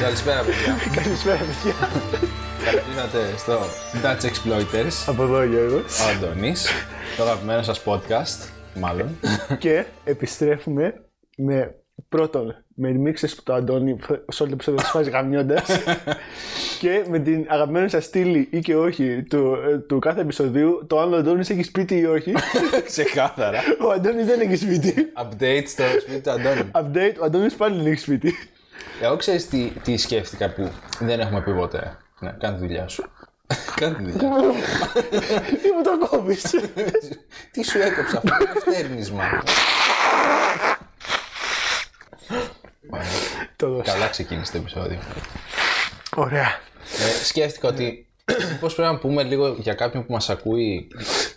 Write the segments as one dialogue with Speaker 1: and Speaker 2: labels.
Speaker 1: Καλησπέρα, παιδιά.
Speaker 2: Καλησπέρα, παιδιά.
Speaker 1: Καλωσήρατε στο Dutch Exploiters.
Speaker 2: Από εδώ ο Γιώργο.
Speaker 1: Ο Αντώνης, το αγαπημένο σας podcast, μάλλον.
Speaker 2: Και επιστρέφουμε με πρώτον με μίξες που το Αντώνη σε όλο το επεισόδιο της φάση γαμιώντας και με την αγαπημένη σας στήλη ή και όχι του, ε, του κάθε επεισοδίου το αν ο Αντώνης έχει σπίτι ή όχι
Speaker 1: Ξεκάθαρα.
Speaker 2: ο Αντώνης δεν έχει σπίτι
Speaker 1: Update στο σπίτι του Αντώνη.
Speaker 2: Update, ο Αντώνης πάλι δεν έχει σπίτι
Speaker 1: Εγώ ξέρεις τι, τι σκέφτηκα που δεν έχουμε πει ποτέ. Ναι, κάνε τη δουλειά σου. κάνε τη δουλειά σου.
Speaker 2: ή μου το κόβεις
Speaker 1: τι σου έκοψα αυτό, είναι φτέρνισμα.
Speaker 2: το δώσα
Speaker 1: Καλά ξεκίνησε το επεισόδιο.
Speaker 2: Ωραία
Speaker 1: Ε, σκέφτηκα ότι
Speaker 2: Ναι.
Speaker 1: πώς πρέπει να πούμε λίγο για κάποιον που μας ακούει,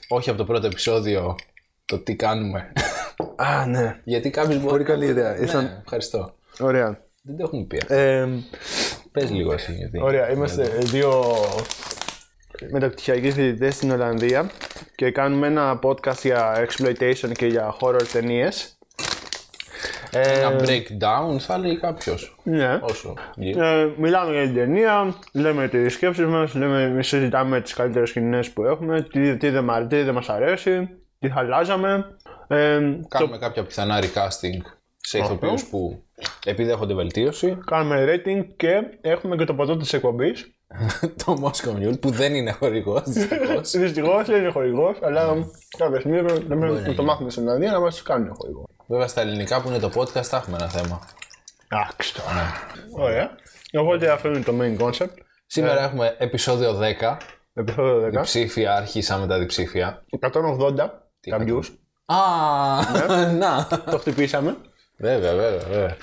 Speaker 1: όχι από το πρώτο επεισόδιο, το τι κάνουμε.
Speaker 2: Α, ναι.
Speaker 1: Γιατί κάποιος μπορεί.
Speaker 2: Πολύ καλή ιδέα.
Speaker 1: Ναι,
Speaker 2: Ήσαν-
Speaker 1: Ευχαριστώ.
Speaker 2: Ωραία.
Speaker 1: Δεν το έχουμε πει.
Speaker 2: Ε,
Speaker 1: Πες λίγο εσύ. Γιατί...
Speaker 2: Ωραία, είμαστε δύο μεταπτυχιακοί φοιτητές στην Ολλανδία και κάνουμε ένα podcast για exploitation και για horror ταινίες.
Speaker 1: Ένα breakdown θα λέει κάποιος.
Speaker 2: Ναι.
Speaker 1: Όσο. γίνεται.
Speaker 2: Ε, μιλάμε για την ταινία, λέμε τις σκέψεις μας, λέμε, συζητάμε τις καλύτερες σκηνές που έχουμε, τι, τι δεν μα τι δεν μας αρέσει, τι θα αλλάζαμε. Ε,
Speaker 1: Κάνουμε κάποια πιθανά recasting σε ηθοποιού
Speaker 2: ναι.
Speaker 1: που επιδέχονται βελτίωση.
Speaker 2: κάνουμε rating και έχουμε και το ποτό της εκπομπής.
Speaker 1: το Moscow Mule που δεν είναι χορηγός δυστυχώς.
Speaker 2: Δυστυχώς δεν είναι χορηγός, αλλά κάποια στιγμή πρέπει να το μάθουμε στην Ολλανδία να μας κάνουν χορηγό.
Speaker 1: Βέβαια στα ελληνικά που είναι το podcast θα έχουμε ένα θέμα.
Speaker 2: Άξιτο. Ωραία. Οπότε αυτό είναι το main concept. Ε.
Speaker 1: Σήμερα έχουμε επεισόδιο 10.
Speaker 2: Επισόδιο 10.
Speaker 1: Ψήφια άρχισαμε τα διψήφια.
Speaker 2: 180 καμπιού.
Speaker 1: Α, να.
Speaker 2: Το χτυπήσαμε.
Speaker 1: Ναι. Βέβαια, βέβαια, βέβαια.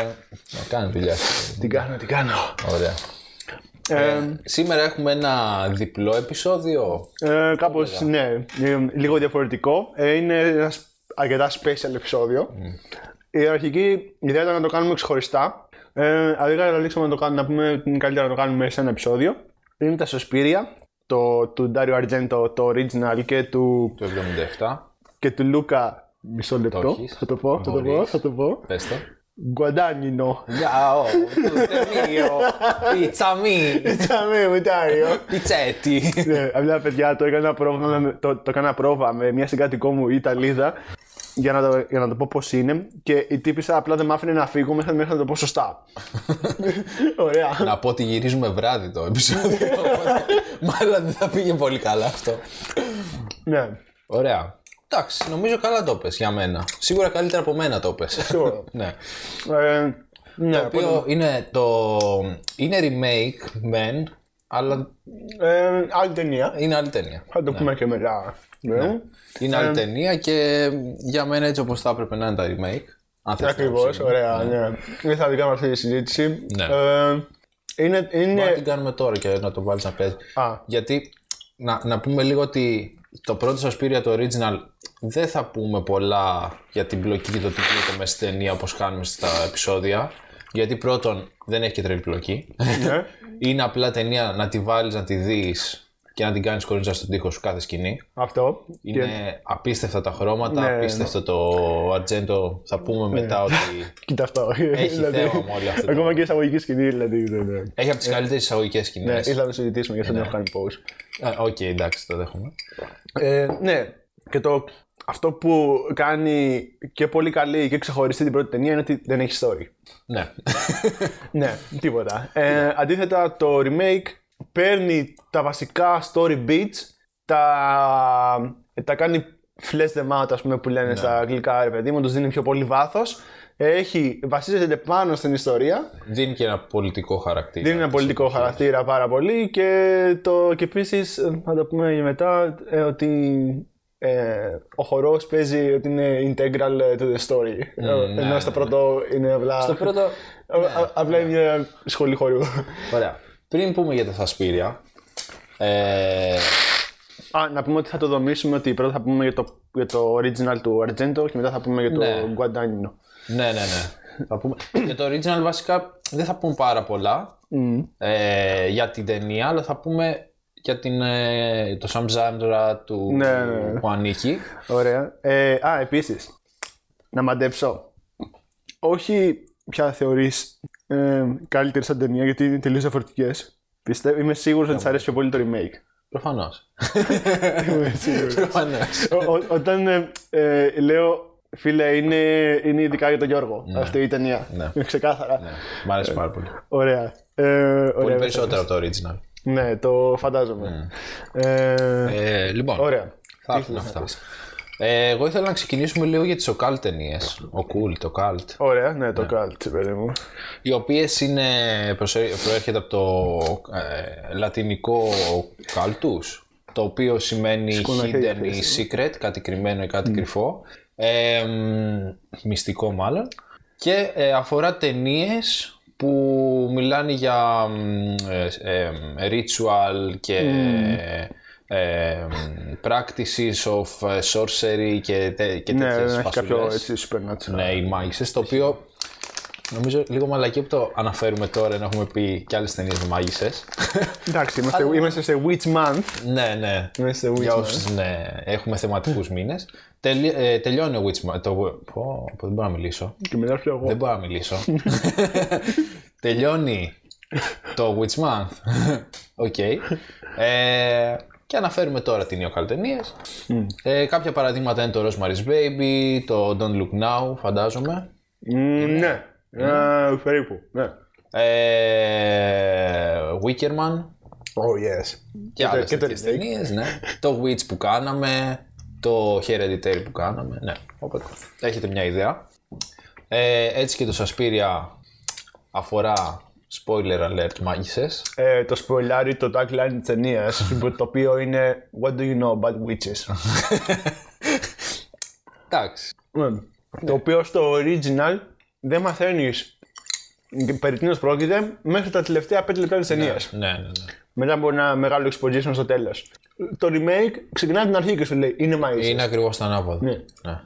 Speaker 1: Ε, να κάνει δουλειά σου.
Speaker 2: Την κάνω, την κάνω.
Speaker 1: Ωραία.
Speaker 2: Ε,
Speaker 1: Σήμερα έχουμε ένα διπλό επεισόδιο.
Speaker 2: ε, Κάπως ναι, ε, λίγο διαφορετικό. Ε, Είναι ένα αρκετά special επεισόδιο. Η αρχική ιδέα ήταν να το κάνουμε ξεχωριστά. Ε, αλλά καταλήξαμε να το κάνουμε, να πούμε είναι καλύτερα να το κάνουμε σε ένα επεισόδιο. Είναι τα Σωσπύρια, το, του Dario Argento, το original και του,
Speaker 1: Το 77.
Speaker 2: και του Λούκα. Μισό λεπτό.
Speaker 1: έχεις.
Speaker 2: Θα το πω, θα το πω,
Speaker 1: Μπορείς.
Speaker 2: θα το πω.
Speaker 1: Πες το.
Speaker 2: Guadagnino.
Speaker 1: Γιαο, τουρτεμίο, πιτσαμί,
Speaker 2: Τσαμί με Τάριο.
Speaker 1: πιτσέτι.
Speaker 2: Ναι, Απλά παιδιά το έκανα πρόβα με, το, το έκανα πρόβα με μια συγκατοικό μου Ιταλίδα για να, το, για να το πω πώς είναι και η τύπησα απλά δεν μ' άφηνε να φύγω μέχρι, μέχρι να το πω σωστά. Ωραία.
Speaker 1: Να πω ότι γυρίζουμε βράδυ το επεισόδιο, οπότε μάλλον δεν θα πήγε πολύ καλά αυτό.
Speaker 2: ναι.
Speaker 1: Ωραία. Εντάξει, νομίζω καλά το πες για μένα. Σίγουρα καλύτερα από μένα το πες.
Speaker 2: Σίγουρα.
Speaker 1: ναι.
Speaker 2: Ε, ναι,
Speaker 1: Το οποίο είναι το. είναι remake, μεν, αλλά
Speaker 2: ε, άλλη ταινία.
Speaker 1: είναι άλλη ταινία.
Speaker 2: Θα το πούμε και μετά. Ναι.
Speaker 1: Είναι άλλη ταινία και για μένα έτσι όπως θα έπρεπε να είναι τα remake. Αν θες να
Speaker 2: Ακριβώς, ωραία. Ναι. Δεν θα την κάνουμε αυτή τη συζήτηση.
Speaker 1: Ναι.
Speaker 2: Ε, είναι.
Speaker 1: Μπορούμε να
Speaker 2: είναι...
Speaker 1: την κάνουμε τώρα και να το βάλεις να παίζεις.
Speaker 2: Ε, Α,
Speaker 1: Γιατί να, να πούμε λίγο ότι το πρώτο σας πήρε το original δεν θα πούμε πολλά για την πλοκή και το τι γίνεται μέσα στην ταινία όπως κάνουμε στα επεισόδια. Γιατί πρώτον δεν έχει και τρελή πλοκή.
Speaker 2: ναι.
Speaker 1: Είναι απλά ταινία να τη βάλεις, να τη δεις και να την κάνεις κορίτσα στον τοίχο σου κάθε σκηνή.
Speaker 2: Αυτό.
Speaker 1: Είναι απίστευτα τα χρώματα,
Speaker 2: Ναι.
Speaker 1: απίστευτο το ατζέντο. Θα πούμε μετά ότι
Speaker 2: Κοίτα αυτό.
Speaker 1: έχει θέαμα όλη αυτή.
Speaker 2: Ακόμα και η εισαγωγική σκηνή, δηλαδή. δεν- δεν-
Speaker 1: Έχει από τις καλύτερες εισαγωγικές σκηνέ.
Speaker 2: Ναι, ήθελα να το συζητήσουμε γιατί δεν έχω κάνει pause.
Speaker 1: Οκ, εντάξει, το δέχομαι.
Speaker 2: Ε, ναι, και το, αυτό που κάνει και πολύ καλή και ξεχωριστή την πρώτη ταινία είναι ότι δεν έχει story.
Speaker 1: Ναι.
Speaker 2: Ναι, τίποτα. Ε, αντίθετα, το remake παίρνει τα βασικά story beats, τα, τα κάνει flesh them out, ας πούμε, που λένε στα αγγλικά, ρε παιδί μου, τους δίνει πιο πολύ βάθος. Έχει, βασίζεται πάνω στην ιστορία
Speaker 1: Δίνει και ένα πολιτικό χαρακτήρα.
Speaker 2: Δίνει ένα πολιτικό χαρακτήρα πάρα πολύ και, το, και επίσης θα το πούμε και μετά ε, ότι ε, ο χορός παίζει ότι είναι integral to the story. Ε, ενώ στο πρώτο Ναι. είναι απλά.
Speaker 1: Το πρώτο.
Speaker 2: α- α- Απλά είναι μια σχολή χορού.
Speaker 1: Ωραία. Πριν πούμε για τα Θασπύρια. Ε,
Speaker 2: Α, να πούμε ότι θα το δομήσουμε ότι πρώτα θα πούμε για το, για το original του Argento και μετά θα πούμε για το
Speaker 1: Ναι.
Speaker 2: Guadagnino.
Speaker 1: ναι, ναι, ναι. θα πούμε. για το original βασικά δεν θα πούμε πάρα πολλά ε, για την ταινία, αλλά θα πούμε για την, ε, το Sam Zandra του,
Speaker 2: Ναι, ναι, ναι.
Speaker 1: που ανήκει.
Speaker 2: Ωραία. Ε, α, επίσης. Να μαντέψω. Όχι πια θεωρείς ε, καλύτερη σαν ταινία γιατί είναι τελείως διαφορετικές. Πιστεύω, είμαι σίγουρος
Speaker 1: Ναι,
Speaker 2: ότι της αρέσει πιο πολύ το remake.
Speaker 1: Προφανώς.
Speaker 2: Είμαι σίγουρος.
Speaker 1: Προφανώς.
Speaker 2: Ο- ο- όταν ε, ε, λέω φίλε, είναι, είναι ειδικά για τον Γιώργο αυτή η ταινία.
Speaker 1: Ναι.
Speaker 2: Είναι ξεκάθαρα.
Speaker 1: Μ' αρέσει πάρα πολύ.
Speaker 2: Ωραία. Ε,
Speaker 1: Πολύ
Speaker 2: ωραία.
Speaker 1: περισσότερο Ναι. από το original.
Speaker 2: Ναι, το φαντάζομαι. Ε,
Speaker 1: Ε, λοιπόν,
Speaker 2: Ωραία.
Speaker 1: θα έρθουν αυτά. Ε, εγώ ήθελα να ξεκινήσουμε λίγο για τις occult ταινίες. Ο cult, το cult.
Speaker 2: Ωραία, ναι, το cult, παιδί μου.
Speaker 1: Οι οποίες είναι, προσε- προέρχεται από το ε, λατινικό cultus, το οποίο σημαίνει
Speaker 2: Σκουναχέρι,
Speaker 1: hidden ή secret, κάτι κρυμμένο ή κάτι κρυφό. Ε, μ, μυστικό μάλλον. Και ε, αφορά ταινίες που μιλάνε για μ, ε, ε, ritual και ε, μ, practices of ε, sorcery και, τε, και
Speaker 2: Ναι,
Speaker 1: τέτοιες
Speaker 2: δεν έχει κάποιο
Speaker 1: φασουλές.
Speaker 2: έτσι supernatural.
Speaker 1: Ναι, οι μάγισσες, το οποίο νομίζω λίγο μαλακή που το αναφέρουμε τώρα ενώ έχουμε πει και άλλες ταινίες με μάγισσες.
Speaker 2: Εντάξει, είμαστε, είμαστε σε Witch Month.
Speaker 1: ναι, ναι.
Speaker 2: Είμαστε σε Witch
Speaker 1: Για
Speaker 2: Month.
Speaker 1: όσους ναι, έχουμε θεματικούς μήνες. ε, τελειώνει ο Witchman. Το... Πω, πω, δεν μπορώ να μιλήσω.
Speaker 2: Και μιλάω πιο εγώ.
Speaker 1: Δεν μπορώ να μιλήσω. τελειώνει το Witch Month. Οκ. Ε, και αναφέρουμε τώρα τι νέο ταινίες. Ε, κάποια παραδείγματα είναι το Rosemary's Baby, το Don't Look Now, φαντάζομαι.
Speaker 2: Μμμ, Ναι. Ε, Περίπου. Ναι.
Speaker 1: Ε, Wickerman
Speaker 2: Oh yes.
Speaker 1: και άλλες
Speaker 2: και το
Speaker 1: τέτοιες
Speaker 2: remake.
Speaker 1: ταινίες, ναι. το Witch που κάναμε, το Hereditary που κάναμε, ναι. Οπότε, έχετε μια ιδέα. Ε, έτσι και το Σασπίρια αφορά spoiler alert μάγισσες.
Speaker 2: Ε, το σποϊλάρι το tagline της ταινίας, το οποίο είναι What do you know about witches?
Speaker 1: Εντάξει.
Speaker 2: Ναι. Το οποίο στο original δεν μαθαίνεις περί τίνος πρόκειται μέχρι τα τελευταία 5 λεπτά της ταινίας.
Speaker 1: Ναι, ναι, ναι.
Speaker 2: Μετά από ένα μεγάλο exposition στο τέλος. Το remake ξεκινάει την αρχή και σου λέει Είναι Μαΐσης.
Speaker 1: Είναι ακριβώς τα ανάποδα.
Speaker 2: Ναι.
Speaker 1: Ναι.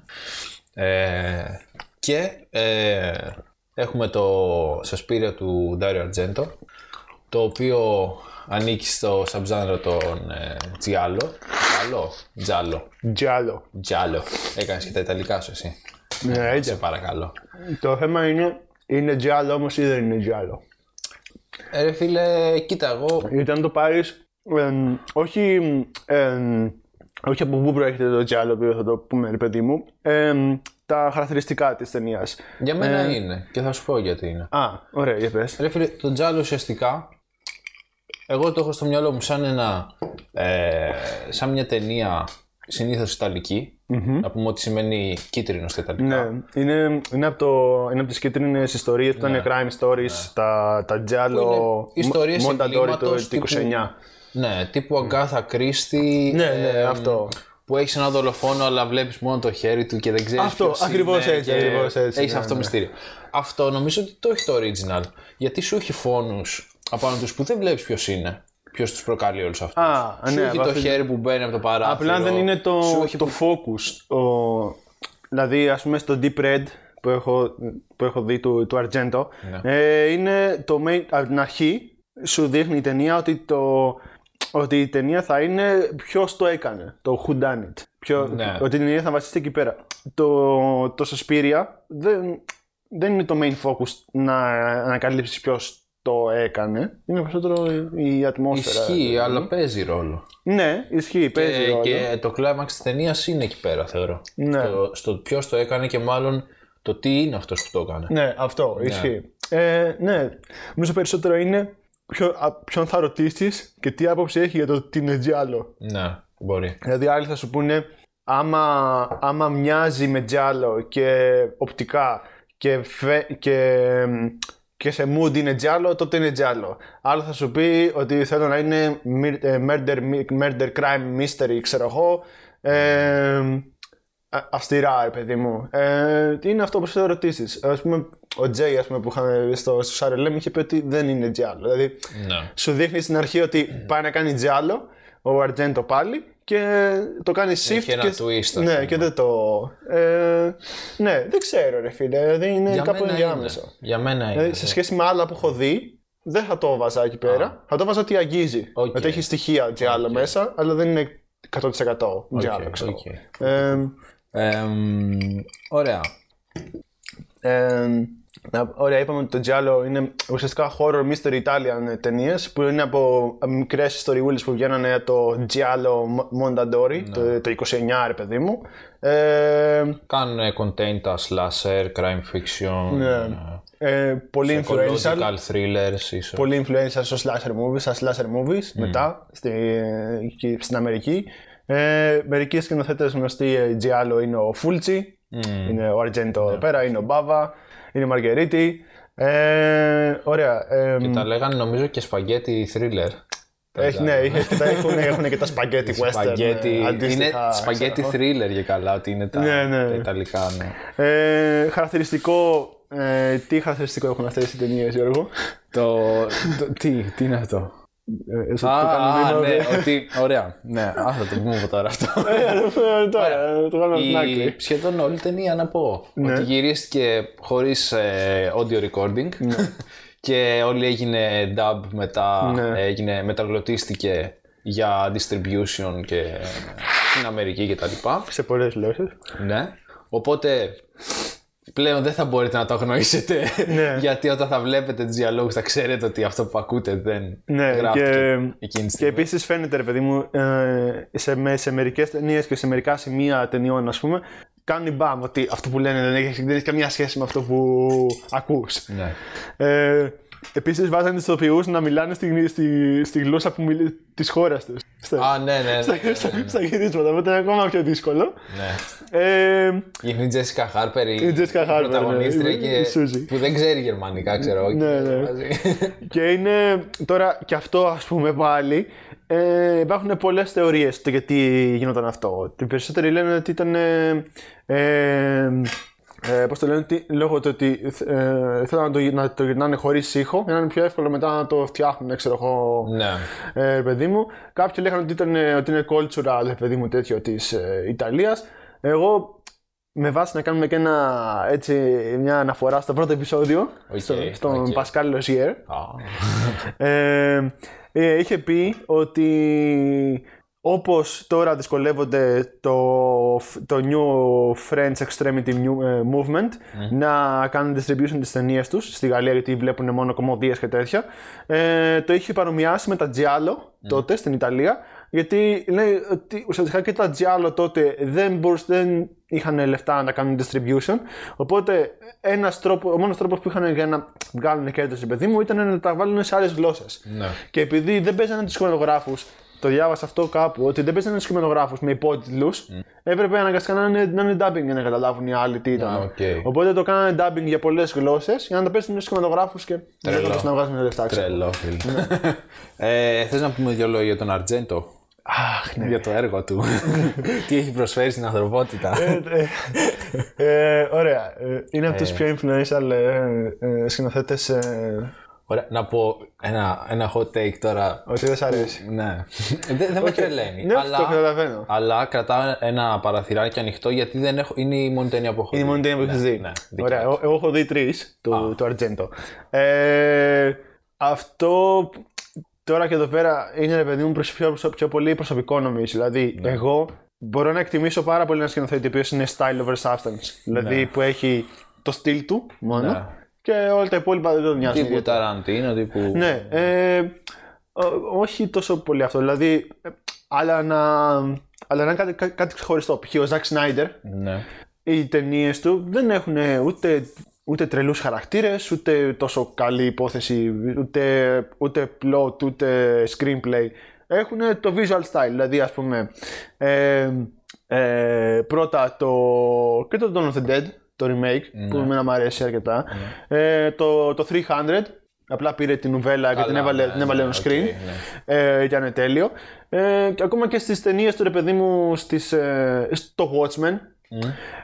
Speaker 1: Ε, και ε, έχουμε το Σασπίρια του Dario Argento, το οποίο ανήκει στο subgenre των ε, Giallo. Giallo, Giallo,
Speaker 2: Ε. Τζάλο.
Speaker 1: Giallo. Έκανες και τα Ιταλικά σου εσύ.
Speaker 2: Ναι, έτσι.
Speaker 1: Σε παρακαλώ.
Speaker 2: Το θέμα είναι είναι τζάλο όμως ή δεν είναι τζάλο.
Speaker 1: Ε, ρε φίλε, κοίτα εγώ.
Speaker 2: Γιατί αν το πάρεις. όχι, εμ, όχι από πού προέρχεται το τζάλο, που θα το πούμε, ρε παιδί μου. εμ, τα χαρακτηριστικά της ταινίας.
Speaker 1: Για μένα είναι και θα σου πω γιατί είναι.
Speaker 2: Α, ωραία, για πες.
Speaker 1: Ρε φίλε, το τζάλο ουσιαστικά εγώ το έχω στο μυαλό μου σαν ένα ε, σαν μια ταινία συνήθως ιταλική, να πούμε ότι σημαίνει κίτρινος στα ιταλικά
Speaker 2: Ναι, είναι, είναι από, το, είναι από τις κίτρινες ιστορίες που ήταν crime stories, τα, τα τζάλο,
Speaker 1: Ναι. είναι ιστορίες
Speaker 2: Μονταντόρι το
Speaker 1: εγκλήματος
Speaker 2: 29.
Speaker 1: τύπου- ναι, τύπου Αγκάθα Κρίστη
Speaker 2: Ναι, ναι,
Speaker 1: ε,
Speaker 2: αυτό.
Speaker 1: που έχεις έναν δολοφόνο αλλά βλέπεις μόνο το χέρι του και δεν ξέρεις
Speaker 2: Αυτό,
Speaker 1: ποιος
Speaker 2: ακριβώς
Speaker 1: είναι
Speaker 2: έτσι,
Speaker 1: και
Speaker 2: ακριβώς έτσι,
Speaker 1: έχεις
Speaker 2: ναι,
Speaker 1: αυτό
Speaker 2: ναι.
Speaker 1: μυστήριο αυτό νομίζω ότι το έχει το original γιατί σου έχει φόνους απάνω τους που δεν βλέπεις ποιος είναι ποιος τους προκαλεί όλους αυτούς
Speaker 2: Α,
Speaker 1: σου
Speaker 2: ναι,
Speaker 1: έχει το
Speaker 2: βάζει-
Speaker 1: χέρι που μπαίνει από το παράθυρο
Speaker 2: Απλά δεν είναι το,
Speaker 1: σου έχει
Speaker 2: το focus. Ο, δηλαδή, ας πούμε, στο Deep Red που έχω, που έχω δει του, του Argento,
Speaker 1: Ναι.
Speaker 2: ε, είναι το main, από την αρχή σου δείχνει η ταινία ότι, το, ότι η ταινία θα είναι ποιος το έκανε, το Who Done It. Ποιο,
Speaker 1: Ναι.
Speaker 2: Ότι η ταινία θα βασιστεί εκεί πέρα. Το, το Suspiria δεν, δεν είναι το main focus να ανακαλύψεις ποιος το έκανε. Είναι περισσότερο η ατμόσφαιρα.
Speaker 1: Ισχύει, αλλά παίζει ρόλο.
Speaker 2: Ναι, ισχύει, παίζει
Speaker 1: δηλαδή. Ε,
Speaker 2: ρόλο.
Speaker 1: και το κλάιμαξ της ταινίας είναι εκεί πέρα, θεωρώ.
Speaker 2: Ναι.
Speaker 1: Το- στο ποιος το έκανε και μάλλον το τι είναι αυτός που το έκανε.
Speaker 2: Ναι, αυτό ισχύει. Ε, ναι, νομίζω περισσότερο είναι ποιο, α, ποιον θα ρωτήσεις και τι άποψη έχει για το τι είναι τζάλο.
Speaker 1: Ναι, μπορεί.
Speaker 2: Δηλαδή, άλλοι θα σου πούνε άμα, άμα μοιάζει με τζάλο και οπτικά και, φε- και, και σε mood είναι τζάλο, τότε είναι τζάλο. Άλλο θα σου πει ότι θέλω να είναι μυρ- ε, murder, mi- murder crime mystery, ξέρω εγώ, ε, α- αυστηρά, ρε παιδί μου. Ε, είναι αυτό που θέλω ρωτήσεις. Ας πούμε, ο Τζέι, ας πούμε, που είχαμε στο, στο RLM είχε πει ότι δεν είναι Τζιάλο. Δηλαδή,
Speaker 1: Ναι.
Speaker 2: σου δείχνει στην αρχή ότι πάει να κάνει Τζιάλο, ο Αρτζέντο πάλι, και το κάνει shift.
Speaker 1: Έχει ένα
Speaker 2: και,
Speaker 1: twist, ας
Speaker 2: Ναι,
Speaker 1: πούμε.
Speaker 2: και δεν το. Ε, ναι, δεν ξέρω, ρε φίλε. Δηλαδή, είναι κάπου
Speaker 1: μένα
Speaker 2: ενδιάμεσα.
Speaker 1: είναι. Για μένα είναι.
Speaker 2: Δηλαδή, σε σχέση με άλλα που έχω δει, δεν θα το βάζα εκεί πέρα. Θα το βάζα ότι αγγίζει.
Speaker 1: Οκ.
Speaker 2: Ότι έχει στοιχεία τζιάλο μέσα, αλλά δεν είναι 100% τζιάλο,
Speaker 1: Οκ,
Speaker 2: ξέρω.
Speaker 1: οκ.
Speaker 2: Ε,
Speaker 1: Εμ, ωραία.
Speaker 2: ε, να- ωραία, είπαμε ότι το Giallo είναι ουσιαστικά horror mystery Italian ταινίες που είναι από ε, μικρές ιστοριούλες που βγαίνανε από το Giallo Mondadori το, το 29, ρε παιδί μου. Ε,
Speaker 1: Κάνουν contain τα slasher, crime fiction, ε,
Speaker 2: ε, Ναι. πολύ influential.
Speaker 1: psychological thrillers ίσως.
Speaker 2: πολύ influencer στο slasher movies, στα slasher movies μετά στη, εκεί στην Αμερική. Ε, μερικοί σκηνοθέτες γνωστοί ε, Giallo είναι ο Φούλτσι, είναι ο Αργέντο εδώ πέρα, είναι ο Μπάβα, είναι η Μαργαρίτη. Ε, ωραία. ε,
Speaker 1: Τα λέγανε νομίζω και σπαγγέτι thriller.
Speaker 2: έχει, ναι, έχει- τα έχουν, έχουν και τα σπαγκέτι western.
Speaker 1: Σπαγγέτι,
Speaker 2: ε, αντίστοιχα,
Speaker 1: είναι
Speaker 2: ξέρω
Speaker 1: σπαγγέτι
Speaker 2: εγώ.
Speaker 1: thriller για καλά, ότι είναι τα,
Speaker 2: Ναι, ναι.
Speaker 1: τα ιταλικά, ναι.
Speaker 2: Ε, χαρακτηριστικό, ε, τι χαρακτηριστικό έχουν αυτές οι ταινίες, Γιώργο.
Speaker 1: το, το- τι, τι είναι αυτό.
Speaker 2: Ε, σου-
Speaker 1: Α,
Speaker 2: το κάνω
Speaker 1: α,
Speaker 2: μήμα,
Speaker 1: ναι, ότι, ωραία, ναι, α, θα το πούμε από τώρα αυτό.
Speaker 2: Ε, Τώρα, το κάνω από την άκρη.
Speaker 1: Η, σχεδόν όλη ταινία να πω. Ότι γυρίστηκε χωρίς ε, audio recording. και όλη έγινε dub μετά,
Speaker 2: Ναι.
Speaker 1: έγινε, μεταγλωτίστηκε για distribution και ε, στην Αμερική κτλ.
Speaker 2: Σε πολλές γλώσσες.
Speaker 1: Ναι. Οπότε πλέον δεν θα μπορείτε να το αγνοήσετε.
Speaker 2: Ναι.
Speaker 1: γιατί όταν θα βλέπετε τους διαλόγους θα ξέρετε ότι αυτό που ακούτε δεν
Speaker 2: Ναι,
Speaker 1: γράφτηκε
Speaker 2: και-
Speaker 1: εκείνη τη
Speaker 2: Και
Speaker 1: στιγμή.
Speaker 2: επίσης φαίνεται, ρε παιδί μου, ε, σε, με, σε μερικές ταινίες και σε μερικά σημεία ταινιών, ας πούμε, κάνουν μπαμ ότι αυτό που λένε δεν έχει, δεν έχει καμία σχέση με αυτό που ακούς.
Speaker 1: Ναι.
Speaker 2: Ε, επίσης βάζανε τους ηθοποιούς να μιλάνε στη, στη, στη γλώσσα που μιλ, της χώρας τους. Στα,
Speaker 1: Α, ναι, ναι. ναι, ναι,
Speaker 2: στα, στα γυρίσματα, οπότε είναι ακόμα πιο δύσκολο.
Speaker 1: ναι.
Speaker 2: Ε,
Speaker 1: Είναι η Τζέσικα Χάρπερ, η,
Speaker 2: Η Jessica Harper, ναι.
Speaker 1: πρωταγωνίστρια
Speaker 2: Η-
Speaker 1: και...
Speaker 2: η Suzy.
Speaker 1: που δεν ξέρει γερμανικά, ξέρω.
Speaker 2: Ναι,
Speaker 1: και
Speaker 2: ναι.
Speaker 1: βάζει.
Speaker 2: Και είναι τώρα και αυτό ας πούμε πάλι. Ε, υπάρχουν πολλές θεωρίες το γιατί γινόταν αυτό. Οι περισσότεροι λένε ότι ήταν... Ε, ε, ε, πώς το λένε, ότι, λόγω του ότι ε, θέλουν να το, γυ- να το γυρνάνε χωρίς ήχο, για να είναι πιο εύκολο μετά να το φτιάχνουν, ξέρω εγώ,
Speaker 1: ναι.
Speaker 2: ε, παιδί μου. Κάποιοι λέγανε ότι, ήταν, ε, ότι είναι cultural, ρε παιδί μου, τέτοιο της ε, Ιταλίας. Εγώ, με βάση να κάνουμε και ένα, έτσι, μια αναφορά στο πρώτο επεισόδιο,
Speaker 1: Οκ,
Speaker 2: στο, στον
Speaker 1: οκ.
Speaker 2: Πασκάλ Λοζιέρ,
Speaker 1: Α,
Speaker 2: ε, ε, είχε πει ότι όπως τώρα δυσκολεύονται το, το New French Extremity Mu- ε, Movement να κάνουν distribution τις ταινίες τους στη Γαλλία γιατί βλέπουν μόνο κομμωδίες και τέτοια ε, το είχε παρομοιάσει με τα Giallo τότε στην Ιταλία γιατί λέει ότι ουσιαστικά και τα Giallo τότε δεν, μπορούσαν, δεν είχαν λεφτά να κάνουν distribution οπότε ένας τρόπο, ο μόνος τρόπος που είχαν για να βγάλουν κέρδος ρε παιδί μου ήταν να τα βάλουν σε άλλες γλώσσες
Speaker 1: ναι.
Speaker 2: και επειδή δεν παίζανε τους κινηματογράφου, το διάβασα αυτό κάπου, ότι δεν παίζανε τους κινηματογράφου με υπότιτλους,
Speaker 1: Mm.
Speaker 2: έπρεπε αναγκαστικά να είναι, να είναι dubbing για να καταλάβουν οι άλλοι τι ήταν.
Speaker 1: Α, οκ.
Speaker 2: Οπότε το κάνανε dubbing για πολλές γλώσσες για να τα παίζουν στου κινηματογράφου και
Speaker 1: Τρελό.
Speaker 2: δεν να βγάζουν λεφτά. ξέρω.
Speaker 1: Τρελό, φίλε.
Speaker 2: Ναι.
Speaker 1: ε, θες να πούμε δύο λόγια για τον Αρτζέντο,
Speaker 2: Αχ, ναι.
Speaker 1: για το έργο του. Τι έχει προσφέρει στην ανθρωπότητα.
Speaker 2: Ε, ε, ε, ωραία. Ε, Είναι από τους πιο influential ε, ε, σκηνοθέτες.
Speaker 1: Ωραία, να πω ένα, ένα hot take τώρα.
Speaker 2: Ότι δεν σ' αρέσει.
Speaker 1: Ναι. δεν δεν με τρελαίνει.
Speaker 2: Ναι,
Speaker 1: αλλά,
Speaker 2: το καταλαβαίνω.
Speaker 1: αλλά κρατάω ένα παραθυράκι ανοιχτό γιατί δεν έχω, είναι η μόνη ταινία που έχω
Speaker 2: Είναι η
Speaker 1: δει.
Speaker 2: μόνη ταινία που έχεις δει.
Speaker 1: ναι,
Speaker 2: Ωραία, εγώ, εγώ έχω δει τρεις του, του Αρτζέντο. Ε, αυτό τώρα και εδώ πέρα είναι ρε παιδί μου προς- πιο, πιο πολύ προσωπικό νομίζω. Δηλαδή,
Speaker 1: Ναι.
Speaker 2: εγώ μπορώ να εκτιμήσω πάρα πολύ ένα σκηνοθέτη ο οποίος είναι style over substance. Δηλαδή που έχει το στυλ του μόνο
Speaker 1: Ναι.
Speaker 2: και όλα τα υπόλοιπα δεν τον νοιάζουν.
Speaker 1: Τύπου Ταραντίνο, τύπου.
Speaker 2: Ναι, ε, ό- όχι τόσο πολύ αυτό. Δηλαδή, ε, αλλά να, αλλά να είναι κάτι, κάτι- κάτι ξεχωριστό. Π.χ. ο Ζακ Σνάιντερ
Speaker 1: ναι.
Speaker 2: οι ταινίες του δεν έχουν ούτε, ούτε τρελούς χαρακτήρες, ούτε τόσο καλή υπόθεση, ούτε, ούτε plot, ούτε screenplay. Έχουν το visual style, δηλαδή ας πούμε ε, ε, πρώτα το, και
Speaker 1: Ναι.
Speaker 2: το Dawn of the Dead, το remake, που εμένα μου αρέσει αρκετά, ε, το, το 300, Απλά πήρε την νουβέλα και την έβαλε,
Speaker 1: ναι,
Speaker 2: την έβαλε
Speaker 1: ναι,
Speaker 2: on
Speaker 1: οκ,
Speaker 2: screen. ε, ήταν τέλειο. Ε, και ακόμα και στις ταινίες του, ρε παιδί μου, στις, ε, στο Watchmen.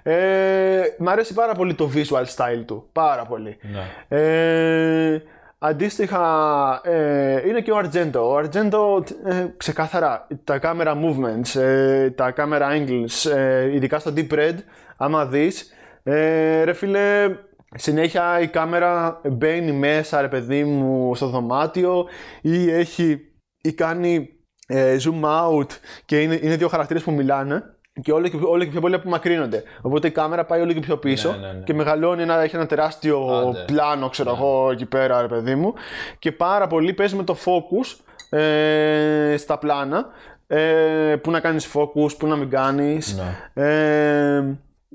Speaker 2: Ε, μ' αρέσει πάρα πολύ το visual style του. Πάρα πολύ. Ε, αντίστοιχα, ε, είναι και ο Argento. Ο Argento, ε, ξεκάθαρα, τα camera movements, ε, τα camera angles, ε, ειδικά στο Deep Red, άμα δεις, ε, ρε φίλε, συνέχεια η κάμερα μπαίνει μέσα, ρε παιδί μου, στο δωμάτιο ή έχει, ή κάνει ε, zoom out και είναι, είναι δύο χαρακτήρες που μιλάνε και όλο και, όλο και πιο πολύ απομακρύνονται. Οπότε η κάμερα πάει όλο και πιο πίσω
Speaker 1: Ναι, ναι, ναι.
Speaker 2: και μεγαλώνει, ένα, έχει ένα τεράστιο
Speaker 1: Άντε.
Speaker 2: πλάνο, ξέρω εγώ, εκεί πέρα, ρε παιδί μου. Και πάρα πολύ παίζει με το focus ε, στα πλάνα. Ε, πού να κάνεις focus, πού να μην κάνεις. Ε,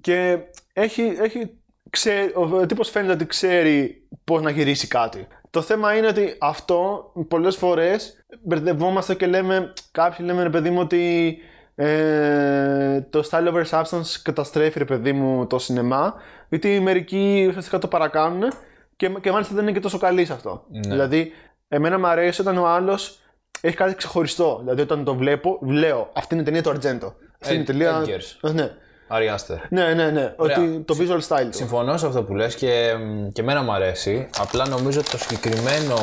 Speaker 2: και έχει, έχει ξέ, ο τύπος φαίνεται ότι ξέρει πώς να γυρίσει κάτι. Το θέμα είναι ότι αυτό πολλές φορές μπερδευόμαστε και λέμε, κάποιοι λέμε ρε παιδί μου ότι ε, το style over substance καταστρέφει ρε παιδί μου το σινεμά γιατί μερικοί ουσιαστικά το παρακάνουν και, και μάλιστα δεν είναι και τόσο καλοί σε αυτό.
Speaker 1: Ναι.
Speaker 2: Δηλαδή, εμένα μου αρέσει όταν ο άλλος έχει κάτι ξεχωριστό. Δηλαδή, όταν το βλέπω, λέω αυτή είναι η ταινία του Αρτζέντο. Αυτή είναι η
Speaker 1: Ed-
Speaker 2: ταινία.
Speaker 1: Edgers.
Speaker 2: Ναι.
Speaker 1: Αριάστε.
Speaker 2: Ναι, ναι, ναι. Ότι το visual style του.
Speaker 1: Συμφωνώ σε αυτό που λες και, μ, και εμένα μου αρέσει. Απλά νομίζω ότι το συγκεκριμένο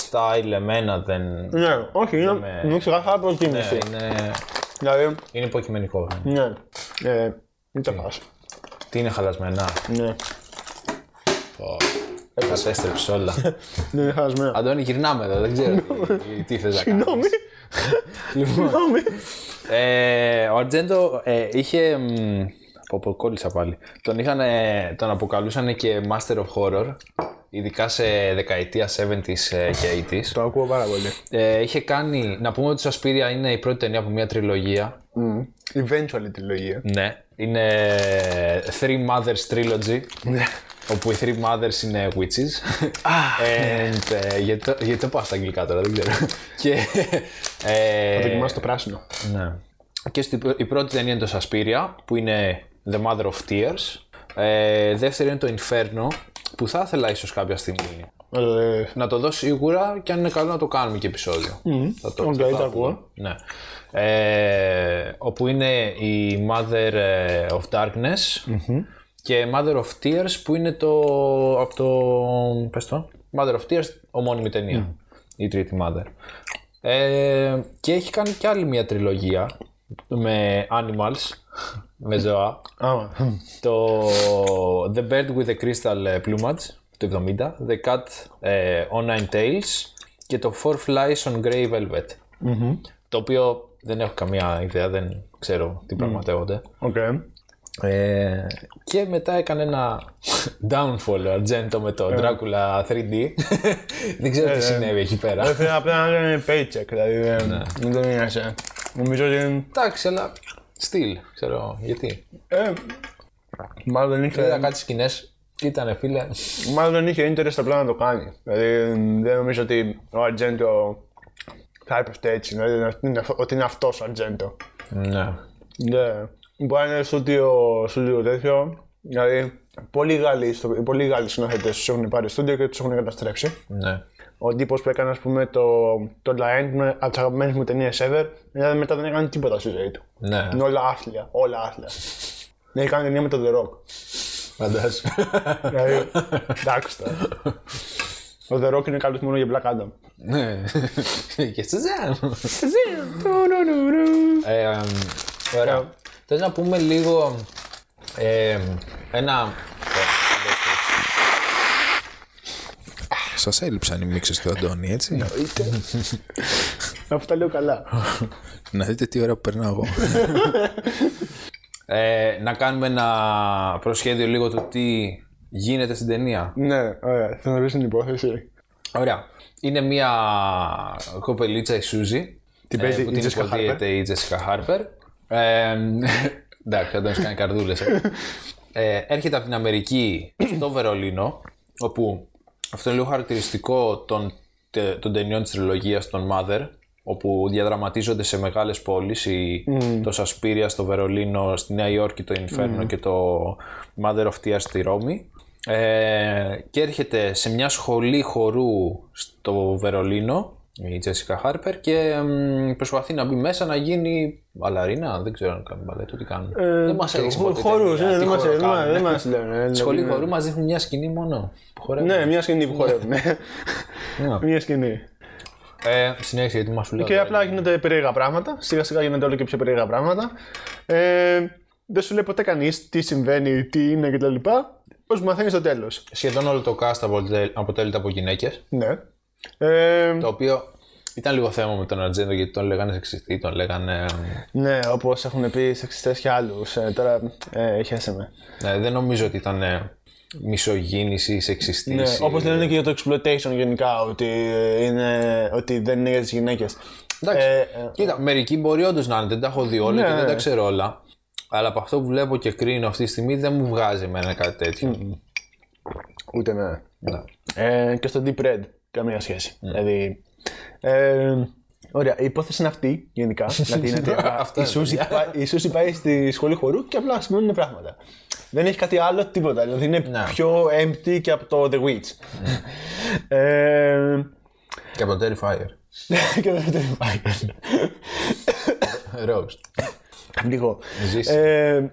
Speaker 1: style εμένα δεν...
Speaker 2: Ναι, όχι, είναι
Speaker 1: με-
Speaker 2: μια ξεκάθαρα
Speaker 1: Ναι,
Speaker 2: προτίμηση.
Speaker 1: είναι,
Speaker 2: Δηλαδή,
Speaker 1: είναι υποκειμενικό. ναι.
Speaker 2: ναι. Ε, μην τα πας.
Speaker 1: Τι είναι χαλασμένα.
Speaker 2: Ναι.
Speaker 1: Κατέστρεψε όλα.
Speaker 2: Δεν είναι χαλασμένο.
Speaker 1: Αντώνη, γυρνάμε εδώ. Δεν ξέρω τι, τι θες να κάνεις.
Speaker 2: Συγγνώμη. Συγγνώμη.
Speaker 1: Ε, ο Αρτζέντο ε, είχε. μ, Πω, πω, κόλλησα πάλι. Τον, είχαν, ε, τον αποκαλούσαν και Master of Horror, ειδικά σε δεκαετία 70s ε, και 80s.
Speaker 2: Το ακούω πάρα πολύ.
Speaker 1: Ε, είχε κάνει. Να πούμε ότι η Σασπίρια είναι η πρώτη ταινία από μια τριλογία.
Speaker 2: Eventually τριλογία.
Speaker 1: Ναι. Είναι Three Mothers Trilogy. όπου οι Three Mothers είναι witches. And, ε, γιατί, το, γιατί το πάω στα αγγλικά τώρα, δεν ξέρω. και. ε,
Speaker 2: Δοκιμάσαι το πράσινο.
Speaker 1: Ναι. Και στην, πρω- η πρώτη ταινία είναι το Σασπίρια, που είναι The Mother of Tears. Ε, δεύτερη είναι το Inferno, που θα ήθελα ίσως κάποια στιγμή
Speaker 2: Ε,
Speaker 1: να το δω σίγουρα και αν είναι καλό να το κάνουμε και επεισόδιο. Θα
Speaker 2: οκ,
Speaker 1: θα
Speaker 2: τα
Speaker 1: το
Speaker 2: ακούω.
Speaker 1: δω. Ναι. Ε, όπου είναι η Mother ε, of Darkness και Mother of Tears που είναι το, από το, πες το, Mother of Tears, ομώνυμη ταινία, η τρίτη Mother. Ε, και έχει κάνει και άλλη μια τριλογία με animals, με ζώα.
Speaker 2: Άμα.
Speaker 1: Το The Bird with the Crystal ε, Plumage του 70, The Cat ε, on Nine Tails και το Four Flies on Grey Velvet. Το οποίο δεν έχω καμία ιδέα, δεν ξέρω τι πραγματεύονται.
Speaker 2: Οκ.
Speaker 1: Ε, και μετά έκανε ένα downfall ο Argento με το Dracula 3D. δεν ξέρω τι συνέβη εκεί πέρα.
Speaker 2: Πρέπει απλά να είναι paycheck, δηλαδή δεν δεν τον νοιάζει. Νομίζω ότι.
Speaker 1: Εντάξει, αλλά still, ξέρω γιατί.
Speaker 2: ε, Μάλλον δεν
Speaker 1: Είδα
Speaker 2: είχε,
Speaker 1: κάτι σκηνές και ήταν φίλε.
Speaker 2: μάλλον δεν είχε interest απλά να το κάνει. Δηλαδή δεν νομίζω ότι ο Αρτζέντο θα έπεφτε έτσι. Δηλαδή είναι αυ- είναι αυ- ότι είναι αυτός ο Αρτζέντο.
Speaker 1: ναι.
Speaker 2: Ναι. Μπορεί να είναι στούντιο, στούντιο τέτοιο. Δηλαδή πολλοί Γάλλοι, στο- πολλοί Γάλλοι συναθέτε τους έχουν πάρει στούντιο και τους έχουν καταστρέψει.
Speaker 1: ναι.
Speaker 2: Ο τύπος που έκανε, ας πούμε, το, το La End με, από τις αγαπημένες μου ταινίες ever, μετά, μετά δεν έκανε τίποτα στη ζωή του.
Speaker 1: Ναι.
Speaker 2: Είναι όλα άθλια. Όλα άθλια. Ναι, έκανε ταινία με το The Rock.
Speaker 1: Φαντάζομαι.
Speaker 2: δηλαδή, εντάξει τώρα. Ο The Rock είναι καλός μόνο για Black Adam.
Speaker 1: Ναι. Και στο Shazam. Ε, εμ, Ωραία. Θες να πούμε λίγο εμ, ένα... Σας έλειψαν οι μίξες του Αντώνη, έτσι.
Speaker 2: Αφού τα λέω καλά.
Speaker 1: να δείτε τι ώρα που περνάω εγώ. Ε, να κάνουμε ένα προσχέδιο λίγο του τι γίνεται στην ταινία.
Speaker 2: ναι, ωραία. Θέλω να πεις την υπόθεση.
Speaker 1: Ωραία. Είναι μια κοπελίτσα η Σούζη. ε,
Speaker 2: Την παίζει
Speaker 1: που
Speaker 2: η
Speaker 1: την
Speaker 2: Τζέσικα
Speaker 1: υποδίεται η Τζέσικα Χάρπερ. Ε, εντάξει, δεν κάνει καρδούλες. Ε, έρχεται από την Αμερική στο Βερολίνο, όπου αυτό είναι λίγο χαρακτηριστικό των, τε- των ταινιών της τριλογίας των Mother, όπου διαδραματίζονται σε μεγάλες πόλεις, η, το Σασπίρια στο Βερολίνο, στη Νέα Υόρκη το Inferno και το Mother of Tears στη Ρώμη. Ε, και έρχεται σε μια σχολή χορού στο Βερολίνο η Τζέσικα Χάρπερ και μ, προσπαθεί να μπει μέσα να γίνει μπαλαρίνα. Δεν ξέρω αν κάνει μπαλέτο, τι
Speaker 2: Ε,
Speaker 1: κάνει.
Speaker 2: δηλαδή,
Speaker 1: δεν μας έδειξε ποτέ.
Speaker 2: Χορού,
Speaker 1: τελικά τι
Speaker 2: ε, δεν μας
Speaker 1: χώρο κάνουν.
Speaker 2: δεν μας λένε.
Speaker 1: Στη σχολή χορού μας δείχνουν μια σκηνή μόνο που χορεύουν.
Speaker 2: ε, Ναι, μια σκηνή που χορεύουν.
Speaker 1: Ναι.
Speaker 2: Μια σκηνή.
Speaker 1: Ε, συνέχισε γιατί μας σου λέω.
Speaker 2: Και
Speaker 1: τώρα.
Speaker 2: απλά γίνονται περίεργα πράγματα. Σιγά σιγά γίνονται όλο και πιο περίεργα πράγματα. Ε, δεν σου λέει ποτέ κανείς τι συμβαίνει, τι είναι κτλ. Όσο μαθαίνει στο τέλος.
Speaker 1: Σχεδόν όλο το cast αποτελ- αποτελείται από γυναίκες.
Speaker 2: Ναι. Ε,
Speaker 1: Το οποίο ήταν λίγο θέμα με τον Ατζέντο γιατί τον λέγανε σεξιστή, τον λέγανε.
Speaker 2: ναι, όπως έχουν πει σεξιστές και άλλους. Ε, τώρα ε, χέσε με.
Speaker 1: Ναι, δεν νομίζω ότι ήταν ε, μισογίνης ή σεξιστής.
Speaker 2: Ναι, όπως λένε και για το exploitation γενικά, ότι, είναι, ότι δεν είναι για τις γυναίκες.
Speaker 1: Εντάξει.
Speaker 2: Ε, ε,
Speaker 1: Κοίτα, μερικοί μπορεί όντως να είναι, δεν τα έχω δει όλα και
Speaker 2: Ναι.
Speaker 1: δεν τα ξέρω όλα. Αλλά από αυτό που βλέπω και κρίνω αυτή τη στιγμή δεν μου βγάζει εμένα κάτι τέτοιο.
Speaker 2: ούτε ναι.
Speaker 1: Ναι.
Speaker 2: Ε, και στο Deep Red, καμία σχέση. Δηλαδή. Ε, ωραία, η υπόθεση είναι αυτή γενικά. δηλαδή είναι ότι απλά
Speaker 1: Αυτό
Speaker 2: η,
Speaker 1: είναι,
Speaker 2: Σούση πάει, η Σούση πάει στη σχολή χορού και απλά σημαίνουν πράγματα. Δεν έχει κάτι άλλο, τίποτα. Δηλαδή είναι
Speaker 1: Ναι.
Speaker 2: πιο empty και από το The Witch. ε,
Speaker 1: Και από το Terrifier.
Speaker 2: και δεν το υπάρχει.
Speaker 1: Roast.
Speaker 2: Λίγο.
Speaker 1: Ζήσει.
Speaker 2: Ε,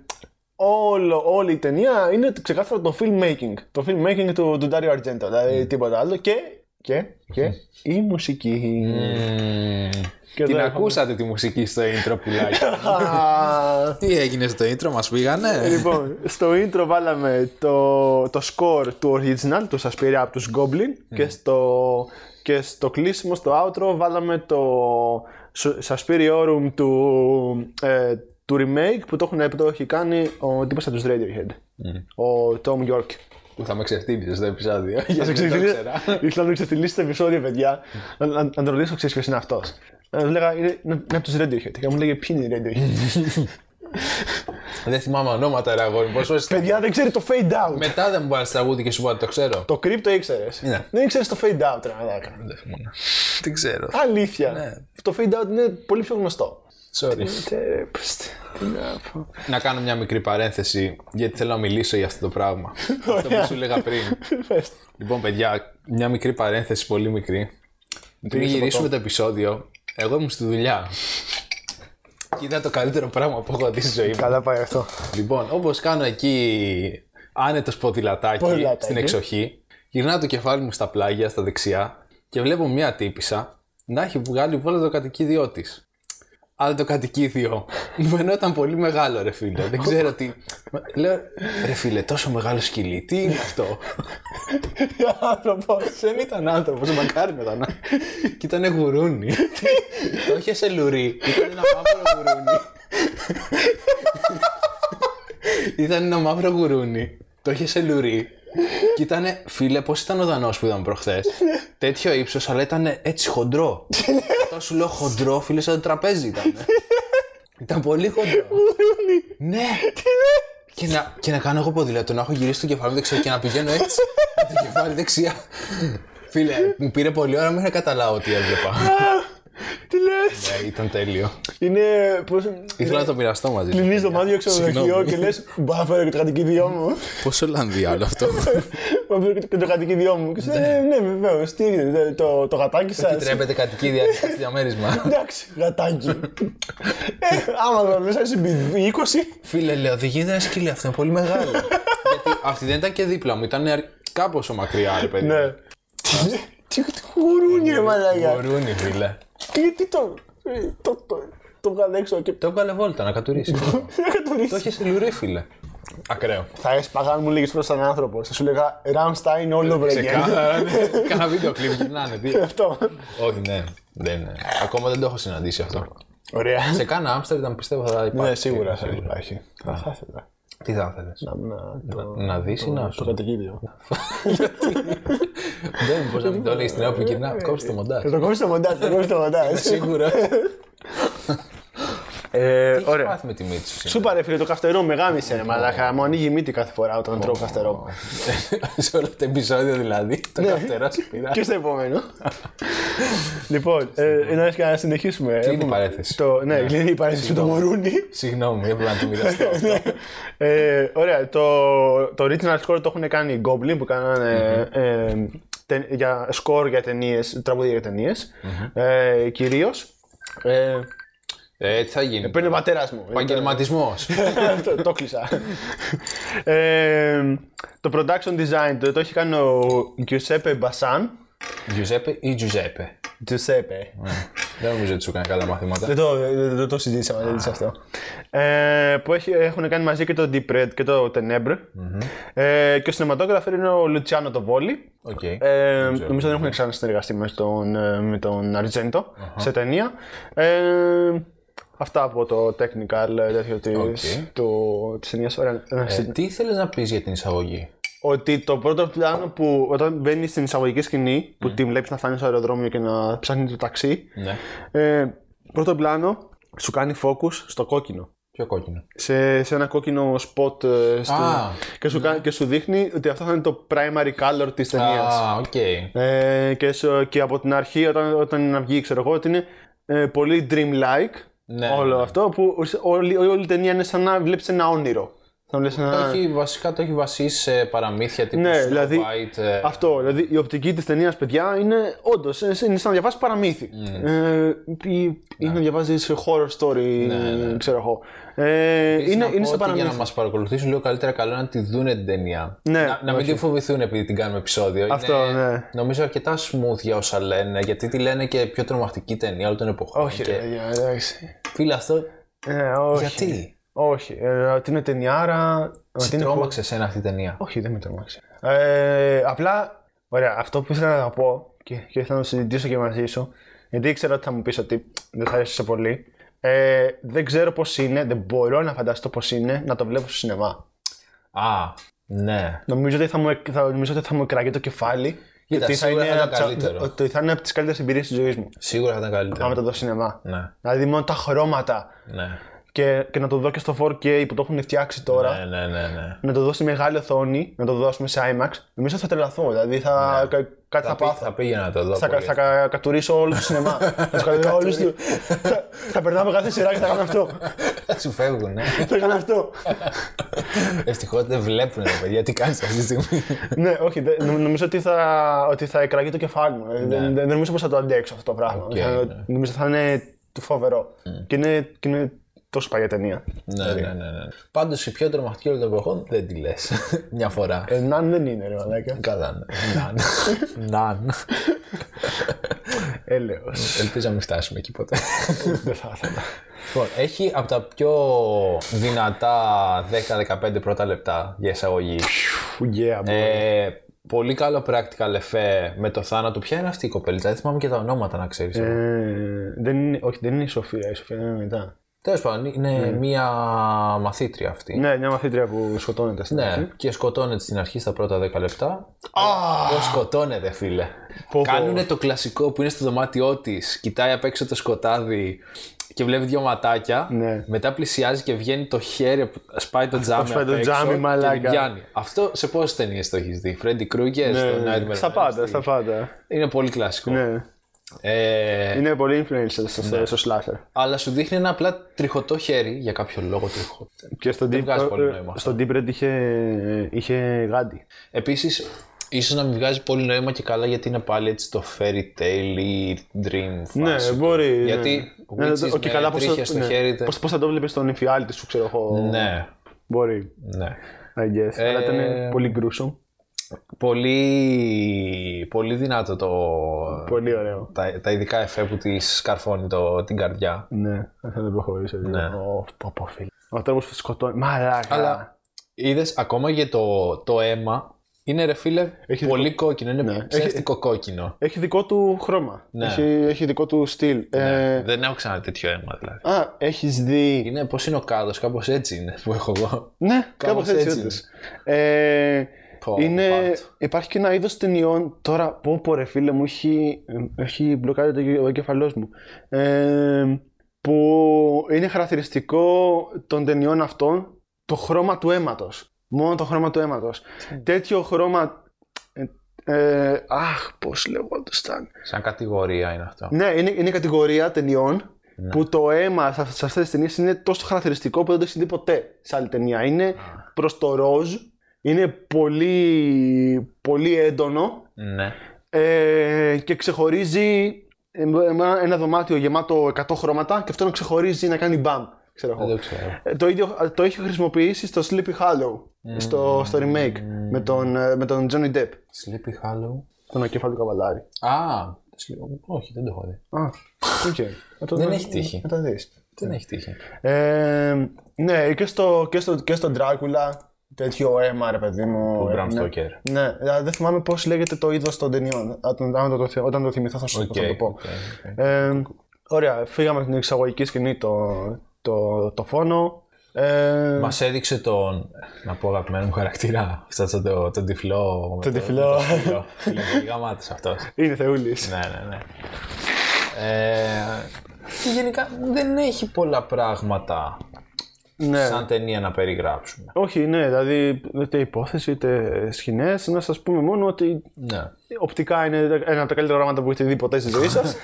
Speaker 2: όλο, όλη η tαινία είναι ξεκάθαρα το filmmaking. Το filmmaking του, του Dario Argento. Δηλαδή τίποτα άλλο. Και, και, και η μουσική.
Speaker 1: Ναι. Μμμ.
Speaker 2: Και
Speaker 1: Ε, Την
Speaker 2: εδώ
Speaker 1: ακούσατε τη μουσική στο intro πουλάκι.
Speaker 2: Α,
Speaker 1: Τι έγινε στο intro, μας πήγανε.
Speaker 2: λοιπόν, στο intro βάλαμε το, το score του original, του Σασπίρια από τους Goblin και, στο, και στο κλείσιμο, στο outro βάλαμε το Su- Suspiriorum του, ε, του remake που το, έχουν, που το έχει κάνει ο τύπος από τους Radiohead, ο Tom York.
Speaker 1: Που θα με ξεφτύλισε στο επεισόδιο. Γιατί
Speaker 2: Σε
Speaker 1: δεν το
Speaker 2: ξεφτυλί-
Speaker 1: ξέρα.
Speaker 2: Ήθελα να το ξεφτυλίσει το επεισόδιο, παιδιά. Να- Να να τον ρωτήσω, ξέρεις ποιος είναι αυτός. Να του λέγα, είναι είναι από τους Radiohead. Και μου λέγε, ποιοι είναι οι Radiohead.
Speaker 1: Δεν θυμάμαι ονόματα, ρε αγόρι. μου. Πόσες φορές-
Speaker 2: Παιδιά, δεν ξέρει το fade out.
Speaker 1: Μετά δεν μου βάλει τραγούδι και σου πω ότι το ξέρω.
Speaker 2: Το creep το ήξερες.
Speaker 1: Ναι.
Speaker 2: Δεν ήξερες το fade out, ρε μαλάκα.
Speaker 1: Δεν θυμάμαι. Τι ξέρω.
Speaker 2: Αλήθεια.
Speaker 1: Ναι.
Speaker 2: Το fade out είναι πολύ πιο γνωστό.
Speaker 1: Sorry.
Speaker 2: Ε, πστε, τι να πω.
Speaker 1: Να κάνω μια μικρή παρένθεση, γιατί θέλω να μιλήσω για αυτό το πράγμα. αυτό που σου λέγα πριν.
Speaker 2: Πες.
Speaker 1: Λοιπόν, παιδιά, μια μικρή παρένθεση, πολύ μικρή. Πριν γυρίσουμε το επεισόδιο, εγώ ήμουν στη δουλειά. Και ήταν το καλύτερο πράγμα που έχω δει στη ζωή μου.
Speaker 2: Καλά πάει αυτό.
Speaker 1: Λοιπόν, όπως κάνω εκεί άνετος ποδηλατάκι,
Speaker 2: Ποδηλατάκι.
Speaker 1: στην εξοχή, γυρνάω το κεφάλι μου στα πλάγια, στα δεξιά και βλέπω μία τύπησα να έχει βγάλει βόλα το κατοικίδιό της. Αλλά το κατοικίδιο μου φαινόταν πολύ μεγάλο, ρε φίλε. Δεν ξέρω τι. Λέω, ρε φίλε, τόσο μεγάλο σκυλί, τι είναι αυτό.
Speaker 2: Άνθρωπος.
Speaker 1: Δεν ήταν άνθρωπος, μακάρι να ήταν. Και ήταν γουρούνι. το είχε σε λουρί. Ήταν ένα μαύρο γουρούνι. ήταν ένα μαύρο γουρούνι. Το είχε σε λουρί. Και ήταν, φίλε, πώς ήταν ο Δανός που είδαμε προχθές. Τέτοιο ύψος, αλλά ήταν έτσι χοντρό. Όταν σου λέω χοντρό, φίλε, σαν το τραπέζι ήταν. ήταν πολύ χοντρό. ναι. Και να, και να κάνω εγώ ποδήλατο, να έχω γυρίσει το κεφάλι μου δεξιά και να πηγαίνω έτσι. με το κεφάλι δεξιά. Φίλε, μου πήρε πολλή ώρα μέχρι να καταλάβω τι έβλεπα.
Speaker 2: Ναι. Τι λες.
Speaker 1: ναι, ήταν τέλειο.
Speaker 2: Είναι. Πώς.
Speaker 1: Ήθελα να το μοιραστώ μαζί σου.
Speaker 2: Κλείνει το μάτι για ξενοδοχείο
Speaker 1: Ναι. Συγγνώμη.
Speaker 2: και λες: Μπάφερε και το κατοικίδιό μου.
Speaker 1: Πόσο Ολλανδία όλο αυτό.
Speaker 2: Μπάφερε και το κατοικίδιό μου. Και σου λέει, «Ε, Ναι, βεβαίως. Τι έγινε, το- το γατάκι σας.
Speaker 1: Τρέπεται κατοικίδια στο διαμέρισμα.
Speaker 2: Εντάξει, γατάκι. ε, άμα το μέσα εσύ 20.
Speaker 1: Φίλε, λέω, δεν γίνεται ένα σκύλι αυτό, είναι πολύ μεγάλο. Γιατί αυτή δεν ήταν και δίπλα μου, ήταν κάπως μακριά, ρε παιδί.
Speaker 2: Ναι. Τι τι γουρούνι ρε μαλάκα.
Speaker 1: Μπορούνι, φίλε.
Speaker 2: Τι τι το... ε, Το το- το βγάλε έξω και
Speaker 1: Το έβγαλε βόλτα να κατουρίσει.
Speaker 2: δεν
Speaker 1: Το
Speaker 2: κατονίσει.
Speaker 1: είχε σε λουρί, φίλε. Ακραίο.
Speaker 2: Θα έσπαγα αν μου λέγες πως σαν άνθρωπος. Θα σου λέγα Rammstein all over again.
Speaker 1: Ξεκάθαρα. ναι. Κάνα βίντεο κλειπ γυρνάνε. τι.
Speaker 2: Αυτό.
Speaker 1: Όχι, ναι. Δεν είναι. Ακόμα δεν το έχω συναντήσει αυτό.
Speaker 2: Ωραία.
Speaker 1: Σε κάνα Άμστερνταμ πιστεύω θα υπάρχει.
Speaker 2: Ναι, σίγουρα θα υπάρχει. Θα θα ήθελα.
Speaker 1: Τι θα ήθελες.
Speaker 2: Να- να- το-
Speaker 1: Να δεις ή να
Speaker 2: Το
Speaker 1: σου.
Speaker 2: κατοικίδιο.
Speaker 1: Δεν μπορείς να μην το λέει στην ώρα που γυρνά. Κόψεις το μοντάζ.
Speaker 2: Ναι. Θα το κόψεις το μοντάζ, θα το κόψεις το μοντάζ.
Speaker 1: Σίγουρα.
Speaker 2: Ε,
Speaker 1: Τι
Speaker 2: ωραία.
Speaker 1: πάθει με τη μύτη σου.
Speaker 2: Σούπα ρε φίλε, το καυτερό με γάμισε ρε μαλάκα. Μου ανοίγει η μύτη κάθε φορά όταν τρώω καυτερό.
Speaker 1: Σε όλα τα επεισόδια δηλαδή, το καυτερά σου πειρά.
Speaker 2: Και στο επόμενο. Λοιπόν, ε, να έρθει να συνεχίσουμε.
Speaker 1: Κλείνει η
Speaker 2: Έχουμε-
Speaker 1: παρέθεση.
Speaker 2: Το, ναι, κλείνει η παρένθεση με το γουρούνι.
Speaker 1: Συγγνώμη, έπρεπε να το μοιραστώ.
Speaker 2: ε, ωραία, το, το original score το έχουν κάνει οι Goblin που κανανε ε, τε- για, score για ταινίες, τραγούδια για ταινιες ε, κυρίως. Ε,
Speaker 1: Ε, τι θα γίνει.
Speaker 2: παίρνει ο πατέρας μου.
Speaker 1: Επαγγελματισμός.
Speaker 2: το, το κλείσα. ε, το production design το, το έχει κάνει ο Giuseppe Bassan.
Speaker 1: Γιουζέπε ή Τζουζέπε.
Speaker 2: Giuseppe.
Speaker 1: Δεν νομίζω ότι σου έκανε καλά μαθήματα.
Speaker 2: Δεν το, δεν, δεν το συζήτησαμε, δεν είναι αυτό. Ε, που έχει, έχουν κάνει μαζί και το Deep Red και το Tenebr. Ε, και ο σινεματόγραφο είναι ο Λουτσιάνο το Βόλι.
Speaker 1: Οκ.
Speaker 2: Ε, νομίζω δεν έχουν ξανασυνεργαστεί με τον, ε, με τον Argento σε ταινία. Ε, αυτά από το technical ε, τέτοιο της,
Speaker 1: Οκ.
Speaker 2: του, της ταινίας. Ωραία, να συ-
Speaker 1: Ε, Τι ήθελε να πεις για την εισαγωγή.
Speaker 2: ότι το πρώτο πλάνο που όταν μπαίνει στην εισαγωγική σκηνή, που τη βλέπεις να φτάνει στο αεροδρόμιο και να ψάχνει το ταξί,
Speaker 1: Ναι.
Speaker 2: ε, πρώτο πλάνο σου κάνει focus στο κόκκινο.
Speaker 1: Πιο κόκκινο.
Speaker 2: Σε, σε ένα κόκκινο σποτ
Speaker 1: Α, Ναι.
Speaker 2: και, σου, κα- και σου δείχνει ότι αυτό θα είναι το primary color της ταινία.
Speaker 1: Α, οκ.
Speaker 2: Ε, και, σου- και από την αρχή, όταν, όταν να βγει, ξέρω εγώ, ότι είναι ε, πολύ dreamlike
Speaker 1: Ναι.
Speaker 2: όλο αυτό, που ουσ- όλη, όλη η ταινία είναι σαν να βλέπεις ένα όνειρο. Σαν να βλέπεις
Speaker 1: Το
Speaker 2: ένα...
Speaker 1: έχει, βασικά το έχει βασίσει σε παραμύθια τύπου
Speaker 2: Ναι,
Speaker 1: Snow
Speaker 2: δηλαδή,
Speaker 1: White. ε,
Speaker 2: Αυτό, δηλαδή η οπτική της ταινίας, παιδιά, είναι όντως είναι σαν να διαβάσει παραμύθι.
Speaker 1: Ναι.
Speaker 2: Ε, ή, ή να διαβάζει horror story, ξέρω εγώ. Ε,
Speaker 1: Ναι, επίσης
Speaker 2: είναι,
Speaker 1: να
Speaker 2: είναι
Speaker 1: πω
Speaker 2: σε
Speaker 1: ότι
Speaker 2: παραμύθι.
Speaker 1: Για να μας παρακολουθήσουν λίγο καλύτερα, καλό είναι να τη δούνε την ταινία.
Speaker 2: Ναι,
Speaker 1: να, να μην τη φοβηθούν επειδή την κάνουμε επεισόδιο.
Speaker 2: Αυτό,
Speaker 1: είναι,
Speaker 2: ναι.
Speaker 1: Νομίζω αρκετά smooth για όσα λένε, γιατί τη λένε και πιο τρομακτική ταινία όλων των εποχών.
Speaker 2: Όχι,
Speaker 1: και
Speaker 2: ρε, παιδιά, εντάξει.
Speaker 1: Φίλε, αυτό.
Speaker 2: Ε, όχι.
Speaker 1: Γιατί.
Speaker 2: Όχι. Ε, ότι είναι ταινιάρα. Ότι
Speaker 1: Σε
Speaker 2: είναι...
Speaker 1: τρόμαξε σένα αυτή η ταινία.
Speaker 2: Όχι, δεν με τρομάξει. Ε, απλά, ωραία, αυτό που ήθελα να πω και, και ήθελα να το συζητήσω και μαζί σου, γιατί ήξερα ότι θα μου πεις ότι δεν θα άρεσε πολύ. Ε, δεν ξέρω πώς είναι, δεν μπορώ να φανταστώ πώς είναι να το βλέπω στο σινεμά.
Speaker 1: Α, ναι.
Speaker 2: Νομίζω ότι θα μου, εκ- θα, νομίζω ότι θα μου κραγεί το κεφάλι. και
Speaker 1: Κοίτα,
Speaker 2: ότι
Speaker 1: σίγουρα θα ήταν
Speaker 2: απ' τις-
Speaker 1: καλύτερο.
Speaker 2: Ότι θα είναι από τις καλύτερες εμπειρίες της ζωής μου.
Speaker 1: Σίγουρα θα ήταν
Speaker 2: Να
Speaker 1: καλύτερο.
Speaker 2: μετά το σινεμά.
Speaker 1: Ναι,
Speaker 2: Δηλαδή, μόνο τα χρώματα
Speaker 1: ναι.
Speaker 2: και, και να το δω και στο 4K που το έχουν φτιάξει τώρα.
Speaker 1: Ναι, ναι, ναι. ναι.
Speaker 2: να το δώσει μεγάλη οθόνη, να το δώσουμε σε IMAX, νομίζω θα τρελαθώ. Δηλαδή θα, κα- κάτι
Speaker 1: Θα,
Speaker 2: θα, πάθω.
Speaker 1: πει, θα πήγαινα να το δω.
Speaker 2: Θα, κα-
Speaker 1: πολύ.
Speaker 2: θα κα- κατουρίσω όλο το σινεμά. θα, τους κατουρίσω όλους τους. θα, θα περνάμε κάθε σειρά και θα κάνω αυτό.
Speaker 1: Θα σου φεύγουν, ναι.
Speaker 2: θα κάνω αυτό.
Speaker 1: Ευτυχώς δεν βλέπουν τα παιδιά τι κάνεις αυτή τη στιγμή.
Speaker 2: ναι, όχι, δεν- νο- νομίζω ότι θα, ότι θα εκραγεί το κεφάλι μου. Δεν- δεν, δεν νομίζω πως θα το αντέξω αυτό το πράγμα.
Speaker 1: Οκ,
Speaker 2: θα,
Speaker 1: ναι.
Speaker 2: Νομίζω θα είναι φοβερό. Και, είναι, και είναι τόσο παλιά ταινία.
Speaker 1: ναι, ναι, ναι. ναι. Πάντως η πιο τρομακτική όλων των εποχών δεν τη λες. Μια φορά.
Speaker 2: Ε, Ναν δεν είναι, ρε μαλάκα.
Speaker 1: Καλά, ναι. Ναν. Ναν.
Speaker 2: Έλεος.
Speaker 1: Ελπίζω να μην φτάσουμε εκεί ποτέ.
Speaker 2: Ε, δεν θα ήθελα.
Speaker 1: Λοιπόν, έχει από τα πιο δυνατά 10-15 πρώτα λεπτά για εισαγωγή.
Speaker 2: Yeah, boy.
Speaker 1: Ε, πολύ καλό practical εφέ με το θάνατο. Ποια είναι αυτή η κοπελίτσα, δεν θυμάμαι και τα ονόματα να ξέρεις. Τέλος
Speaker 2: Ε, δεν είναι, όχι, δεν είναι η Σοφία. Η Σοφία είναι μετά.
Speaker 1: Τέλος πάντων, είναι μία μαθήτρια αυτή.
Speaker 2: Ναι, μια μαθήτρια που σκοτώνεται στην
Speaker 1: Ναι,
Speaker 2: αρχή.
Speaker 1: και σκοτώνεται στην αρχή στα πρώτα 10 λεπτά. Το σκοτώνεται, φίλε.
Speaker 2: Πω, πω.
Speaker 1: Κάνουνε το κλασικό που είναι στο δωμάτιό της, κοιτάει απ' έξω το σκοτάδι και βλέπει δυο ματάκια.
Speaker 2: Ναι.
Speaker 1: Μετά πλησιάζει και βγαίνει το χέρι που σπάει το τζάμι.
Speaker 2: σπάει
Speaker 1: απ'
Speaker 2: το
Speaker 1: έξω
Speaker 2: τζάμι,
Speaker 1: και την
Speaker 2: μαλάκα. Ναι,
Speaker 1: πιάνει. Αυτό σε πόσες ταινίες το έχεις δει, Freddy Krueger, στο Nightmare.
Speaker 2: στα
Speaker 1: on Elm
Speaker 2: πάντα,
Speaker 1: Street.
Speaker 2: στα πάντα.
Speaker 1: Είναι πολύ κλασικό.
Speaker 2: Ναι.
Speaker 1: Ε,
Speaker 2: Είναι πολύ influencer στο,
Speaker 1: Ναι.
Speaker 2: στο slasher.
Speaker 1: αλλά σου δείχνει ένα απλά τριχωτό χέρι για κάποιο λόγο τριχωτό.
Speaker 2: Και στο Deep,
Speaker 1: βγάζει πολύ
Speaker 2: ε,
Speaker 1: νόημα αυτό.
Speaker 2: στο Deep Red είχε, είχε γάντι.
Speaker 1: Επίσης, ίσως να μην βγάζει πολύ νόημα και καλά γιατί είναι πάλι έτσι το fairy tale ή dream φάση.
Speaker 2: Ναι, μπορεί.
Speaker 1: Γιατί
Speaker 2: ναι. Ναι,
Speaker 1: witches
Speaker 2: το- και καλά
Speaker 1: με
Speaker 2: πώς
Speaker 1: τρίχια
Speaker 2: θα,
Speaker 1: στο
Speaker 2: ναι.
Speaker 1: χέρι. δεν-
Speaker 2: Πώς, πώς θα το βλέπεις στον εφιάλτη σου, ξέρω εγώ.
Speaker 1: Ναι,
Speaker 2: Μπορεί,
Speaker 1: ναι.
Speaker 2: I guess. Αλλά ήταν πολύ gruesome.
Speaker 1: Πολύ, πολύ δυνατό το,
Speaker 2: Πολύ ωραίο.
Speaker 1: τα, τα ειδικά εφέ που της σκαρφώνει το, την καρδιά.
Speaker 2: Ναι, θα το προχωρήσω. λίγο.
Speaker 1: Ναι.
Speaker 2: Ω, πω, πω, φίλε. Ο τρόπος που σκοτώνει. Μαλάκα.
Speaker 1: Αλλά είδες ακόμα και το, το αίμα είναι ρε φίλε
Speaker 2: Έχει
Speaker 1: πολύ κόκκινο. Είναι
Speaker 2: Ναι.
Speaker 1: ψεύτικο κόκκινο.
Speaker 2: Έχει δικό του χρώμα.
Speaker 1: Ναι.
Speaker 2: Έχει, έχει δικό του στυλ. Ε,
Speaker 1: Δεν έχω ξανά τέτοιο αίμα δηλαδή.
Speaker 2: α, έχεις δει.
Speaker 1: Είναι πώς είναι ο κάδος, κάπως έτσι είναι που έχω εγώ.
Speaker 2: Ναι, κάπως έτσι.
Speaker 1: έτσι
Speaker 2: όντως. Ε,
Speaker 1: Πω,
Speaker 2: είναι,
Speaker 1: πάρτο.
Speaker 2: υπάρχει και ένα είδος ταινιών. Τώρα, πω πω ρε φίλε μου, έχει, έχει μπλοκάρει το εγκεφαλό μου. Ε, που είναι χαρακτηριστικό των ταινιών αυτών το χρώμα του αίματος. Μόνο το χρώμα του αίματος. Τέτοιο χρώμα... ε, ε, αχ, πώς λεγόντουσαν.
Speaker 1: Σαν κατηγορία είναι αυτό.
Speaker 2: Ναι, είναι, είναι κατηγορία ταινιών
Speaker 1: Ναι.
Speaker 2: που το αίμα σε αυτές τις ταινίες είναι τόσο χαρακτηριστικό που δεν το έχει δει ποτέ σε άλλη ταινία. Είναι προς το ροζ, είναι πολύ, πολύ έντονο
Speaker 1: Ναι.
Speaker 2: ε, και ξεχωρίζει ε, ένα- ένα δωμάτιο γεμάτο 100 χρώματα και αυτό να ξεχωρίζει να κάνει μπαμ. Ξέρω εγώ.
Speaker 1: Δεν το ξέρω.
Speaker 2: Ε, Το ίδιο το έχει χρησιμοποιήσει στο Sleepy Hollow, στο, στο remake, με, τον, ε, με τον Johnny Depp,
Speaker 1: Sleepy Hollow.
Speaker 2: τον ακέφαλο καβαλάρι.
Speaker 1: Α, το Sleepy- όχι, δεν το έχω δει.
Speaker 2: Α, οκ. Θα το-
Speaker 1: Δεν έχει τύχει.
Speaker 2: Θα το δεις.
Speaker 1: Δεν έχει τύχει.
Speaker 2: Ναι. Ε, ναι, και στο, και, στο, και στο Dracula τέτοιο αίμα, ρε παιδί μου.
Speaker 1: Ο Bram
Speaker 2: ναι.
Speaker 1: Stoker.
Speaker 2: Ναι, αλλά δεν θυμάμαι πώς λέγεται το είδος των ταινιών. Α, τον- Όταν το, θυ- όταν το θυμηθώ, θα σου
Speaker 1: Οκ,
Speaker 2: θα το πω.
Speaker 1: οκ, οκ.
Speaker 2: Ε, ωραία, φύγαμε από την εξαγωγική σκηνή το, το, το φόνο. Ε,
Speaker 1: Μας έδειξε τον. Να πω αγαπημένο μου χαρακτήρα. Αυτό το, το, τον τυφλό. με
Speaker 2: Τον τυφλό.
Speaker 1: με το φίλο. Είναι πολύ γαμάτος αυτός.
Speaker 2: είναι θεούλης.
Speaker 1: Ναι, ναι, ναι. Ε, και γενικά δεν έχει πολλά πράγματα
Speaker 2: Ναι.
Speaker 1: σαν ταινία να περιγράψουμε.
Speaker 2: Όχι, ναι, δηλαδή είτε υπόθεση είτε σκηνές. Να σας πούμε μόνο ότι
Speaker 1: Ναι.
Speaker 2: Οπτικά είναι ένα από τα καλύτερα πράγματα που έχετε δει ποτέ στη ζωή σας.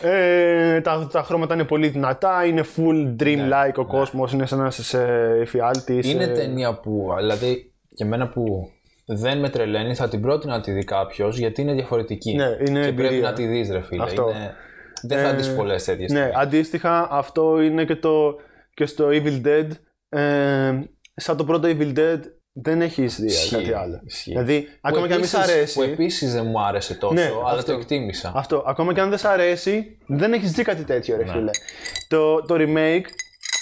Speaker 2: ε, τα, τα χρώματα είναι πολύ δυνατά, είναι full dream-like ο κόσμος, είναι σαν να είσαι σε ε, εφιάλτη. σε-
Speaker 1: Ναι, Είναι ταινία που, δηλαδή, για μένα που δεν με τρελαίνει, θα την πρότεινα να τη δει κάποιος γιατί είναι διαφορετική.
Speaker 2: Ναι, είναι
Speaker 1: και
Speaker 2: εμπειρία.
Speaker 1: πρέπει να τη δεις, ρε φίλε.
Speaker 2: Αυτό.
Speaker 1: Είναι... Δεν θα δεις πολλές τέτοιες.
Speaker 2: Ναι, αντίστοιχα αυτό είναι και, το, και στο Evil Dead. Ε, σαν το πρώτο Evil Dead δεν έχει δει
Speaker 1: Ισχύει,
Speaker 2: κάτι άλλο.
Speaker 1: ισχύει.
Speaker 2: Δηλαδή, ακόμα και αν μη σ' αρέσει.
Speaker 1: Που επίσης δεν μου άρεσε τόσο,
Speaker 2: Ναι,
Speaker 1: αλλά
Speaker 2: αυτό.
Speaker 1: το εκτίμησα.
Speaker 2: Αυτό. Ακόμα και αν δεν σ' αρέσει, δεν έχεις δει κάτι τέτοιο,
Speaker 1: Ναι.
Speaker 2: ρε φίλε. Το, το remake,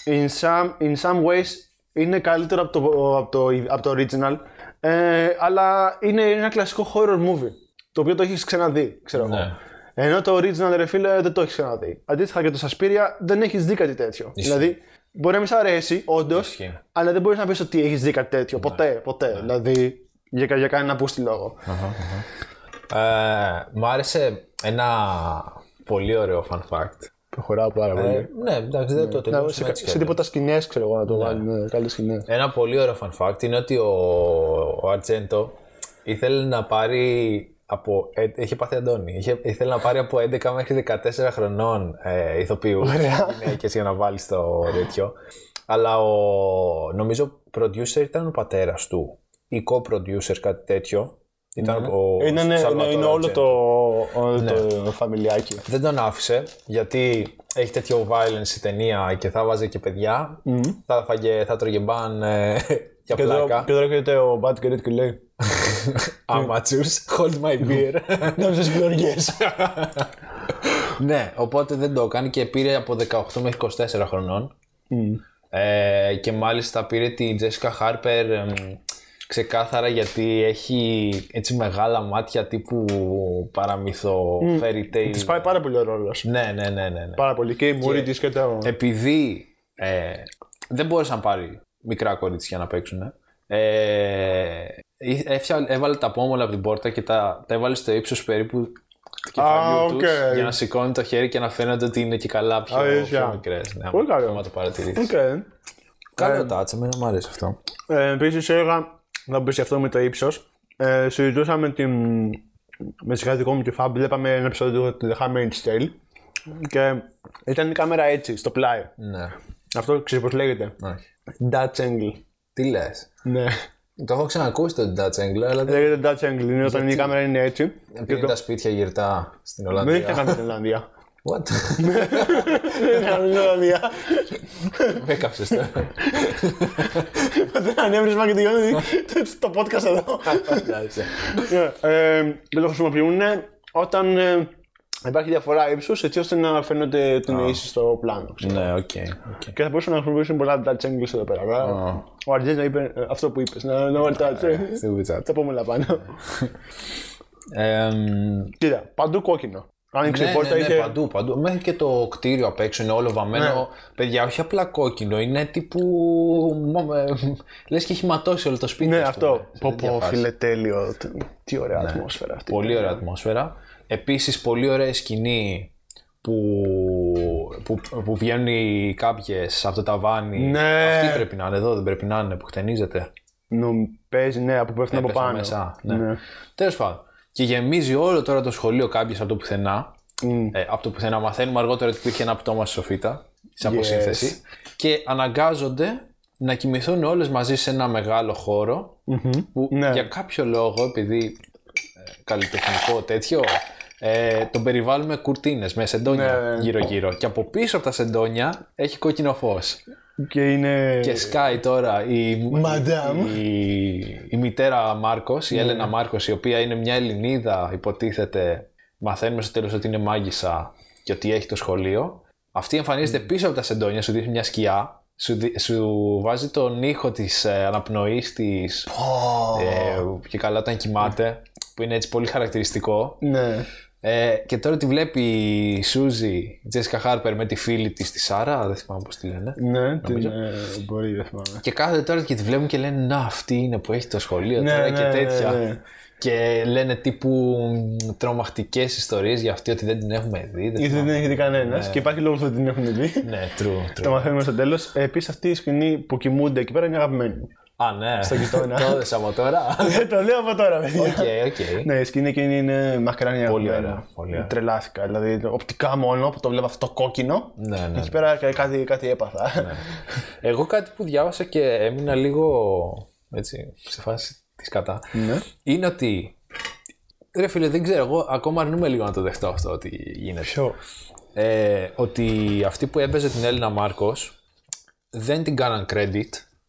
Speaker 2: in some, in some ways, είναι καλύτερο από το, από το, απ' το original. Ε, αλλά είναι ένα κλασικό horror movie. Το οποίο το έχεις ξαναδεί, ξέρω εγώ.
Speaker 1: Ναι.
Speaker 2: Ενώ το original, ρε φίλε, δεν το έχεις ξαναδεί. Αντίστοιχα και το Σασπίρια, δεν έχεις δει κάτι τέτοιο. Δηλαδή, μπορεί να μην σ' αρέσει, όντως,
Speaker 1: Ισχύει. Ναι.
Speaker 2: αλλά δεν μπορείς να πεις ότι έχεις δει κάτι τέτοιο. Ποτέ, ποτέ. Δηλαδή, για, κα- για κανένα που στη λόγο.
Speaker 1: Ναι. Ε, μ' άρεσε ένα πολύ ωραίο fun fact.
Speaker 2: Προχωράω πάρα πολύ.
Speaker 1: Ε, ναι, εντάξει, δεν το
Speaker 2: Να,
Speaker 1: τελειώσαμε
Speaker 2: σε,
Speaker 1: έτσι. κι
Speaker 2: σε
Speaker 1: αλλιώς.
Speaker 2: τίποτα σκηνές, ξέρω εγώ, να το ε, βάλουμε. Καλέ σκηνές.
Speaker 1: Ένα πολύ ωραίο fun fact είναι ότι ο, ο Αρτζέντο ήθελε να πάρει από. ε, είχε πάθει Αντώνη. Είχε, ήθελε να πάρει από 11 μέχρι 14 χρονών ε, ηθοποιούς. γυναίκες για να βάλει στο τέτοιο. Αλλά ο, νομίζω producer ήταν ο πατέρας του. Ή co-producer, κάτι τέτοιο. Ήταν ο.
Speaker 2: Είναι, ναι,
Speaker 1: Σαλβατόρο
Speaker 2: ναι, είναι όλο
Speaker 1: Αρτζέντο.
Speaker 2: το, όλο το φαμιλιάκι.
Speaker 1: Δεν τον άφησε γιατί έχει τέτοιο violence η ταινία και θα βάζε και παιδιά. Θα, φάγε, θα τρώγε μπαν ε, για
Speaker 2: Και εδώ,
Speaker 1: πλάκα.
Speaker 2: και εδώ έρχεται ο Μπάτ Γκρίτ και λέει
Speaker 1: Amateurs, hold my beer.
Speaker 2: Να μην σας φλωριές
Speaker 1: ναι, οπότε δεν το έκανε και πήρε από 18 μέχρι 24 χρονών. Ε, και μάλιστα πήρε τη Jessica Harper εμ, ξεκάθαρα γιατί έχει έτσι μεγάλα μάτια τύπου παραμυθο fairy tale.
Speaker 2: Της πάει πάρα πολύ ο ρόλος
Speaker 1: Ναι, ναι, ναι, ναι. ναι.
Speaker 2: Πάρα πολύ και η μούρη της και το...
Speaker 1: επειδή ε, δεν μπόρεσαν να πάρει μικρά κορίτσια να παίξουν, ε, έφτια- έβαλε τα πόμολα από την πόρτα και τα, τα έβαλε στο ύψος περίπου του κεφαλιού
Speaker 2: Α,
Speaker 1: τους,
Speaker 2: οκ.
Speaker 1: για να σηκώνει το χέρι και να φαίνεται ότι είναι και καλά πιο,
Speaker 2: Αλήθεια.
Speaker 1: πιο μικρές. Ναι,
Speaker 2: Πολύ
Speaker 1: άμα-
Speaker 2: καλό. Ε,
Speaker 1: άμα το παρατηρήσεις.
Speaker 2: Οκ.
Speaker 1: Καλό τάτσα, εμένα μου αρέσει αυτό.
Speaker 2: Ε, επίσης έλεγα, να μπεις σε αυτό με το ύψος, ε, συζητούσαμε την... με σιγά δικό μου και Φαμπ, βλέπαμε ένα επεισόδιο του The Handmaid's Tale και ήταν η κάμερα έτσι, στο πλάι.
Speaker 1: Ναι,
Speaker 2: Αυτό ξέρεις πώς λέγεται.
Speaker 1: όχι.
Speaker 2: Dutch angle.
Speaker 1: Τι λες.
Speaker 2: Ναι.
Speaker 1: Το έχω ξανακούσει το Dutch Angle, αλλά δεν
Speaker 2: Λέγεται Dutch angle, είναι όταν η κάμερα είναι έτσι.
Speaker 1: πήγε τα σπίτια γυρτά στην
Speaker 2: Δεν έχει να
Speaker 1: Ολλανδία.
Speaker 2: κάνει με την Ολλανδία.
Speaker 1: What?
Speaker 2: Δεν έχει να κάνει με την Ολλανδία.
Speaker 1: Με έκαψες τώρα.
Speaker 2: Δεν ανέβρισμα και τελειώνει το podcast εδώ.
Speaker 1: Εντάξει.
Speaker 2: Ναι, ε, Και το χρησιμοποιούν όταν ε, υπάρχει διαφορά ύψους έτσι ώστε να φαίνονται ότι είναι ίσοι στο πλάνο. ξέρω.
Speaker 1: Ναι, οκ. οκ.
Speaker 2: Και θα μπορούσαν να χρησιμοποιήσουν πολλά Dutch angles εδώ πέρα. αλλά
Speaker 1: Α. Ναι.
Speaker 2: Ο Αρτζές να είπε ε, αυτό που είπες. Να να βάλει τα Dutch.
Speaker 1: Στούβιτσα.
Speaker 2: Τα πούμε πάνω.
Speaker 1: Εμ,
Speaker 2: Κοίτα, παντού κόκκινο. Άνοιξε η
Speaker 1: ναι,
Speaker 2: πόρτα,
Speaker 1: ναι, ναι,
Speaker 2: είχε. Ναι.
Speaker 1: παντού, παντού. Μέχρι και το κτίριο απ' έξω είναι όλο βαμμένο. Παιδιά, όχι απλά κόκκινο, είναι τύπου. Λες και έχει ματώσει όλο το σπίτι.
Speaker 2: Ναι,
Speaker 1: ας
Speaker 2: αυτό.
Speaker 1: πούμε, σε
Speaker 2: Πω
Speaker 1: τέτοια
Speaker 2: πω,
Speaker 1: φάση. Ναι.
Speaker 2: φίλε, τέλειο. Τι- Τι ωραία ατμόσφαιρα αυτή.
Speaker 1: Πολύ ωραία ατμόσφαιρα. Επίσης, πολύ ωραία σκηνή που, που, που βγαίνουν οι κάποιε από το ταβάνι.
Speaker 2: Ναι.
Speaker 1: Αυτή πρέπει να είναι εδώ, δεν πρέπει να είναι που χτενίζεται.
Speaker 2: Νομ, παίζει, ναι, από πέφτουν από
Speaker 1: Πέφτουν
Speaker 2: πάνω.
Speaker 1: Μέσα. Ναι.
Speaker 2: Ναι.
Speaker 1: Τέλος πάντων. Και γεμίζει όλο τώρα το σχολείο κάποιο από το πουθενά.
Speaker 2: Μμ.
Speaker 1: Ε, από το πουθενά μαθαίνουμε αργότερα ότι υπήρχε ένα πτώμα στη σοφίτα, σε αποσύνθεση. Και αναγκάζονται να κοιμηθούν όλες μαζί σε ένα μεγάλο χώρο, που
Speaker 2: Ναι.
Speaker 1: για κάποιο λόγο, επειδή ε, καλλιτεχνικό τέτοιο, ε, τον περιβάλλουμε κουρτίνες με σεντόνια
Speaker 2: Ναι, ναι.
Speaker 1: γύρω-γύρω. Και από πίσω από τα σεντόνια έχει κόκκινο φως.
Speaker 2: Και είναι.
Speaker 1: Και σκάει τώρα η,
Speaker 2: Madame.
Speaker 1: η, η μητέρα Μάρκος, η Έλενα Μάρκος, η οποία είναι μια Ελληνίδα, υποτίθεται. Μαθαίνουμε στο τέλος ότι είναι μάγισσα και ότι έχει το σχολείο. Αυτή εμφανίζεται πίσω από τα σεντόνια, σου δείχνει μια σκιά, σου, δι- σου βάζει τον ήχο της ε, αναπνοής της
Speaker 2: Πω.
Speaker 1: ε, και καλά όταν κοιμάται, που είναι έτσι πολύ χαρακτηριστικό.
Speaker 2: Ναι.
Speaker 1: Ε, και τώρα τη βλέπει η Σούζη, η Τζέσικα Χάρπερ με τη φίλη της, τη Σάρα, δεν θυμάμαι πώς τη λένε.
Speaker 2: Ναι, την. ε, Μπορεί, δεν θυμάμαι.
Speaker 1: Και κάθονται τώρα και τη βλέπουν και λένε Να, αυτή είναι που έχει το σχολείο
Speaker 2: Ναι,
Speaker 1: τώρα
Speaker 2: ναι,
Speaker 1: και
Speaker 2: ναι,
Speaker 1: τέτοια.
Speaker 2: ναι.
Speaker 1: Και λένε τύπου μ, τρομακτικές ιστορίες για αυτή ότι δεν την έχουμε δει. δεν
Speaker 2: Γιατί δεν
Speaker 1: θυμάμαι.
Speaker 2: έχει δει κανένας και υπάρχει λόγος που δεν την έχουν δει.
Speaker 1: Ναι, true,
Speaker 2: Το
Speaker 1: true.
Speaker 2: μαθαίνουμε στο τέλος. Επίσης, αυτή η σκηνή που κοιμούνται εκεί πέρα είναι αγαπημένη μου.
Speaker 1: Α, ναι.
Speaker 2: Στο γειτόνα.
Speaker 1: Το έδωσα από τώρα.
Speaker 2: Ε, το λέω από τώρα, παιδιά.
Speaker 1: Οκ, οκ.
Speaker 2: Ναι, η σκηνή εκείνη είναι μακράνια.
Speaker 1: Πολύ
Speaker 2: αγαπημένη.
Speaker 1: ωραία, πολύ ωραία.
Speaker 2: Τρελάθηκα. Δηλαδή, οπτικά μόνο που το βλέπω αυτό το κόκκινο.
Speaker 1: Ναι, ναι.
Speaker 2: Εκεί πέρα κάτι, κάτι έπαθα.
Speaker 1: Εγώ κάτι που διάβασα και έμεινα λίγο έτσι, σε φάση της κατά.
Speaker 2: Ναι.
Speaker 1: Είναι ότι. Ρε φίλε, δεν ξέρω, εγώ ακόμα αρνούμε λίγο να το δεχτώ αυτό ότι γίνεται.
Speaker 2: Ποιο.
Speaker 1: ε, ότι αυτή που έπαιζε την Έλληνα Μάρκος δεν την κάναν credit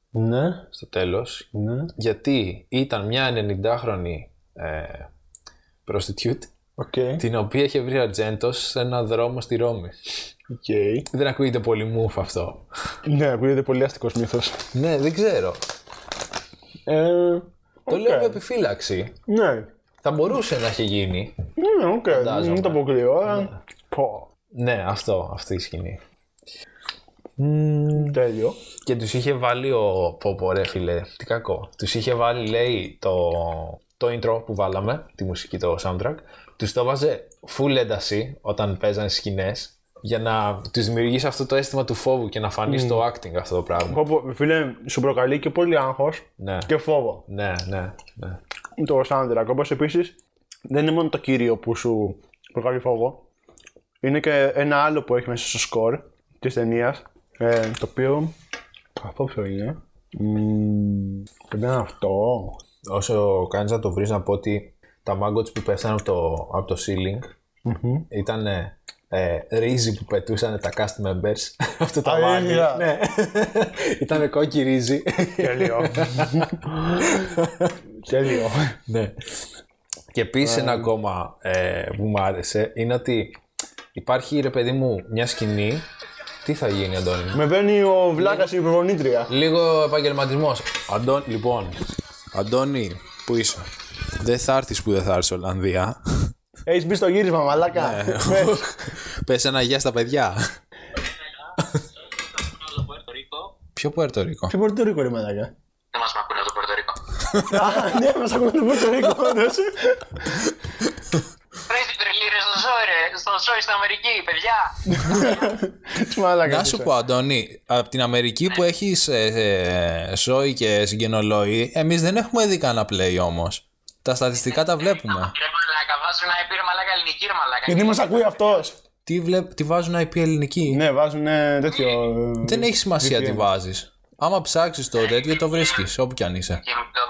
Speaker 2: Ναι.
Speaker 1: στο τέλος
Speaker 2: Ναι.
Speaker 1: γιατί ήταν μια 90χρονη ε, prostitute
Speaker 2: Οκ.
Speaker 1: την οποία είχε βρει ατζέντος σε ένα δρόμο στη Ρώμη.
Speaker 2: Οκ.
Speaker 1: Δεν ακούγεται πολύ μουφ αυτό.
Speaker 2: Ναι, ακούγεται πολύ αστικό μύθος.
Speaker 1: Ναι, δεν ξέρω.
Speaker 2: Ε,
Speaker 1: Το λέω με επιφύλαξη.
Speaker 2: ναι.
Speaker 1: Θα μπορούσε να έχει γίνει.
Speaker 2: Ναι, οκ. Μην το αποκλείω. αλλά- Πω.
Speaker 1: Ναι, αυτό, αυτή η σκηνή.
Speaker 2: Τέλειο.
Speaker 1: Και τους είχε βάλει ο Πόπο, ρε φίλε, τι κακό. Τους είχε βάλει, λέει, το, το intro που βάλαμε, τη μουσική, το soundtrack. Τους το βάζε full ένταση όταν παίζανε στις σκηνές για να τους δημιουργήσει αυτό το αίσθημα του φόβου και να φανεί στο acting αυτό το πράγμα.
Speaker 2: Πω, πω, Φίλε, σου προκαλεί και πολύ άγχος
Speaker 1: Ναι,
Speaker 2: και φόβο.
Speaker 1: ναι, ναι. ναι.
Speaker 2: το soundtrack. Όπως επίσης, δεν είναι μόνο το κύριο που σου προκαλεί φόβο. Είναι και ένα άλλο που έχει μέσα στο score της ταινίας. Ε, το οποίο. Αυτό ποιο είναι. Μμμ, Δεν είναι αυτό.
Speaker 1: Όσο κάνεις να το βρεις να πω ότι τα μάγκοτς που πέφτανε από το, από το ceiling ήταν ε, ρύζι που πετούσαν τα cast members αυτό το ταβάνι.
Speaker 2: Αλήθεια.
Speaker 1: Ναι. ήταν κόκκι ρύζι.
Speaker 2: Τέλειο. Τέλειο.
Speaker 1: Ναι. Και επίσης ένα ακόμα ε, που μου άρεσε είναι ότι υπάρχει ρε παιδί μου μια σκηνή. Τι θα γίνει, Αντώνη. μου?
Speaker 2: Με παίρνει ο Βλάκας η προπονήτρια.
Speaker 1: Λίγο επαγγελματισμός. Αντών... Λοιπόν, Αντώνη, πού είσαι. Δεν θα έρθεις που δεν θα έρθεις Ολλανδία.
Speaker 2: Έχεις μπει στο γύρισμα, μαλάκα.
Speaker 1: Ναι.
Speaker 2: Πες.
Speaker 1: Πε ένα γεια στα παιδιά. Ποιο Πουερτορίκο.
Speaker 2: Τι Πορτορίκο ρε μαλάκα.
Speaker 3: Δεν μας ακούνε από το Πορτορικό.
Speaker 2: Α, ναι, μας ακούνε το Πορτορίκο, όντως.
Speaker 3: Ρε την τρελή ρε στο ζόι ρε, στο ζόι στην Αμερική, παιδιά.
Speaker 2: Τι μαλάκα.
Speaker 1: Να σου πω, Αντώνη, από την Αμερική που έχει σόι και συγγενολόι, εμείς δεν έχουμε δει κανένα play όμως. Τα στατιστικά τα βλέπουμε.
Speaker 3: Ρε μαλάκα, βάζουν να πήρε μαλάκα ελληνική ρε μαλάκα.
Speaker 2: Γιατί μας ακούει αυτός.
Speaker 1: Τι, βλέπ, τι βάζουν IP ελληνική.
Speaker 2: Ναι, βάζουν ε, τέτοιο. ε,
Speaker 1: Δεν έχει σημασία τι βάζεις. Άμα ψάξεις το τέτοιο, το βρίσκεις όπου κι αν είσαι.
Speaker 3: Κινητό.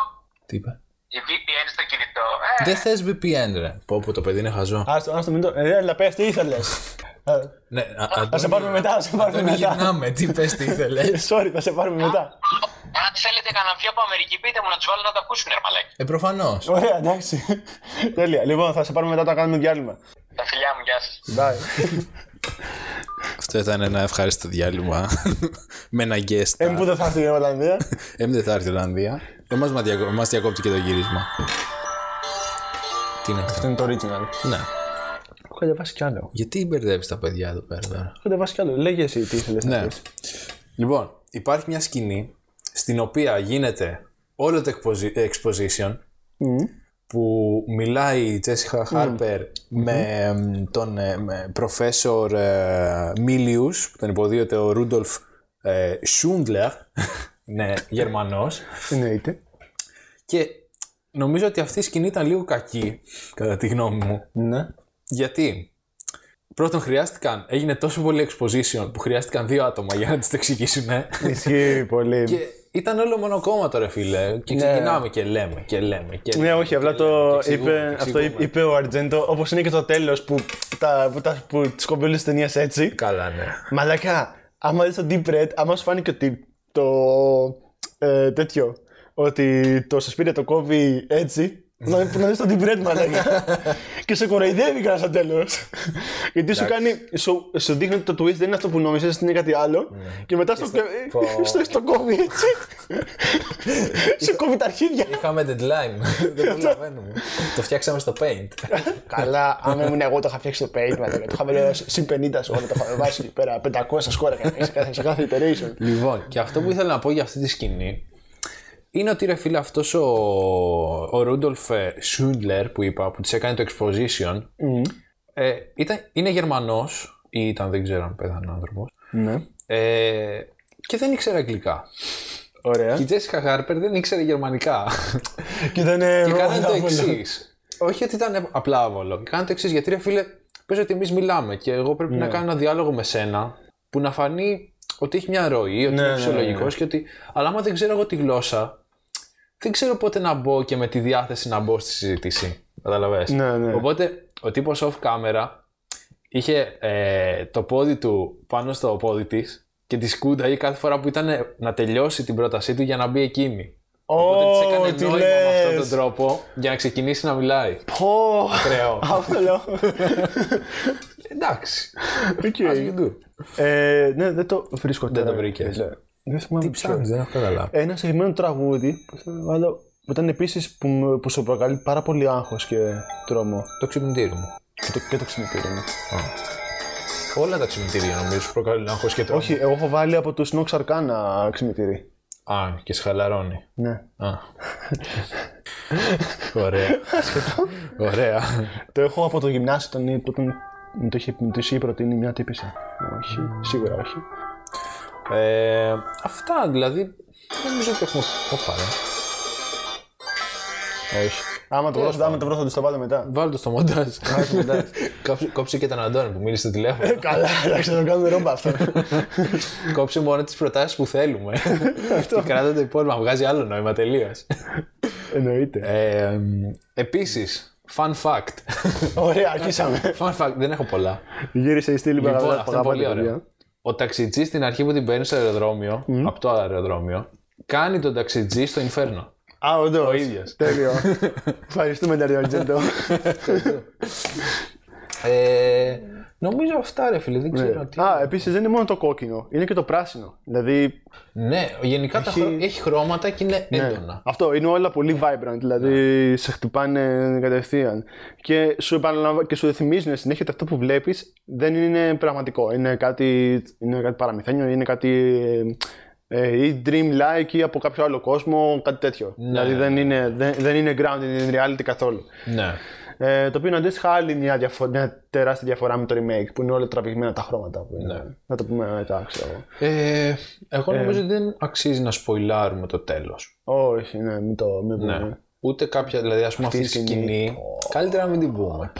Speaker 1: Τι είπε.
Speaker 3: Η VPN στο κινητό. Ε,
Speaker 1: Δεν θες VPN, ρε. Πω, πω, το παιδί είναι χαζό.
Speaker 2: Άστο, άστο, μην το. Ε, αλλά πες τι ήθελες. Ε,
Speaker 1: Ναι, α-
Speaker 2: Θα σε
Speaker 1: Αντώνη,
Speaker 2: πάρουμε μετά, θα σε πάρουμε
Speaker 1: Αντώνη,
Speaker 2: μετά.
Speaker 1: γυρνάμε. Τι πες, τι ήθελες.
Speaker 2: Ε, Sorry, θα σε πάρουμε μετά.
Speaker 3: Αν θέλετε κανένα πιο από Αμερική, πείτε μου να τους βάλω να το ακούσουν ρε μαλάκα.
Speaker 1: Ε, προφανώς.
Speaker 2: Ωραία, εντάξει. Τέλεια. Λοιπόν, θα σε πάρουμε μετά, θα κάνουμε διάλειμμα.
Speaker 3: Τα φιλιά μου, γεια σας.
Speaker 2: Bye.
Speaker 1: Αυτό ήταν ένα ευχάριστο διάλειμμα. Με ένα guest.
Speaker 2: Εμ που Ε, δεν θα έρθει η Ολλανδία.
Speaker 1: Εμ δεν θα έρθει η Ολλανδία. Δεν μας, διακο... μας διακόπτει και το γύρισμα. Τι είναι αυτό.
Speaker 2: Αυτό είναι το original.
Speaker 1: Ναι.
Speaker 2: Έχω κατεβάσει κι άλλο.
Speaker 1: Γιατί μπερδεύεις τα παιδιά εδώ πέρα τώρα.
Speaker 2: Έχω κατεβάσει κι άλλο. Λέγε εσύ τι ήθελες να
Speaker 1: Ναι.
Speaker 2: πεις.
Speaker 1: Λοιπόν, υπάρχει μια σκηνή στην οποία γίνεται όλο το exposi- exposition
Speaker 2: Μμμ.
Speaker 1: που μιλάει η Τσέσιχα Χάρπερ με εμ, τον ε, με προφέσορ Μίλιους, που τον υποδίωται ο Ρούντολφ ε, Σούντλερ, ναι, Γερμανός.
Speaker 2: Εννοείται.
Speaker 1: Και νομίζω ότι αυτή η σκηνή ήταν λίγο κακή, κατά τη γνώμη μου.
Speaker 2: Ναι.
Speaker 1: Γιατί πρώτον χρειάστηκαν, έγινε τόσο πολύ exposition που χρειάστηκαν δύο άτομα για να τις το εξηγήσουν. ε.
Speaker 2: Ισχύει πολύ.
Speaker 1: και ήταν όλο μονοκόμματο ρε φίλε. Και ξεκινάμε και λέμε και λέμε και
Speaker 2: Ναι, όχι, απλά το
Speaker 1: και εξηγούμε,
Speaker 2: είπε,
Speaker 1: και
Speaker 2: αυτό
Speaker 1: εξηγούμε.
Speaker 2: είπε ο Αρτζέντο, όπως είναι και το τέλος που, τα, που, τα, που τις κομπέλες της ταινίας έτσι.
Speaker 1: Καλά ναι.
Speaker 2: Μαλακά, άμα δεις το Deep Red, άμα σου φάνηκε ότι το ε, τέτοιο, ότι το Σασπίρια το κόβει έτσι, να, που να δεις το Deep Red, μαλακά. και σε κοροϊδεύει κανένα στο τέλος. Γιατί σου κάνει, σου, σου δείχνει ότι το twist δεν είναι αυτό που νόμισες, είναι κάτι άλλο. Ναι. Και μετά στο,
Speaker 1: Πω.
Speaker 2: στο, στο κόβει έτσι. σου κόβει τα αρχίδια.
Speaker 1: Είχαμε deadline. Δεν προλαβαίνουμε. το φτιάξαμε στο paint.
Speaker 2: Καλά, άμα ήμουν εγώ το είχα φτιάξει το paint, μα το είχα βάλει συν 50 σου, το είχα βάσει εκεί πέρα 500 σκόρ σε κάθε, σε κάθε iteration.
Speaker 1: λοιπόν, και αυτό που ήθελα να πω για αυτή τη σκηνή είναι ότι ρε φίλε αυτός ο, ο Ρούντολφ ε, Σούντλερ που είπα, που της έκανε το exposition, ε, ήταν, είναι Γερμανός ή ήταν, δεν ξέρω αν πέθανε ο άνθρωπος,
Speaker 2: Ναι.
Speaker 1: ε, και δεν ήξερε αγγλικά. Και η
Speaker 2: Ωραία.
Speaker 1: Τζέσικα Χάρπερ δεν ήξερε γερμανικά.
Speaker 2: Και ήταν.
Speaker 1: και κάνανε το εξή. Όχι ότι ήταν απλά άβολο. Και κάνανε το εξής γιατί ρε φίλε, πες ότι εμείς μιλάμε και εγώ πρέπει
Speaker 2: Ναι.
Speaker 1: να κάνω ένα διάλογο με σένα που να φανεί ότι έχει μια ροή, ότι
Speaker 2: Ναι,
Speaker 1: είναι
Speaker 2: ναι,
Speaker 1: φυσιολογικό
Speaker 2: ναι, ναι.
Speaker 1: και ότι. Αλλά άμα δεν ξέρω εγώ τη γλώσσα, δεν ξέρω πότε να μπω και με τη διάθεση να μπω στη συζήτηση. Καταλαβες.
Speaker 2: Ναι, ναι.
Speaker 1: Οπότε ο τύπος off camera είχε ε, το πόδι του πάνω στο πόδι της και τη σκούνταγε κάθε φορά που ήταν να τελειώσει την πρότασή του για να μπει εκείνη. Οπότε της έκανε
Speaker 2: Ω, τι
Speaker 1: νόημα με αυτόν τον
Speaker 2: λες.
Speaker 1: τρόπο για να ξεκινήσει να μιλάει.
Speaker 2: Πω.
Speaker 1: Κρεό.
Speaker 2: Άβολο.
Speaker 1: Εντάξει.
Speaker 2: Οκ.
Speaker 1: Ας μην του.
Speaker 2: Ε, Ναι, δεν το βρίσκω τώρα.
Speaker 1: το βρήκες.
Speaker 2: Ναι. Δεν θυμάμαι
Speaker 1: Τι
Speaker 2: ποιο.
Speaker 1: ψάχνεις, δεν έχω καταλάβει.
Speaker 2: Ένα συγκεκριμένο τραγούδι που θέλω να βάλω, που ήταν επίσης που, μου- που σου προκαλεί πάρα πολύ άγχος και τρόμο.
Speaker 1: Το ξυπνητήρι μου.
Speaker 2: Και το, και το ναι. ξυπνητήρι μου.
Speaker 1: Όλα τα ξυπνητήρια νομίζω σου προκαλούν άγχος και τρόμο.
Speaker 2: Όχι, εγώ έχω βάλει από του Nox Arcana ξυπνητήρι.
Speaker 1: Α, και σε χαλαρώνει.
Speaker 2: Ναι.
Speaker 1: Α. Ωραία. Ωραία.
Speaker 2: Το έχω από το γυμνάσιο τον ή- που τον- μου το είχε, μου το είχε προτείνει μια τύπησα. Όχι, σίγουρα όχι.
Speaker 1: Ε, αυτά δηλαδή. Νομίζω ότι έχουμε. Όπα, ε. ρε. Όχι.
Speaker 2: Άμα το βρω, άμα το βρω θα του το βάλω μετά.
Speaker 1: Βάλτε το στο μοντάζ. Ε. Κόψε- Κόψε και τον Αντώνη που μίλησε στο τηλέφωνο.
Speaker 2: Καλά, εντάξει, θα το κάνουμε ρόμπα αυτό.
Speaker 1: Κόψε μόνο τις προτάσεις που θέλουμε. και κράτα το υπόλοιπο. Βγάζει άλλο νόημα τελείως.
Speaker 2: Εννοείται.
Speaker 1: ε, Επίσης, fun fact.
Speaker 2: Ωραία, αρχίσαμε.
Speaker 1: fun fact, δεν έχω πολλά.
Speaker 2: Γύρισε η στήλη που
Speaker 1: λοιπόν,
Speaker 2: αγαπά-
Speaker 1: αυτό είναι
Speaker 2: αγαπάτε,
Speaker 1: πολύ
Speaker 2: παιδιά.
Speaker 1: ωραίο. Ο ταξιτζής στην αρχή που την παίρνει στο αεροδρόμιο, από το αεροδρόμιο, κάνει τον ταξιτζή στο Ινφέρνο.
Speaker 2: Α, όντως. Ο
Speaker 1: ίδιος.
Speaker 2: Τέλειο. Ευχαριστούμε, Νταρίο Αρτζέντο.
Speaker 1: Ε, νομίζω αυτά ρε φίλε, δεν ξέρω τι.
Speaker 2: Α, επίσης δεν είναι μόνο το κόκκινο, είναι και το πράσινο. Δηλαδή.
Speaker 1: Ναι, γενικά τα
Speaker 2: Έχει-
Speaker 1: χρώματα- έχει χρώματα και είναι
Speaker 2: ναι.
Speaker 1: έντονα. Ναι.
Speaker 2: Αυτό είναι όλα πολύ vibrant, δηλαδή σε χτυπάνε κατευθείαν. Και σου, επαναλαμβα... και σου θυμίζουν συνέχεια ότι αυτό που βλέπεις δεν είναι πραγματικό. Είναι κάτι, είναι κάτι παραμυθένιο, είναι κάτι. ε, ε, ή dream-like ή από κάποιο άλλο κόσμο, κάτι τέτοιο. δηλαδή δεν είναι, δεν, δεν είναι grounded in reality καθόλου.
Speaker 1: Ναι.
Speaker 2: Ε, το οποίο είναι αντίστοιχα άλλη μια, διαφο- μια τεράστια διαφορά με το remake που είναι όλα τραβηγμένα τα χρώματα. Που είναι.
Speaker 1: Ναι.
Speaker 2: Να το πούμε μετά, ξέρω εγώ.
Speaker 1: Ε, εγώ νομίζω ότι δεν αξίζει να σποιλάρουμε το τέλος.
Speaker 2: Όχι, ναι, μην το μην πούμε.
Speaker 1: Ναι. Ούτε κάποια, δηλαδή ας πούμε αυτή, τη σκηνή, καλύτερα να μην την πούμε.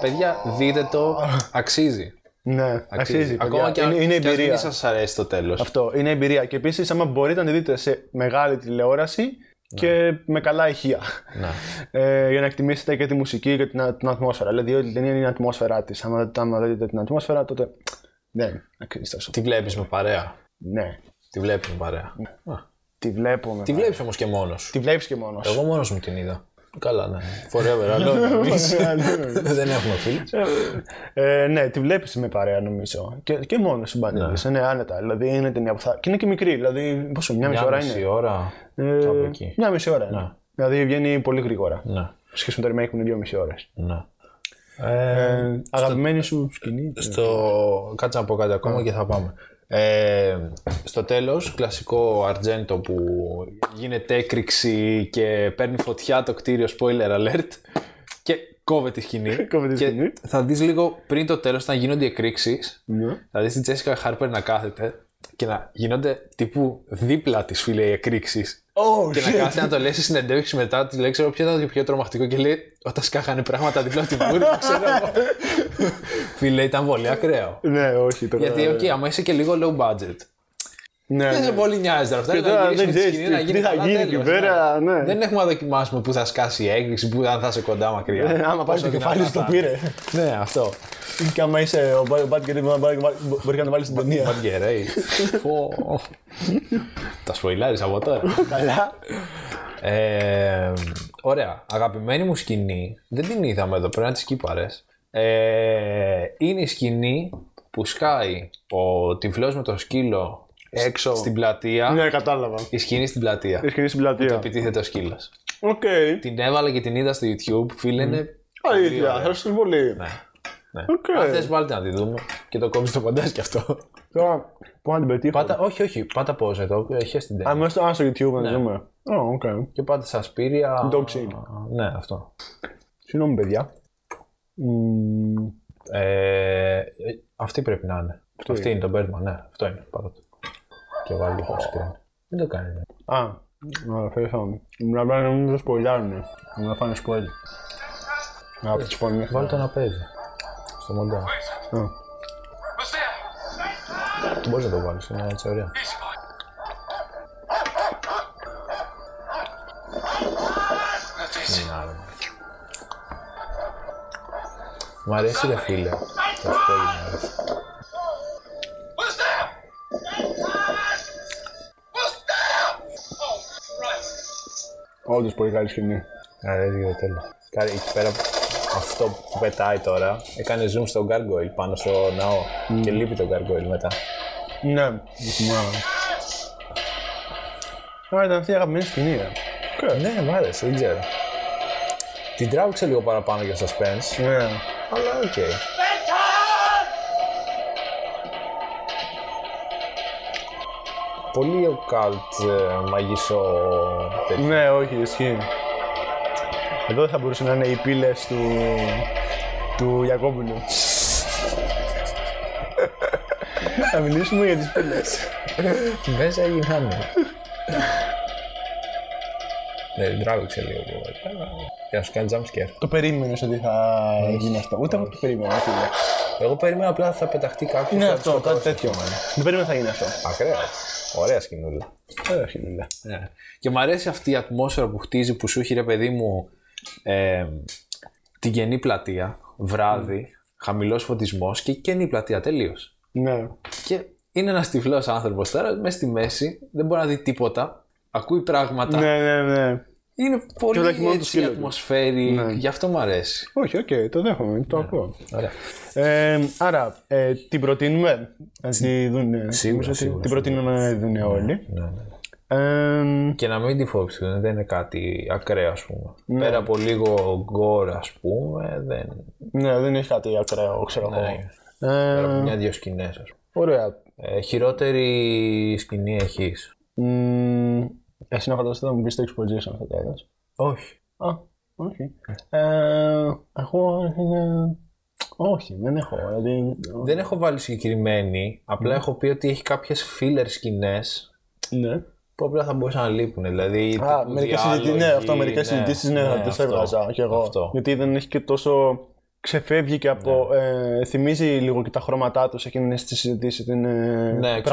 Speaker 1: Παιδιά, δείτε το, αξίζει.
Speaker 2: Ναι, αξίζει. παιδιά.
Speaker 1: Ακόμα και αν,
Speaker 2: είναι, είναι
Speaker 1: και αν
Speaker 2: εμπειρία.
Speaker 1: δεν σας αρέσει το τέλος.
Speaker 2: Αυτό είναι εμπειρία. Και επίσης, άμα μπορείτε να τη δείτε σε μεγάλη τηλεόραση και με καλά ηχεία.
Speaker 1: Ναι.
Speaker 2: Ε, για να εκτιμήσετε και τη μουσική και την, α- την ατμόσφαιρα. Δηλαδή, όλη η ταινία είναι η ατμόσφαιρά της. Άμα, άμα δεν δείτε την ατμόσφαιρα, τότε. ναι, Δεν αξίζει τόσο.
Speaker 1: Τη βλέπεις με παρέα.
Speaker 2: Ναι,
Speaker 1: Τη βλέπεις με παρέα. Α,
Speaker 2: τη βλέπω.
Speaker 1: Τη βλέπεις όμως και μόνος.
Speaker 2: Τη βλέπεις και μόνος.
Speaker 1: Εγώ μόνος μου την είδα. Καλά, ναι. Forever alone. εμείς. Δεν έχουμε φίλους.
Speaker 2: Ε, ναι, τη βλέπεις με παρέα νομίζω. Και, και μόνος σου μπανίζει. Ναι. άνετα. Δηλαδή είναι ταινία που θα. και είναι και μικρή. Δηλαδή, πόσο, μια, μισή ώρα
Speaker 1: μισή
Speaker 2: είναι.
Speaker 1: ώρα.
Speaker 2: Ε,
Speaker 1: κάπου εκεί.
Speaker 2: Μια μισή ώρα. είναι. Δηλαδή βγαίνει πολύ γρήγορα.
Speaker 1: Ναι,
Speaker 2: Σε σχέση με το remake που είναι δύο μισή ώρες.
Speaker 1: ναι.
Speaker 2: Ε, αγαπημένη σου σκηνή. Ναι.
Speaker 1: Στο... Κάτσε να πω κάτι ακόμα και θα πάμε. Ε, στο τέλος, κλασικό Αρτζέντο που γίνεται έκρηξη και παίρνει φωτιά το κτίριο, spoiler alert, και κόβεται η σκηνή.
Speaker 2: Κόβεται η
Speaker 1: Και
Speaker 2: σκηνή.
Speaker 1: Θα δεις λίγο πριν το τέλος, όταν γίνονται οι εκρήξεις,
Speaker 2: Ναι.
Speaker 1: θα δεις τη Τζέσικα Χάρπερ να κάθεται και να γίνονται τύπου δίπλα της φίλε οι εκρήξεις.
Speaker 2: Oh,
Speaker 1: Και να κάθεται να το λέει σε συνεντεύξει μετά, τη λέει: Ξέρω ποιο ήταν το πιο τρομακτικό. Και λέει: Όταν σκάχανε πράγματα δίπλα από τη βούρη, ξέρω εγώ. Φίλε, ήταν πολύ ακραίο.
Speaker 2: Ναι, όχι τώρα.
Speaker 1: Γιατί, οκ, άμα είσαι και λίγο low budget,
Speaker 2: Ναι,
Speaker 1: δεν σε
Speaker 2: ναι.
Speaker 1: πολύ νοιάζει τώρα. Αυτά
Speaker 2: Και
Speaker 1: είναι να
Speaker 2: τώρα
Speaker 1: γυρίσουμε
Speaker 2: δεν
Speaker 1: τη
Speaker 2: ξέρεις
Speaker 1: σκηνή, να
Speaker 2: τι-
Speaker 1: γίνει
Speaker 2: τι θα
Speaker 1: καλά,
Speaker 2: γίνει εκεί
Speaker 1: τέλος,
Speaker 2: πέρα. Ναι.
Speaker 1: Δεν έχουμε να δοκιμάσουμε που θα σκάσει η έκρηξη, που αν θα είσαι κοντά μακριά.
Speaker 2: Ε, Άμα πάρει
Speaker 1: Πόσο
Speaker 2: το κεφάλι
Speaker 1: δυνατά
Speaker 2: σου το
Speaker 1: θα
Speaker 2: πήρε.
Speaker 1: είναι. Ναι, αυτό.
Speaker 2: Και άμα είσαι ο Μπάτι και δεν μπορεί να βάλει- μπορεί να το βάλεις στην ταινία.
Speaker 1: Μαγκερέι. Φω. Τα σποϊλάρεις από τώρα.
Speaker 2: Καλά.
Speaker 1: Ε, ωραία. Αγαπημένη μου σκηνή, δεν την είδαμε εδώ, πρέπει να τις κύπαρες. Ε, είναι η σκηνή που σκάει ο τυφλός με το σκύλο
Speaker 2: Έξω.
Speaker 1: στην πλατεία.
Speaker 2: Ναι, κατάλαβα.
Speaker 1: Η σκηνή στην πλατεία.
Speaker 2: Έχει κινήσει στην πλατεία.
Speaker 1: Επιτίθεται ο σκύλος.
Speaker 2: Οκ.
Speaker 1: Την έβαλα και την είδα στο YouTube, φίλε, είναι...
Speaker 2: Αλήθεια, θα σου πολύ.
Speaker 1: Ναι.
Speaker 2: Οκ.
Speaker 1: Αν θες βάλτε να τη δούμε και το κόβεις το παντάς κι αυτό.
Speaker 2: Τώρα, πού να την πετύχω.
Speaker 1: πάτα, όχι, όχι, πάτα πώς εδώ, έχει την ταινία.
Speaker 2: Α, μέσα στο- α, στο YouTube να δούμε. Α, οκ.
Speaker 1: Και πάτα στα σπήρια.
Speaker 2: Dog Chain.
Speaker 1: Ναι, αυτό.
Speaker 2: Συγγνώμη, παιδιά. Μμμ,
Speaker 1: Ε, ε, αυτή πρέπει να είναι. αυτή
Speaker 2: είναι.
Speaker 1: είναι το Birdman, ναι, αυτό είναι. Πάτα το. Και βάλει λίγο screen. Δεν το κάνει. ναι.
Speaker 2: Α, α, θέλω να πάνε να μην το σποϊλάρουνε. Να φάνε σποϊλ. Από τις φωνές.
Speaker 1: Βάλει το να παίζει. Στο μοντάζ.
Speaker 2: Α,
Speaker 3: Who's there?
Speaker 1: Το μπορείς να το βάλεις, είναι έτσι ωραία.
Speaker 3: Easy boy. That's easy.
Speaker 1: Είναι άλλο. Μ' αρέσει ρε φίλε. Το σπόλι μου αρέσει.
Speaker 3: Who's there? Who's there? Oh, right.
Speaker 2: Όντως πολύ καλή σκηνή.
Speaker 1: Μ' αρέσει για το τέλος. Κάρι, εκεί πέρα αυτό που πετάει τώρα, έκανε zoom στο gargoyle πάνω στο ναό και λείπει το gargoyle μετά.
Speaker 2: Ναι, μου θυμάμαι. Άρα ήταν αυτή η αγαπημένη σκηνή, ρε.
Speaker 1: Ναι, μ' άρεσε, δεν ξέρω. Την τράβηξε λίγο παραπάνω για suspense,
Speaker 2: Ναι.
Speaker 1: αλλά οκ. Πολύ occult ε, μαγισσό τέτοιο.
Speaker 2: Ναι, όχι, ισχύει. Εδώ δεν θα μπορούσε να είναι οι πύλες του, του Γιακόπουλου. θα μιλήσουμε για τις πύλες.
Speaker 1: Μέσα έγιναν. Ναι, την τράβηξε λίγο πιο παραπάνω, Για να σου κάνει jump scare.
Speaker 2: Το περίμενες ότι θα γίνει αυτό. Ούτε εγώ το περίμενα, φίλε.
Speaker 1: Εγώ περίμενα απλά θα πεταχτεί κάποιος.
Speaker 2: Ναι, αυτό, κάτι τέτοιο. Δεν περίμενα θα γίνει αυτό.
Speaker 1: Ακραία. Ωραία σκηνούλα.
Speaker 2: Ωραία, φίλε.
Speaker 1: Ναι. Και μου αρέσει αυτή η ατμόσφαιρα που χτίζει που σου έχει ρε παιδί μου ε, την καινή πλατεία, βράδυ,
Speaker 2: Mm.
Speaker 1: χαμηλός φωτισμός και καινή πλατεία τελείως.
Speaker 2: Ναι.
Speaker 1: Και είναι ένας τυφλός άνθρωπος τώρα, μέσα στη μέση, δεν μπορεί να δει τίποτα, ακούει πράγματα.
Speaker 2: Ναι, ναι, ναι.
Speaker 1: Είναι
Speaker 2: όλα
Speaker 1: πολύ
Speaker 2: έχει μόνο το
Speaker 1: έτσι
Speaker 2: σκύλο
Speaker 1: η
Speaker 2: του.
Speaker 1: ατμοσφαίρη,
Speaker 2: Ναι.
Speaker 1: γι' αυτό μου αρέσει.
Speaker 2: Όχι, οκ, το δέχομαι, το ακούω.
Speaker 1: Ωραία.
Speaker 2: Ε, άρα, ε, την προτείνουμε. Να τη δουν.
Speaker 1: Σίγουρα, σίγουρα,
Speaker 2: Την προτείνουμε να τη δουν όλοι.
Speaker 1: Ναι, ναι.
Speaker 2: Ε,
Speaker 1: Και να μην τη φόβεστε, δεν είναι κάτι ακραίο ας πούμε. Πέρα από λίγο γκορ ας πούμε, δεν...
Speaker 2: ναι, δεν έχει κάτι ακραίο, ξέρω εγώ.
Speaker 1: Ναι.
Speaker 2: Ε,
Speaker 1: Πέρα από μια-δυο σκηνές ας πούμε.
Speaker 2: ωραία.
Speaker 1: Ε, χειρότερη σκηνή έχεις.
Speaker 2: Μμμ, Εσύ να φανταστείτε να μου πεις το exposition θα το έδωσες.
Speaker 1: Όχι.
Speaker 2: Α, όχι. Ε, εγώ είναι... Όχι, δεν έχω. Δηλαδή...
Speaker 1: Δεν έχω βάλει συγκεκριμένη. Απλά έχω πει ότι έχει κάποιες filler σκηνές
Speaker 2: Ναι.
Speaker 1: που απλά θα μπορούσαν να λείπουν. Δηλαδή.
Speaker 2: Α,
Speaker 1: τύπου
Speaker 2: μερικές
Speaker 1: διάλογοι,
Speaker 2: συζητήσεις, ναι, αυτό, μερικές συζητήσεις, ναι, θα τις
Speaker 1: αυτό.
Speaker 2: έβγαζα κι εγώ.
Speaker 1: Αυτό. Ναι.
Speaker 2: Γιατί δεν έχει και τόσο... Ξεφεύγει και από... Ε, θυμίζει λίγο και τα χρώματά τους εκείνες τις συζητήσεις, την ε,
Speaker 1: Ναι,
Speaker 2: πραγματικότητα.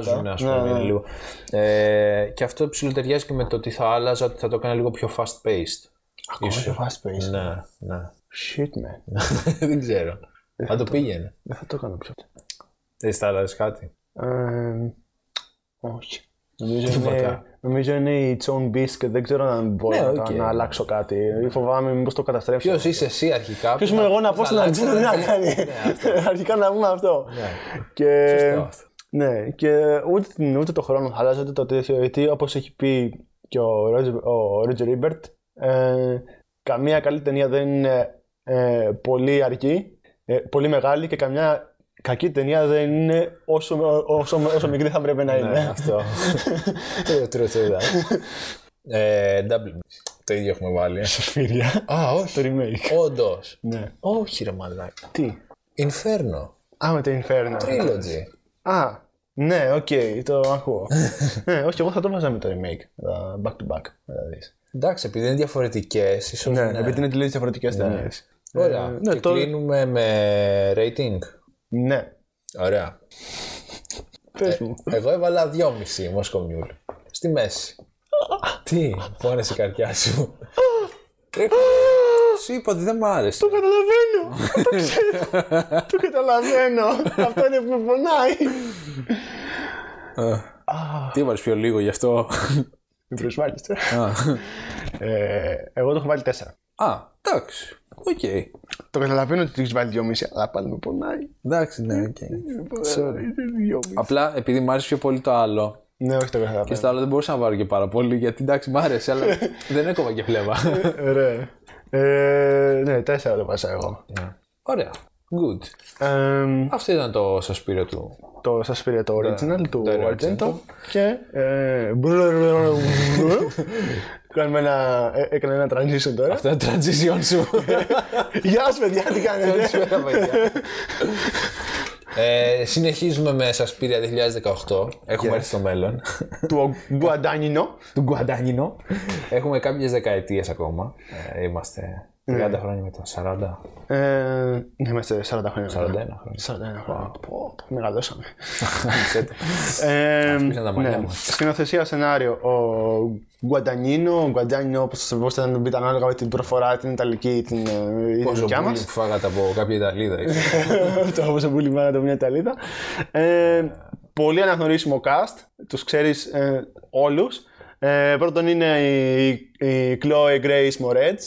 Speaker 1: πραγματικότητα. Ας πούμε,
Speaker 2: Ναι, ναι.
Speaker 1: Λίγο. Ε, και αυτό ψιλοταιριάζει και με το τι θα άλλαζα, ότι θα το έκανα λίγο πιο fast paced.
Speaker 2: Ακόμα
Speaker 1: Ίσως.
Speaker 2: και fast paced.
Speaker 1: Ναι, ναι.
Speaker 2: Shit, man.
Speaker 1: Δεν ξέρω. Θα το πήγαινε.
Speaker 2: Δεν Ε, θα το έκανα πιο.
Speaker 1: Δεν θα άλλαζες κάτι.
Speaker 2: Ε, όχι. Νομίζω
Speaker 1: Τίποτα.
Speaker 2: είναι, νομίζω είναι η John Beast και δεν ξέρω αν μπορώ
Speaker 1: Ναι,
Speaker 2: να,
Speaker 1: οκ.
Speaker 2: να αλλάξω κάτι. Φοβάμαι μήπως το καταστρέψω.
Speaker 1: Ποιος είσαι εσύ αρχικά.
Speaker 2: Ποιος
Speaker 1: που
Speaker 2: είμαι
Speaker 1: θα-
Speaker 2: εγώ να
Speaker 1: θα
Speaker 2: πω στην
Speaker 1: αλλάξει
Speaker 2: Αρτζίνα τι
Speaker 1: ένα-
Speaker 2: να κάνει.
Speaker 1: Ναι, αυτό.
Speaker 2: Αρχικά να πούμε αυτό.
Speaker 1: Ναι.
Speaker 2: Και,
Speaker 1: Σωστό αυτό.
Speaker 2: ναι, και ούτε, την- ούτε το χρόνο θα αλλάζει, ούτε το τέτοιο. Γιατί όπως έχει πει και ο Ρότζε- ο Ρότζερ Ρίμπερτ, ε, καμία καλή ταινία δεν είναι ε, πολύ αρκή, ε, πολύ μεγάλη και καμιά κακή ταινία δεν είναι όσο, όσο, όσο μικρή θα πρέπει να
Speaker 1: Ναι,
Speaker 2: είναι.
Speaker 1: αυτό. True, true, true. that. Ε, W. Το ίδιο έχουμε βάλει.
Speaker 2: Σαφίρια.
Speaker 1: Α, όχι.
Speaker 2: Το remake.
Speaker 1: Όντως.
Speaker 2: Ναι.
Speaker 1: Όχι, ρε μαλάκα.
Speaker 2: Τι.
Speaker 1: Inferno.
Speaker 2: Α, με το Inferno.
Speaker 1: Trilogy.
Speaker 2: Α, ναι, οκ, το ακούω. ναι, όχι, εγώ θα το βάζα με το remake. τα Back to back, δηλαδή.
Speaker 1: Εντάξει, επειδή είναι διαφορετικές, ίσως.
Speaker 2: Ναι, επειδή είναι τελείως διαφορετικές ταινίες.
Speaker 1: Ωραία.
Speaker 2: Ε, ναι,
Speaker 1: και
Speaker 2: το-
Speaker 1: κλείνουμε με rating.
Speaker 2: Ναι. Ε.
Speaker 1: Ωραία.
Speaker 2: Πες μου.
Speaker 1: Εγώ έβαλα 2,5 Μοσκομιούλ. Στη μέση. Τι, πόνεσαι η καρδιά σου. Τρέχω. Σου είπα ότι δεν μ' άρεσε.
Speaker 2: Το καταλαβαίνω. Το ξέρω. Το καταλαβαίνω. Αυτό είναι που με πονάει.
Speaker 1: Τι έβαλες πιο λίγο γι' αυτό.
Speaker 2: Μην προσβάλλεις τώρα.
Speaker 1: Α.
Speaker 2: Ε, Εγώ το έχω βάλει 4.
Speaker 1: Α, εντάξει. Οκ.
Speaker 2: Το καταλαβαίνω ότι του έχεις βάλει 2,5, αλλά πάλι με πονάει.
Speaker 1: Εντάξει, ναι, οκ. Sorry.
Speaker 2: Είναι δυόμιση.
Speaker 1: Απλά επειδή μ' άρεσε πιο πολύ το άλλο.
Speaker 2: Ναι, όχι το
Speaker 1: Και
Speaker 2: καταλαβαίνω.
Speaker 1: στο άλλο δεν μπορούσα να βάλω και πάρα πολύ γιατί εντάξει μ' άρεσε, αλλά δεν έκοβα και βλέμμα.
Speaker 2: Ρε. Ε, ναι, 4 το πάσα εγώ.
Speaker 1: Ναι. Ωραία. Good.
Speaker 2: Ε,
Speaker 1: Αυτό ήταν το σασπίριο του.
Speaker 2: το σας πήρε Ναι, το original του
Speaker 1: το
Speaker 2: Argento
Speaker 1: Argento.
Speaker 2: και ε, κάνουμε ένα, ε, έκανε ένα transition τώρα.
Speaker 1: Αυτό είναι το transition σου.
Speaker 2: Γεια σας παιδιά, τι κάνετε.
Speaker 1: Καλησπέρα, παιδιά. ε, συνεχίζουμε με Σασπίρια 2018. Έχουμε έρθει στο μέλλον.
Speaker 2: Του Γκουαντάνινο.
Speaker 1: του Γκουαντάνινο. Έχουμε κάποιες δεκαετίες ακόμα. Ε,
Speaker 2: Ναι.
Speaker 1: είμαστε 30 χρόνια μετά. 40,
Speaker 2: Ε, ναι, είμαστε 40
Speaker 1: 41
Speaker 2: χρόνια. μετά.
Speaker 1: χρόνια.
Speaker 2: 41 χρόνια. Πω, πω, Μεγαλώσαμε.
Speaker 1: Ξέρετε.
Speaker 2: Ε,
Speaker 1: πήραν τα μαλλιά
Speaker 2: ναι.
Speaker 1: μας.
Speaker 2: Σκηνοθεσία σενάριο. Ο Γκουαντανίνο, ο Γκουαντάνινο, όπως σας πω, ήταν ήταν ανάλογα με την προφορά, την Ιταλική ή την ε, η
Speaker 1: Πόσο
Speaker 2: δικιά μας.
Speaker 1: μπούλι που φάγατε από κάποια Ιταλίδα.
Speaker 2: Ναι.
Speaker 1: ίσως.
Speaker 2: το όπως σε πουλή μάνα το μια Ιταλίδα. Ε, πολύ αναγνωρίσιμο cast, τους ξέρεις ε, όλους. Ε, πρώτον είναι η, η Chloe Grace Moretz.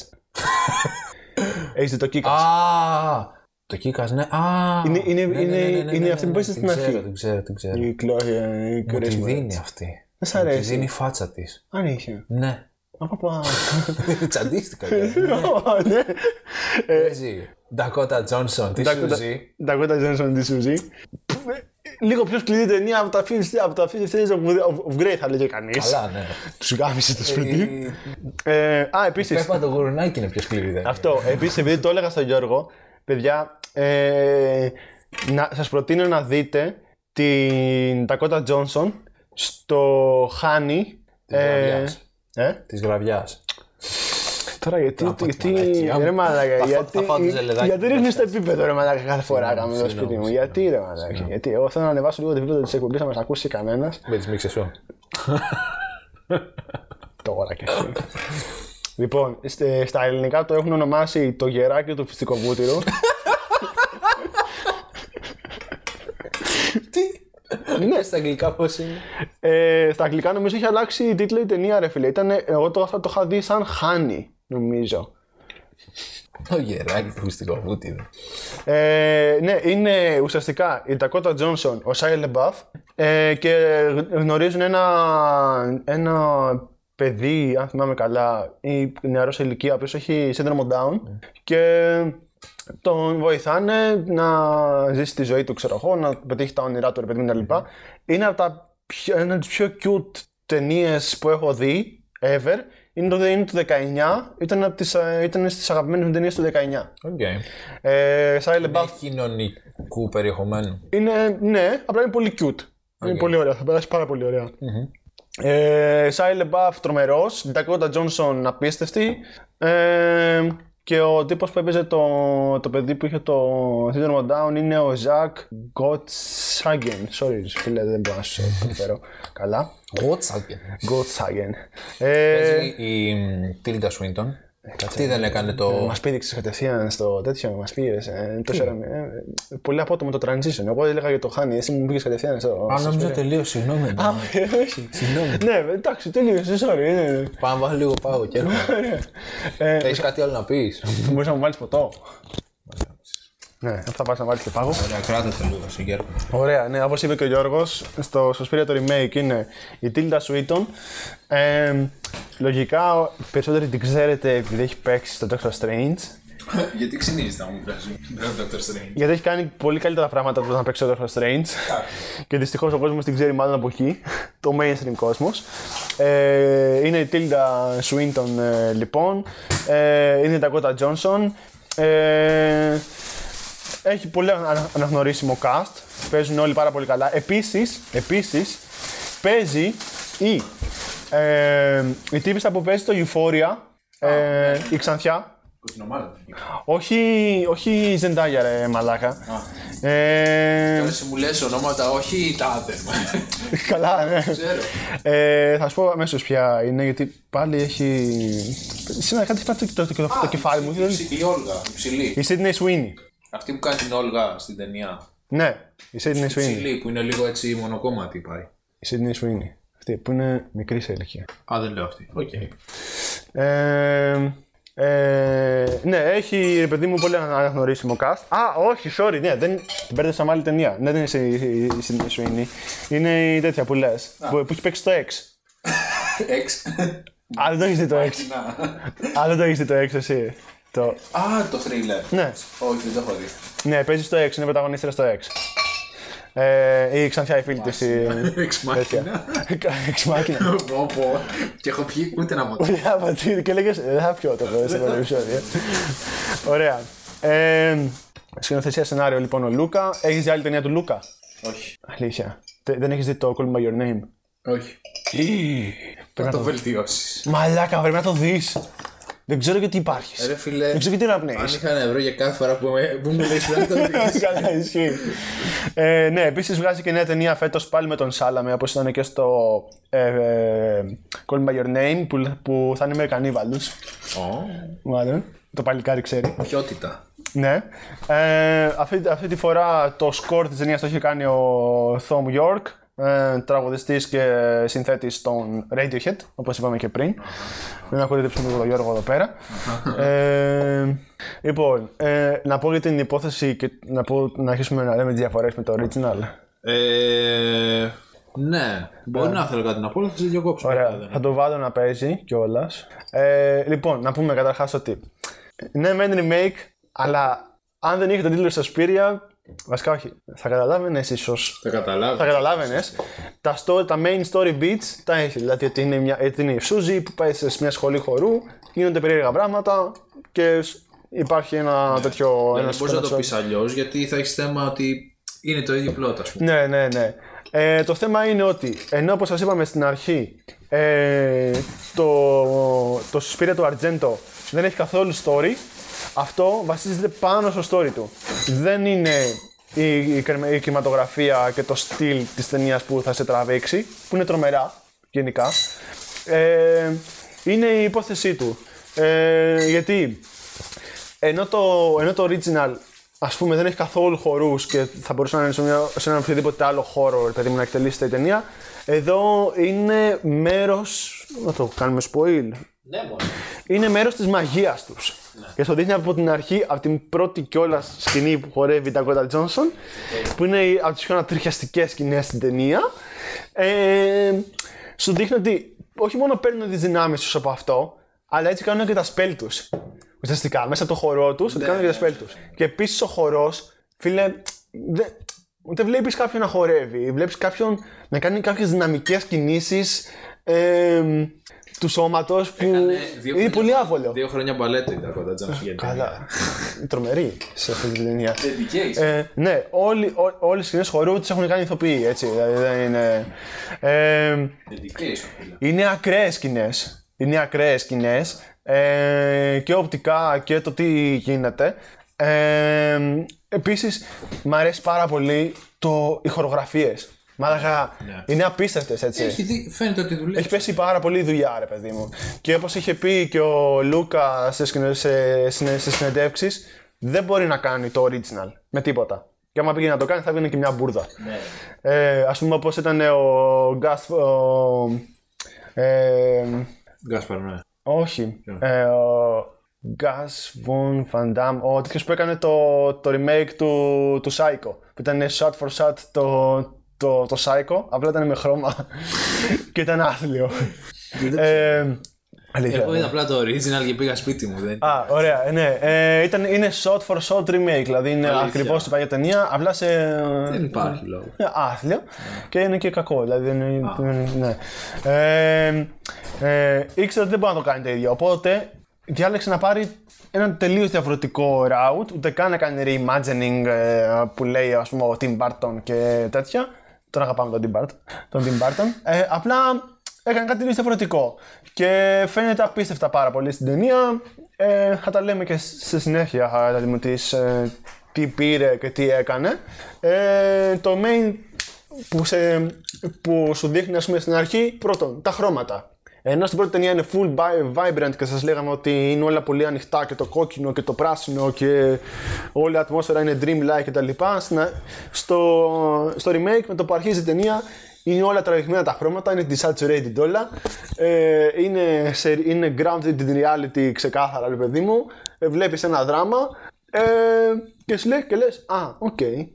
Speaker 2: Έχεις δει το Kika.
Speaker 1: Α! Το Κίκας, ναι. Α!
Speaker 2: Είναι- είναι-
Speaker 1: Ναι, ναι,
Speaker 2: είναι-
Speaker 1: ναι, ναι, ναι,
Speaker 2: είναι
Speaker 1: ναι,
Speaker 2: αυτή που
Speaker 1: ναι,
Speaker 2: παίζει
Speaker 1: ναι,
Speaker 2: στην
Speaker 1: την
Speaker 2: αρχή.
Speaker 1: ξέρω, Την ξέρω, την ξέρω.
Speaker 2: Η Chloe ε,
Speaker 1: Μου τη
Speaker 2: Grace Moretz.
Speaker 1: δίνει αυτή.
Speaker 2: Δεν σ'
Speaker 1: Μου Τη
Speaker 2: αρέσει.
Speaker 1: δίνει η φάτσα της.
Speaker 2: Αν είχε.
Speaker 1: Ναι.
Speaker 2: Απαπα.
Speaker 1: Τσαντίστηκα. γιατί.
Speaker 2: Ναι.
Speaker 1: Παίζει Ντακότα Τζόνσον, τη
Speaker 2: Dakota-
Speaker 1: Σουζή.
Speaker 2: Dakota Johnson τη Σουζή. Λίγο πιο σκληρή ταινία από τα 50 από τα 50 Shades of- of Grey θα λέγε κανείς.
Speaker 1: Καλά, ναι.
Speaker 2: Τους γάμισε το σπίτι.
Speaker 1: Η
Speaker 2: Ε, Α, επίσης,
Speaker 1: Πέπα το γουρνάκι είναι πιο σκληρή. δεν είναι.
Speaker 2: Αυτό. Επίσης, επειδή το έλεγα στον Γιώργο, παιδιά, ε, να, σας προτείνω να δείτε την Τακότα Τζόνσον στο Χάνι.
Speaker 1: Γραβιάς.
Speaker 2: ε,
Speaker 1: Της γραβιάς.
Speaker 2: τώρα γιατί.
Speaker 1: πω,
Speaker 2: τι-
Speaker 1: τι
Speaker 2: τι-
Speaker 1: μαλακιά μου.
Speaker 2: ρε μαλάκα,
Speaker 1: Θα φάω-
Speaker 2: γιατί.
Speaker 1: θα φάω το ζελεδάκι
Speaker 2: Γιατί
Speaker 1: μου,
Speaker 2: ρίχνεις το επίπεδο ρε μαλάκα κάθε φορά
Speaker 1: Συγγνώμη,
Speaker 2: κάμε το σπίτι μου.
Speaker 1: συγγνώμη,
Speaker 2: Γιατί ρε μαλάκα. Γιατί εγώ θέλω να ανεβάσω λίγο το επίπεδο της εκπομπής να μας ακούσει κανένας.
Speaker 1: Με τις μίξες σου.
Speaker 2: Τώρα και εσύ. Λοιπόν, στε- στα ελληνικά το έχουν ονομάσει το γεράκι του φυστικοβούτυρου.
Speaker 1: Τι. Ναι, στα αγγλικά πώς είναι.
Speaker 2: Ε, στα αγγλικά νομίζω είχε αλλάξει η τίτλο η ταινία, ρε φίλε. Ήτανε, εγώ το, αυτό το είχα δει σαν χάνι, νομίζω.
Speaker 1: Το γεράκι του μυστικό βούτυρο.
Speaker 2: Ε, ναι, είναι ουσιαστικά η Dakota Johnson, ο Shia LaBeouf ε, και γνωρίζουν ένα, ένα παιδί, αν θυμάμαι καλά, ή νεαρός σε ηλικία, ο οποίος έχει σύνδρομο Down και τον βοηθάνε να ζήσει τη ζωή του, ξέρω εγώ, να πετύχει τα όνειρά του, ρε παιδί μου, κτλ. Είναι από τα πιο, ένα από τις πιο cute ταινίες που έχω δει, ever. Είναι το, είναι το 19, ήταν, από τις, ε, ήταν στις αγαπημένες μου ταινίες του 19.
Speaker 1: Οκ.
Speaker 2: Ε, Shia LaBeouf
Speaker 1: Έχει κοινωνικού περιεχομένου.
Speaker 2: είναι, ναι, απλά είναι πολύ cute. Είναι
Speaker 1: Οκ.
Speaker 2: πολύ ωραία, θα περάσει πάρα πολύ ωραία. Ε, Shia LaBeouf τρομερός, Dakota Johnson απίστευτη ε, και ο τύπος που έπαιζε το, το παιδί που είχε το σύνδρομο Down είναι ο Ζακ Gottsagen. Sorry, φίλε, δεν μπορώ να σου προφέρω καλά.
Speaker 1: Γότσαγκεν.
Speaker 2: Gottsagen. Ε,
Speaker 1: Η Τίλτα Σουίντον. Αυτή δεν έκανε το.
Speaker 2: Μα πήδηξε κατευθείαν στο τέτοιο, μας πήρε. Ε, το σέραμε. Ε, πολύ απότομο το transition. Εγώ έλεγα για το Χάνι, εσύ μου πήγες κατευθείαν στο.
Speaker 1: Α,
Speaker 2: στο
Speaker 1: νόμιζα
Speaker 2: σπίτι.
Speaker 1: τελείως, συγγνώμη.
Speaker 2: Α, όχι.
Speaker 1: Συγγνώμη.
Speaker 2: Ναι, εντάξει, τελείωσε, sorry. ναι.
Speaker 1: Πάμε βάλω λίγο πάγο και έρχομαι.
Speaker 2: Ε,
Speaker 1: Έχεις κάτι άλλο να πεις.
Speaker 2: Μπορείς να μου βάλεις ποτό. Ναι, αυτά πα να βάλεις και πάγο.
Speaker 1: Ωραία, κράτα το λίγο, συγκέρπουμε.
Speaker 2: Ωραία, ναι, όπως είπε και ο Γιώργος, στο Σωσπίρια το remake είναι η Tilda Swinton. Ε, λογικά, περισσότεροι την ξέρετε επειδή έχει παίξει στο Doctor Strange.
Speaker 4: Γιατί ξυνίζεις τα μου πράσινο. Μπράβο, Dr. Strange.
Speaker 2: Γιατί έχει κάνει πολύ καλύτερα πράγματα από το να παίξει ο Doctor Strange. και δυστυχώς ο κόσμος την ξέρει μάλλον από εκεί. το mainstream κόσμος. Ε, είναι η Tilda Swinton ε, λοιπόν. Ε, είναι η Dakota Johnson. Ε, έχει πολύ ανα- αναγνωρίσιμο cast. Παίζουν όλοι πάρα πολύ καλά. Επίσης, επίσης παίζει η, ε, η τύπισσα που παίζει το Euphoria, ε, η Ξανθιά.
Speaker 4: Από την ομάδα.
Speaker 2: Όχι, όχι η Zendaya ρε μαλάκα. Ε,
Speaker 4: Τώρα μου λες ονόματα, όχι τα άτομα.
Speaker 2: καλά, ναι.
Speaker 4: Ξέρω.
Speaker 2: Ε, θα σου πω αμέσως ποια είναι, γιατί πάλι έχει. Σήμερα κάτι έχει πάρει το, το, το, το κεφάλι μου.
Speaker 4: Η
Speaker 2: δεν-
Speaker 4: ψη- Η Όλγα, η ψηλή.
Speaker 2: Η Sydney Sweeney.
Speaker 4: Αυτή που κάνει την Όλγα στην ταινία.
Speaker 2: Ναι, η Sydney Sweeney.
Speaker 4: Ψηλή που είναι λίγο έτσι μονοκόμματη πάει.
Speaker 2: Η Sydney Sweeney. Αυτή που είναι μικρή σε ηλικία.
Speaker 4: Α, δεν λέω αυτή. Οκ.
Speaker 2: Ε, ε, ναι, έχει ρε παιδί μου πολύ αναγνωρίσιμο cast. Α, όχι, sorry, ναι, δεν, την μπέρδεψα με άλλη ταινία. Ναι, δεν είναι η- η η Sydney Sweeney. Είναι η τέτοια που λες. Που, που έχει παίξει το X.
Speaker 4: Εξ.
Speaker 2: Α, δεν το έχεις δει το X.
Speaker 4: Να.
Speaker 2: Α, δεν το έχεις δει το X, εσύ. Το...
Speaker 4: Α, το θρίλερ.
Speaker 2: Ναι,
Speaker 4: Όχι, δεν το έχω δει.
Speaker 2: ναι, παίζεις στο X, είναι πρωταγωνίστρια στο X. Ε, η ξανθιά η φίλη της.
Speaker 4: Εξ
Speaker 2: Τέτοια. Εξ μάκινα.
Speaker 4: Πω, πω. Και έχω πιει ούτε ένα μοτό.
Speaker 2: Ωραία, μα τι- και λέγες, «Ε, δεν θα πιω το πρώτο στο πρώτο επεισόδιο. Ωραία. Ε, σκηνοθεσία σενάριο λοιπόν ο Λούκα. Έχεις δει άλλη ταινία του Λούκα.
Speaker 4: Όχι.
Speaker 2: Αλήθεια. Τε- Δεν έχεις δει το Call Me By Your Name.
Speaker 4: Όχι.
Speaker 2: Πρέπει να
Speaker 4: Το
Speaker 2: το
Speaker 4: βελτιώσεις.
Speaker 2: Μαλάκα, πρέπει να το δεις. Δεν ξέρω γιατί
Speaker 1: Ε,
Speaker 2: υπάρχεις.
Speaker 4: Ρε φίλε,
Speaker 2: Δεν ξέρω γιατί να
Speaker 4: αν
Speaker 2: πνέεις.
Speaker 4: είχα ένα ευρώ για κάθε φορά που με, που μου λες να το δεις.
Speaker 2: Καλά, ισχύει. ε, ναι, επίσης βγάζει και νέα ταινία φέτος πάλι με τον Σάλαμε, όπως ήταν και στο ε, ε, Call Me By Your Name, που, που θα είναι με κανίβαλους.
Speaker 4: Ω,
Speaker 2: Μάλλον. Το παλικάρι ξέρει.
Speaker 4: Ποιότητα.
Speaker 2: Ναι. Ε, αυτή, αυτή τη φορά το σκορ της ταινίας το είχε κάνει ο Θόμ York, ε, τραγουδιστής και συνθέτης των Radiohead, όπως είπαμε και πριν. Δεν έχω ρίξει λίγο τον Γιώργο εδώ πέρα. ε, λοιπόν, ε, να πω για την υπόθεση και να, πω, να αρχίσουμε να λέμε τις διαφορές με το original.
Speaker 1: Ε, ναι, μπορεί να θέλω κάτι να πω, αλλά θα σε διακόψω.
Speaker 2: Ωραία, θα το βάλω να παίζει κιόλας. Ε, λοιπόν, να πούμε καταρχάς ότι. Ναι, μεν remake, αλλά αν δεν είχε τον τίτλο στα Σπύρια. Βασικά, όχι. Θα καταλάβαινες ίσως.
Speaker 4: Θα καταλάβεις.
Speaker 2: Θα καταλάβαινες. Τα, sto- τα main story beats τα έχει. Δηλαδή, ότι είναι, μια, ότι είναι η Σούζη που πάει σε σε μια σχολή χορού, γίνονται περίεργα πράγματα και σ- υπάρχει ένα τέτοιο.
Speaker 1: Ναι, Δεν
Speaker 2: ένας
Speaker 1: μπορείς να το
Speaker 2: κομματσός.
Speaker 1: πεις αλλιώς, γιατί θα έχεις θέμα ότι είναι το ίδιο πλότο, ας πούμε.
Speaker 2: Ναι, ναι, ναι. Ε, το θέμα είναι ότι ενώ όπως σας είπαμε στην αρχή ε, το, το Suspiria του Αρτζέντο δεν έχει καθόλου story αυτό βασίζεται πάνω στο story του. Δεν είναι η, η, κρεμα- η κινηματογραφία και το στυλ της ταινίας που θα σε τραβήξει που είναι τρομερά γενικά ε, είναι η υπόθεσή του. Ε, γιατί ενώ το, ενώ το original ας πούμε δεν έχει καθόλου χορούς και θα μπορούσε να είναι σε, μια, σε έναν οποιοδήποτε άλλο χώρο ρε παιδί μου να εκτελήσει η ταινία εδώ είναι μέρος, να το κάνουμε spoil,
Speaker 1: Ναι, μόνο.
Speaker 2: είναι μέρος της μαγείας τους και στο δείχνει από την αρχή, από την πρώτη κιόλας σκηνή που χορεύει η Dakota Johnson που είναι η- από τις πιο ανατριχιαστικές σκηνές στην ταινία ε, σου δείχνει ότι όχι μόνο παίρνουν τις δυνάμεις τους από αυτό αλλά έτσι κάνουν και τα σπέλ τους ουσιαστικά μέσα από το χορό τους, ότι κάνουν και τα σπέλ τους. Και επίσης ο χορός, φίλε, δεν δε βλέπεις κάποιον να χορεύει. Βλέπεις κάποιον να κάνει κάποιες δυναμικές κινήσεις ε, του σώματος που
Speaker 1: Ναι, δύο
Speaker 2: είναι
Speaker 1: χρόνια-
Speaker 2: πολύ άβολο.
Speaker 1: Δύο χρόνια μπαλέτα ήταν κοντά Τζάμψ για
Speaker 2: Καλά. Τρομερή σε αυτή την ταινία.
Speaker 4: Dedication.
Speaker 2: Ε, ναι, όλοι, ό, όλες οι σκηνές χορού τις έχουν κάνει ηθοποιοί, έτσι, δηλαδή δεν είναι... Ε,
Speaker 4: Dedication, φίλε.
Speaker 2: είναι ακραίες σκηνές. Είναι ακραίες σκηνές. Ε, και οπτικά και το τι γίνεται. Ε, Επίσης, μου αρέσει πάρα πολύ το, οι χορογραφίες. Μάλακα, είναι απίστευτες έτσι.
Speaker 1: Ναι. Έχει δει- φαίνεται ότι δουλεύει.
Speaker 2: Έχει πέσει πάρα πολύ η δουλειά, ρε παιδί μου. Και όπως είχε πει και ο Λούκα σε, σκηνε- σε, συνε- σε συνεντεύξεις, δεν μπορεί να κάνει το original με τίποτα. Και άμα πήγαινε να το κάνει, θα βγαίνει και μια μπουρδα.
Speaker 5: Ναι.
Speaker 2: Ε, Ας πούμε, όπω ήταν ο Γκάστ. Ο... Ε,
Speaker 1: Γκάσπαρ, ναι.
Speaker 2: όχι. Ε, ο Γκάς Βον Φαντάμ, ο τέτοιος που έκανε το, το remake του, του Psycho. Που ήταν shot for shot το, το, το Psycho, απλά ήταν με χρώμα. και ήταν άθλιο. ε, Αλήθεια.
Speaker 5: Εγώ είδα απλά το original και πήγα σπίτι μου. Δεν...
Speaker 2: Α, ωραία, ε, ναι. Ε, ήταν, είναι shot for shot remake, δηλαδή είναι ακριβώ η παλιά ταινία, απλά σε.
Speaker 5: δεν
Speaker 1: ναι.
Speaker 5: υπάρχει λόγος.
Speaker 2: Είναι άθλιο και είναι και κακό. Δηλαδή δεν είναι. δεν- Ναι. Ε, ε, ήξερα ότι δεν μπορεί να το κάνει το ίδιο. Οπότε διάλεξε να πάρει έναν τελείως διαφορετικό route, ούτε καν να κάνει reimagining ε, που λέει ας πούμε ο Tim Burton και τέτοια. Τώρα αγαπάμε τον Tim Burton. Τον Tim Burton. Ε, απλά έκανε κάτι τελείω διαφορετικό. Και φαίνεται απίστευτα πάρα πολύ στην ταινία. Ε, θα τα λέμε και στη συνέχεια, δηλαδή μου τις, ε, τι πήρε και τι έκανε. Ε, το main που, σε, που σου δείχνει ας πούμε, στην αρχή, πρώτον, τα χρώματα. Ενώ στην πρώτη ταινία είναι full bi- vibrant και σας λέγαμε ότι είναι όλα πολύ ανοιχτά και το κόκκινο και το πράσινο και όλη η ατμόσφαιρα είναι dreamlike κτλ. Στην- Στο, στο remake με το που αρχίζει η ταινία είναι όλα τραβηγμένα τα χρώματα, είναι desaturated όλα. Ε, είναι, σε, είναι grounded in reality ξεκάθαρα, ρε παιδί μου. Ε, βλέπεις ένα δράμα ε, και σου λέει και λες, Α, οκ, ε,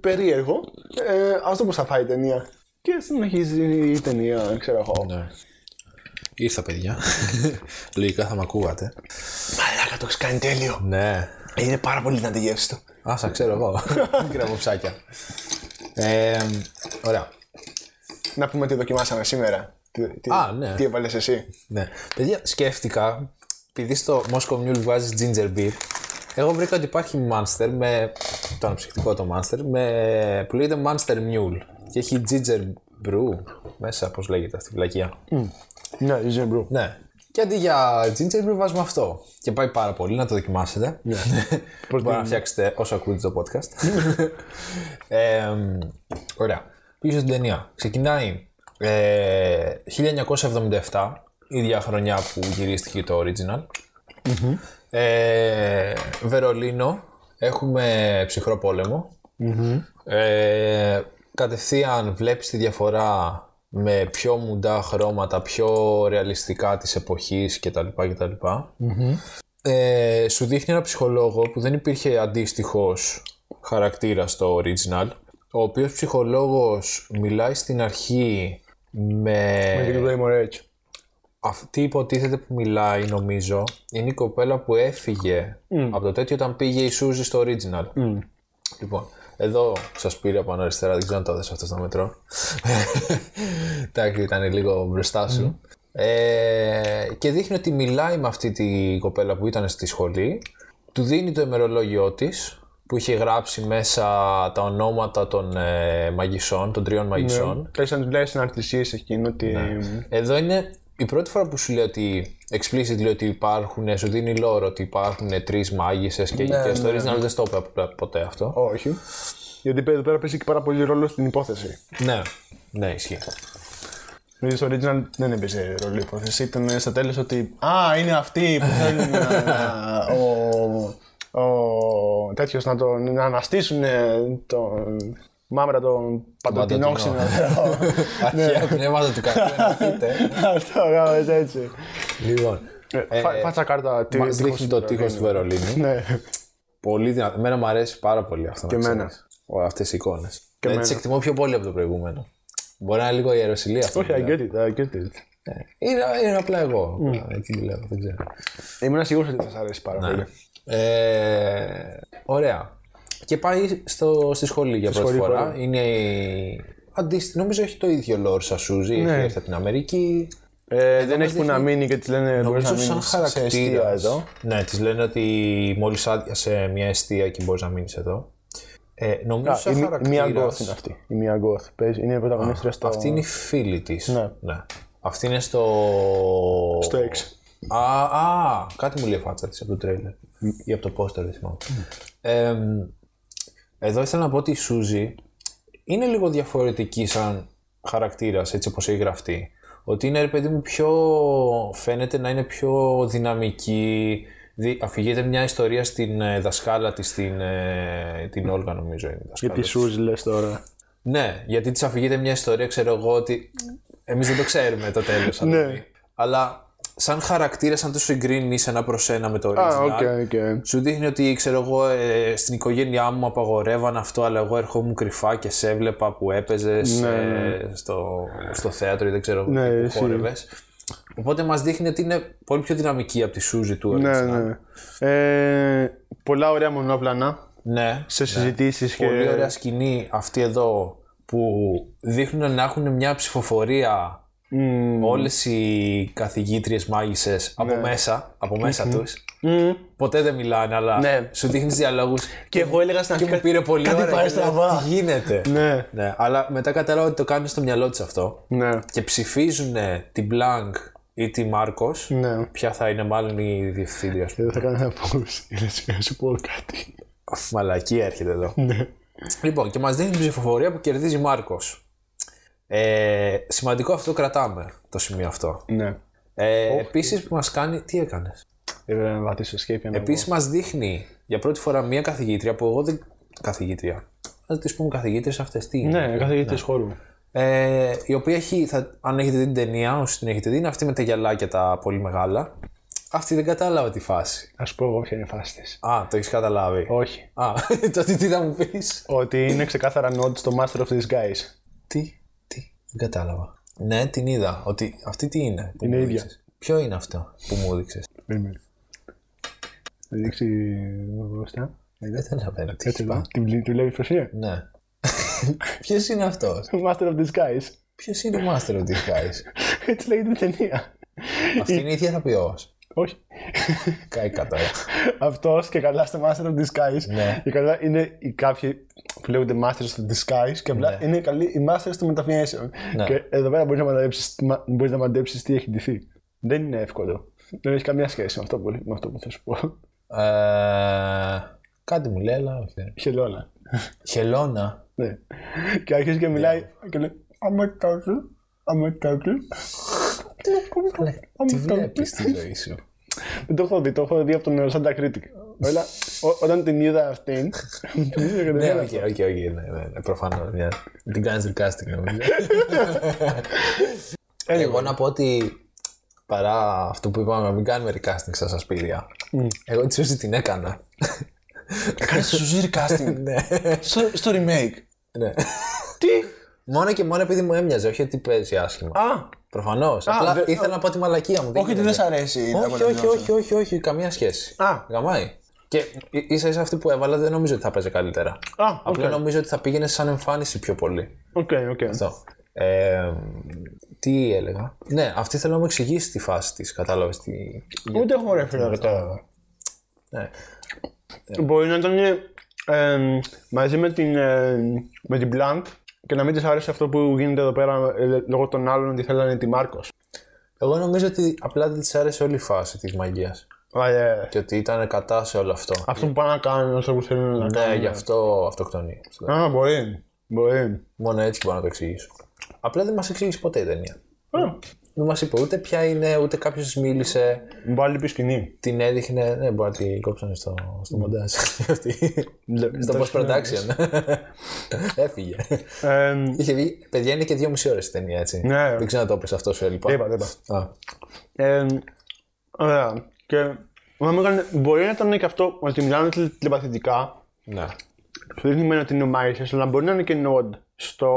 Speaker 2: περίεργο. Ε, Ας δω πώς θα πάει η ταινία. Και συνεχίζει η ταινία, ξέρω εγώ.
Speaker 1: Ναι. Ήρθα, παιδιά. Λογικά θα με ακούγατε.
Speaker 2: Μαλάκα το έχεις κάνει τέλειο.
Speaker 1: Ναι.
Speaker 2: Είναι πάρα πολύ δυνατή η γεύση του.
Speaker 1: Άσα, ξέρω εγώ. Κρεμοψάκια. Ε, ωραία.
Speaker 2: Να πούμε τι δοκιμάσαμε σήμερα. Τι, τι,
Speaker 1: Α, ναι.
Speaker 2: τι έβαλες εσύ.
Speaker 1: Ναι. Παιδιά, σκέφτηκα, επειδή στο Moscow Mule βγάζει ginger beer, εγώ βρήκα ότι υπάρχει Monster με. το αναψυκτικό το Monster, με, που λέγεται Monster Mule. Και έχει ginger brew μέσα, πώς λέγεται αυτή η βλακεία.
Speaker 2: Ναι, είσαι μπρο.
Speaker 1: Ναι. Και αντί για ginger beer βάζουμε αυτό. Και πάει πάρα πολύ, να το δοκιμάσετε. Ναι. Μπορείτε να φτιάξετε όσο ακούτε το podcast. ε, ωραία. Πίσω στην ταινία. Ξεκινάει ε, 1977, η ίδια χρονιά που γυρίστηκε το original. Ε, Βερολίνο. Έχουμε ψυχρό πόλεμο. Ε, κατευθείαν βλέπεις τη διαφορά με πιο μουντά χρώματα, πιο ρεαλιστικά της εποχής κτλ. κτλ. Ε, σου δείχνει ένα ψυχολόγο που δεν υπήρχε αντίστοιχος χαρακτήρας στο original, ο οποίος ψυχολόγος μιλάει στην αρχή με...
Speaker 2: Με την Grey Moretz.
Speaker 1: Αυτή υποτίθεται που μιλάει, νομίζω, είναι η κοπέλα που έφυγε από το τέτοιο όταν πήγε η Σούζη στο original. Λοιπόν, εδώ σας πήρε από αριστερά, δεν ξέρω αν το έδωσα αυτό στο μετρό. Εντάξει, ήταν λίγο μπροστά σου. Ε, και δείχνει ότι μιλάει με αυτή τη κοπέλα που ήταν στη σχολή. Του δίνει το ημερολόγιό της, που είχε γράψει μέσα τα ονόματα των ε, μαγισσών, των τριών μαγισσών.
Speaker 2: Θε να του λέει συναρτησίες εκείνο ότι.
Speaker 1: Εδώ είναι η πρώτη φορά που σου λέει ότι explicit λέει ότι υπάρχουν, σου δίνει λόρο ότι υπάρχουν τρεις μάγισσες και ναι, και στο original δεν στο είπε απλά ποτέ αυτό.
Speaker 2: Όχι. Γιατί εδώ πέρα παίζει και πάρα πολύ ρόλο στην υπόθεση.
Speaker 1: Ναι, ναι, ισχύει.
Speaker 2: Δηλαδή στο original δεν έπαιζε ρόλο η υπόθεση. Ήταν στο τέλος ότι. Α, είναι αυτοί που θέλουν να- να- ο, ο τέτοιος να, τον, να αναστήσουν ε, τον μάμρα τον παντοτινόξινο. Ναι.
Speaker 1: Αρχαία ναι, πνεύματα του κακού ενωθείτε.
Speaker 2: Αυτό γάμος έτσι.
Speaker 1: Λοιπόν,
Speaker 2: Ε, φα- Φάτσα κάρτα. τι-
Speaker 1: μας
Speaker 2: τι
Speaker 1: δείχνει το τείχο του Βερολίνου.
Speaker 2: Ναι.
Speaker 1: Πολύ δυνατό. Εμένα μου αρέσει πάρα πολύ αυτό να
Speaker 2: Και εμένα.
Speaker 1: ξέρεις. Ω, αυτές οι εικόνες.
Speaker 2: Και
Speaker 1: Δεν τις
Speaker 2: εμένα.
Speaker 1: εκτιμώ πιο πολύ από το προηγούμενο. Μπορεί να είναι λίγο ιεροσιλία αυτό.
Speaker 2: Όχι, I get it, I get it.
Speaker 1: Ναι. Είναι, είναι απλά εγώ.
Speaker 2: Ναι.
Speaker 1: Έτσι δουλεύω, δεν ξέρω.
Speaker 2: Ήμουν σίγουρος ότι θα σας αρέσει πάρα πολύ.
Speaker 1: Ε, ωραία. Και πάει στο, στη σχολή για πρώτη
Speaker 2: σχολή,
Speaker 1: φορά. Είναι η- αντίστοι- Νομίζω έχει το ίδιο λόρ σαν Σούζη.
Speaker 2: Ναι.
Speaker 1: Έχει έρθει από την Αμερική.
Speaker 2: Ε, δεν έχει που να μείνει και της λένε μπορείς να
Speaker 1: Νομίζω
Speaker 2: μείνει
Speaker 1: σαν
Speaker 2: σε αιστεία
Speaker 1: χαρακτήρα.
Speaker 2: εδώ.
Speaker 1: Ναι, της λένε ότι μόλις άδειασε μια αιστεία και μπορείς να μείνεις εδώ. Ε, νομίζω
Speaker 2: Η
Speaker 1: σαν
Speaker 2: μη- η μία
Speaker 1: χαρακτήρα.
Speaker 2: γκοθ είναι αυτή. Η μία γκοθ. Παίζει- Είναι η πρωταγωνίστρια στο.
Speaker 1: Αυτή είναι η φίλη της.
Speaker 2: Ναι.
Speaker 1: Αυτή είναι στο.
Speaker 2: Στο έξι.
Speaker 1: Α, α, κάτι μου λέει η φάτσα της από το τρέιλερ ή από το πόστερ, δεν θυμάμαι. Εμ, εδώ ήθελα να πω ότι η Σούζη είναι λίγο διαφορετική σαν χαρακτήρας, έτσι όπως έχει γραφτεί. Ότι είναι, ρε παιδί μου, πιο... φαίνεται να είναι πιο δυναμική. Δι... Αφηγείται μια ιστορία στην ε, δασκάλα της, στην, ε, την Όλγα νομίζω είναι η δασκάλα.
Speaker 2: Γιατί σου λες τώρα.
Speaker 1: Ναι, γιατί της αφηγείται μια ιστορία, ξέρω εγώ, ότι εμείς δεν το ξέρουμε το τέλος. ναι. Αλλά σαν χαρακτήρα, αν το συγκρίνεις ένα προς ένα με το original,
Speaker 2: Α, οκ, οκ.
Speaker 1: σου δείχνει ότι ξέρω εγώ, ε, στην οικογένειά μου απαγορεύαν αυτό, αλλά εγώ ερχόμουν κρυφά και σε έβλεπα που έπαιζες ε, στο, στο θέατρο ή δεν ξέρω
Speaker 2: Ναι,
Speaker 1: ναι, που
Speaker 2: εσύ.
Speaker 1: χόρευες. Οπότε μας δείχνει ότι είναι πολύ πιο δυναμική από τη Σούζη του
Speaker 2: Ναι,
Speaker 1: original.
Speaker 2: ναι. ναι. Ε, πολλά ωραία μονόπλανα
Speaker 1: Ναι,
Speaker 2: σε συζητήσεις και...
Speaker 1: πολύ ωραία σκηνή αυτή εδώ που δείχνουν να έχουν μια ψηφοφορία
Speaker 2: Μμμ. Ναι.
Speaker 1: όλες οι καθηγήτριες μάγισσες από μέσα, από μέσα τους.
Speaker 2: Μμμ.
Speaker 1: Ποτέ δεν μιλάνε, αλλά
Speaker 2: Ναι.
Speaker 1: σου δείχνεις διαλόγους
Speaker 2: Και εγώ έλεγα στην
Speaker 1: και
Speaker 2: αρχή
Speaker 1: μου πήρε πολύ
Speaker 2: κάτι
Speaker 1: ώρα.
Speaker 2: πάει
Speaker 1: και λέω,
Speaker 2: στραβά.
Speaker 1: Τι γίνεται.
Speaker 2: Ναι,
Speaker 1: Ναι, αλλά μετά κατάλαβα ότι το κάνουν στο μυαλό τους αυτό
Speaker 2: ναι,
Speaker 1: και ψηφίζουν την Blank ή τη Μάρκος,
Speaker 2: ναι.
Speaker 1: ποια θα είναι μάλλον η διευθύντρια. ας πούμε.
Speaker 2: Και δεν Ε, θα κάνω ένα pause. Είναι σιγά ε, σου πω κάτι.
Speaker 1: Μαλακή έρχεται εδώ.
Speaker 2: Ναι.
Speaker 1: Λοιπόν, και μας δίνει την ψηφοφορία που κερδίζει Μάρκο. Ε, σημαντικό αυτό κρατάμε το σημείο αυτό.
Speaker 2: Ναι.
Speaker 1: Ε, Επίση που μας κάνει. Τι έκανες.
Speaker 2: Έπρεπε να βατήσω escape για να
Speaker 1: Επίσης μας δείχνει για πρώτη φορά μία καθηγήτρια που εγώ δεν. Καθηγήτρια. Α τις πούμε καθηγήτρε αυτές τι.
Speaker 2: βγω.
Speaker 1: είναι.
Speaker 2: Ναι, καθηγητής χώρου.
Speaker 1: Ε, η οποία έχει. Θα, αν έχετε δει την ταινία, όσοι την έχετε δει, είναι αυτή με τα γυαλάκια τα πολύ μεγάλα. Αυτή δεν κατάλαβα τη φάση.
Speaker 2: Να σου πω εγώ ποια είναι η φάση της.
Speaker 1: Α, το έχεις καταλάβει.
Speaker 2: Όχι.
Speaker 1: Α, τότε τι θα μου πεις.
Speaker 2: Ότι είναι ξεκάθαρα nod στο Master of Disguise.
Speaker 1: Τι, τι, δεν κατάλαβα. Ναι, την είδα. Ότι αυτή τι είναι. που
Speaker 2: Είναι
Speaker 1: μου
Speaker 2: ίδια. Ε,
Speaker 1: έδειξες? Ποιο είναι αυτό που μου έδειξες.
Speaker 2: Περίμενε. Θα δείξει ε, μπροστά.
Speaker 1: Δεν καταλαβαίνω. Τι
Speaker 2: Έτσι
Speaker 1: έχει
Speaker 2: εδώ.
Speaker 1: πάει.
Speaker 2: Την βλέ- τη βλέπει προς here.
Speaker 1: Ναι. Ποιος είναι αυτός.
Speaker 2: Master of Disguise.
Speaker 1: Ποιος είναι ο Master of Disguise.
Speaker 2: Έτσι λέγεται η ταινία.
Speaker 1: αυτή είναι η θεραπεία.
Speaker 2: Όχι.
Speaker 1: Κάει ε. κατά.
Speaker 2: Αυτός και καλά στο Master of Disguise.
Speaker 1: Ναι.
Speaker 2: Και καλά είναι οι κάποιοι που λέγονται Masters of Disguise και απλά
Speaker 1: Ναι.
Speaker 2: είναι καλοί οι Masters των Μεταφιέσεων.
Speaker 1: Ναι.
Speaker 2: Και εδώ πέρα μπορείς να μαντέψεις μπορείς να μαντέψεις τι έχει ντυθεί. Δεν είναι εύκολο. Δεν έχει καμία σχέση με αυτό που, με αυτό που θα σου πω.
Speaker 1: Ε, κάτι μου λέει, αλλά όχι. δεν.
Speaker 2: Χελώνα.
Speaker 1: Χελώνα.
Speaker 2: Ναι. Και αρχίζει και μιλάει
Speaker 1: Ναι.
Speaker 2: και λέει Αμετάκλου, αμετάκλου.
Speaker 1: Τι βλέπεις στη ζωή σου.
Speaker 2: Δεν το έχω δει, το έχω δει από τον Σάντα Κρίτικ. Αλλά ό- όταν την είδα αυτήν. την είδα και την
Speaker 1: Ναι,
Speaker 2: είδα.
Speaker 1: όχι, όχι, όχι. Ναι, ναι, ναι, προφανώς. Την κάνεις recasting νομίζω. Εγώ να πω ότι παρά αυτό που είπαμε, μην κάνουμε recasting στα σασπίδια. Εγώ τη Σούζη την έκανα.
Speaker 2: Κάνει σουζίρ casting
Speaker 1: ναι.
Speaker 2: στο στο remake.
Speaker 1: ναι.
Speaker 2: Τι!
Speaker 1: Μόνο και μόνο επειδή μου έμοιαζε, όχι ότι παίζει άσχημα.
Speaker 2: Α!
Speaker 1: Προφανώς. Απλά
Speaker 2: δε-
Speaker 1: ήθελα να πω τη μαλακία μου.
Speaker 2: Όχι ότι δεν
Speaker 1: γίνεται.
Speaker 2: σ' αρέσει. να
Speaker 1: όχι, όχι,
Speaker 2: παρακολουθώ.
Speaker 1: όχι, όχι, όχι, καμία σχέση.
Speaker 2: Α.
Speaker 1: Γαμάει. Και ίσα ίσα αυτή που έβαλα δεν νομίζω ότι θα παίζει καλύτερα.
Speaker 2: Α, οκ.
Speaker 1: Απλά νομίζω ότι θα πήγαινε σαν εμφάνιση πιο πολύ.
Speaker 2: Οκ, οκ.
Speaker 1: Αυτό. Ε, τι έλεγα. Ναι, αυτή θέλω να μου εξηγήσει τη φάση της. Κατάλαβες τι.
Speaker 2: Ούτε έχω ρε φίλε κατάλαβα.
Speaker 1: Ναι.
Speaker 2: Μπορεί να ήταν ε, μαζί με την, ε, με την Blunt και να μην της άρεσε αυτό που γίνεται εδώ πέρα ε, λόγω των άλλων ότι θέλανε τη Μάρκος.
Speaker 1: Εγώ νομίζω ότι απλά δεν της άρεσε όλη η φάση της μαγείας. Και ότι ήταν κατά σε όλο αυτό.
Speaker 2: Αυτό που πάνε να κάνουν αυτό που θέλουν να
Speaker 1: ναι, γι' αυτό αυτοκτονεί.
Speaker 2: κάνουν. Α, μπορεί. Μπορεί.
Speaker 1: Μόνο έτσι μπορώ να το εξηγήσω. Απλά δεν μας εξήγησε ποτέ η ταινία. Δεν μας είπε ούτε ποια είναι, ούτε κάποιος τη μίλησε.
Speaker 2: Μου πάλι πει σκηνή.
Speaker 1: Την έδειχνε. Ναι, μπορεί να την κόψανε στο, στο μοντάζ. αυτή. στο
Speaker 2: το
Speaker 1: post production. Έφυγε.
Speaker 2: Ε,
Speaker 1: Είχε βγει. Παιδιά, είναι και δύο μισή ώρες η ταινία, έτσι.
Speaker 2: Ναι.
Speaker 1: Δεν ξέρω να το πει αυτό σε λοιπά.
Speaker 2: Το είπα, το είπα.
Speaker 1: Α,
Speaker 2: Ε, ωραία. Και μα μου έκανε- μπορεί να ήταν και αυτό ότι μιλάνε τηλε- τηλεπαθητικά.
Speaker 1: ναι.
Speaker 2: Σου δείχνει μένα ότι είναι μάγισσε, αλλά μπορεί να είναι και nod στο.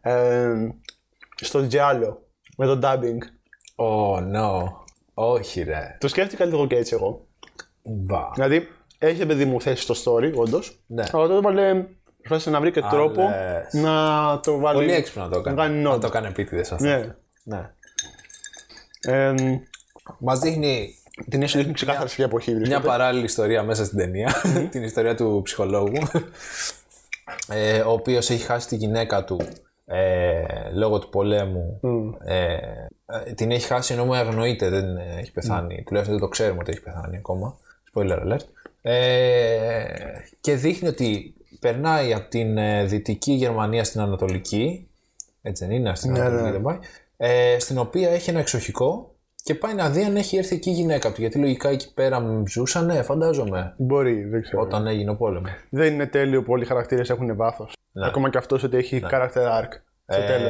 Speaker 2: Ε, στο Giallo με το dubbing.
Speaker 1: Oh, no. Όχι, ρε.
Speaker 2: Το σκέφτηκα λίγο και έτσι εγώ.
Speaker 1: Μπα.
Speaker 2: Δηλαδή, έχει παιδί μου θέση στο story, όντως.
Speaker 1: Ναι.
Speaker 2: Αλλά τότε πάλι προσπάθησε να βρει και τρόπο
Speaker 1: λες.
Speaker 2: να το βάλει.
Speaker 1: Πολύ έξυπνο να το έκανε.
Speaker 2: Να κάνει
Speaker 1: Να
Speaker 2: nod.
Speaker 1: το κάνει επίτηδε αυτό.
Speaker 2: Ναι.
Speaker 1: ναι.
Speaker 2: Ε,
Speaker 1: Μας δείχνει
Speaker 2: την έχει δείχνει ξεκάθαρα σε ποια εποχή
Speaker 1: Μια
Speaker 2: βρίσκεται.
Speaker 1: παράλληλη ιστορία μέσα στην ταινία. την ιστορία του ψυχολόγου. ε, ο οποίος έχει χάσει τη γυναίκα του ε, λόγω του πολέμου. Ε, ε, την έχει χάσει ενώ με αγνοείται, δεν ε, έχει πεθάνει. Τουλάχιστον δεν το ξέρουμε ότι έχει πεθάνει ακόμα. Spoiler alert. Ε, και δείχνει ότι περνάει από την ε, δυτική Γερμανία στην Ανατολική. Έτσι δεν είναι,
Speaker 2: Ναι,
Speaker 1: στην Ανατολική δεν πάει. Ε, στην οποία έχει ένα εξοχικό και πάει να δει αν έχει έρθει εκεί η γυναίκα του. Γιατί λογικά εκεί πέρα ζούσανε, φαντάζομαι,
Speaker 2: Μπορεί, δεν ξέρω.
Speaker 1: όταν έγινε ο πόλεμος.
Speaker 2: Δεν είναι τέλειο που όλοι οι χαρακτήρες έχουν βάθο. Ακόμα και αυτός ότι έχει character arc. Στο
Speaker 1: Ναι. Ε,
Speaker 2: τέλο.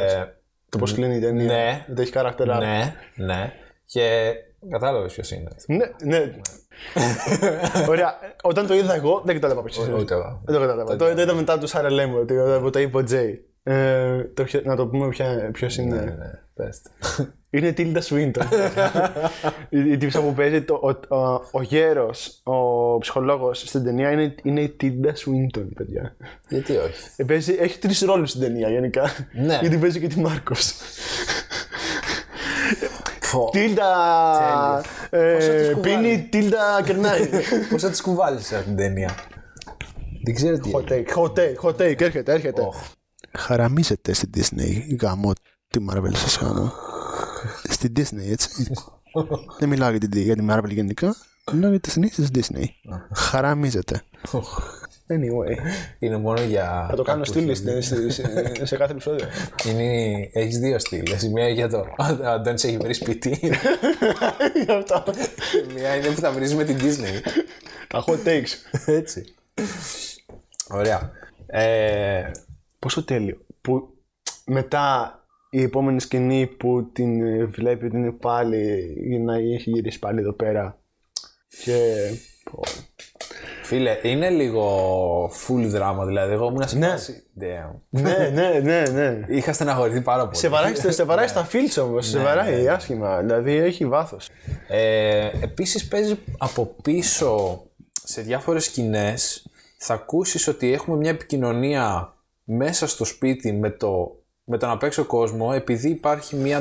Speaker 2: Το πώς κλείνει η ταινία.
Speaker 1: ναι.
Speaker 2: Ότι έχει character arc.
Speaker 1: ναι, ναι. Και κατάλαβες ποιος είναι.
Speaker 2: Ναι, ναι. Ωραία. Όταν το είδα εγώ, δεν κατάλαβα ποιος είναι.
Speaker 1: Ούτε εγώ.
Speaker 2: Δεν το κατάλαβα. Το το είδα μετά τους Άρα Λέμου, ότι όταν το είπε ο Τζέι. Ε, το ποιο- Να το πούμε ποιο είναι.
Speaker 1: Ναι. Πες το.
Speaker 2: Είναι Tilda Swinton. η η τύψα που παίζει το, ο, ο, ο γέρος, ο ψυχολόγος στην ταινία είναι, είναι η Tilda Swinton, παιδιά.
Speaker 1: Γιατί όχι.
Speaker 2: Ε, παίζει- έχει τρεις ρόλους στην ταινία γενικά.
Speaker 1: Ναι.
Speaker 2: Γιατί παίζει και τη Μάρκος.
Speaker 1: Φω.
Speaker 2: Τίλτα. ε,
Speaker 1: Πόσο της κουβάλει.
Speaker 2: Πίνει, Τίλτα κερνάει.
Speaker 1: Πώ θα τι κουβάλισε αυτήν την ταινία. Δεν ξέρω τι.
Speaker 2: Hot take, hot take, hot take, έρχεται, έρχεται.
Speaker 6: Χαραμίζετε στην Disney. Γαμώ τη Marvel σας κάνω. στην Disney, έτσι. Δεν μιλάω για την, για τη Marvel γενικά. Μιλάω για τις συνήθειες της Disney. Χαραμίζετε.
Speaker 2: Anyway,
Speaker 1: Είναι μόνο για.
Speaker 2: θα το κάνω στήλη στην- ε, σε- σε- σε κάθε επεισόδιο.
Speaker 1: Είναι... Έχεις δύο στήλε. Η μία για το. Ο Αντώνης έχει βρει σπίτι.
Speaker 2: Είναι αυτά.
Speaker 1: Η μία είναι που θα βρεις με την Disney.
Speaker 2: Τα hot takes.
Speaker 1: Έτσι. Ωραία. Ε,
Speaker 2: Πόσο τέλειο. Που μετά η επόμενη σκηνή που την ε, βλέπει ότι είναι πάλι να έχει γυρίσει πάλι εδώ πέρα. Και. πω,
Speaker 1: φίλε, είναι λίγο full δράμα. Δηλαδή, εγώ ήμουν σε
Speaker 2: Ναι.
Speaker 1: φάση. Damn.
Speaker 2: Ναι, ναι, ναι, ναι.
Speaker 1: Είχα στεναχωρηθεί πάρα πολύ.
Speaker 2: Σε βαράει, σε βαράει στα φίλτσα όμως. Σε βαράει άσχημα. Δηλαδή έχει βάθος.
Speaker 1: Ε, επίσης παίζει από πίσω σε διάφορες σκηνές θα ακούσεις ότι έχουμε μια επικοινωνία μέσα στο σπίτι με, το, με τον απέξω κόσμο επειδή υπάρχει μια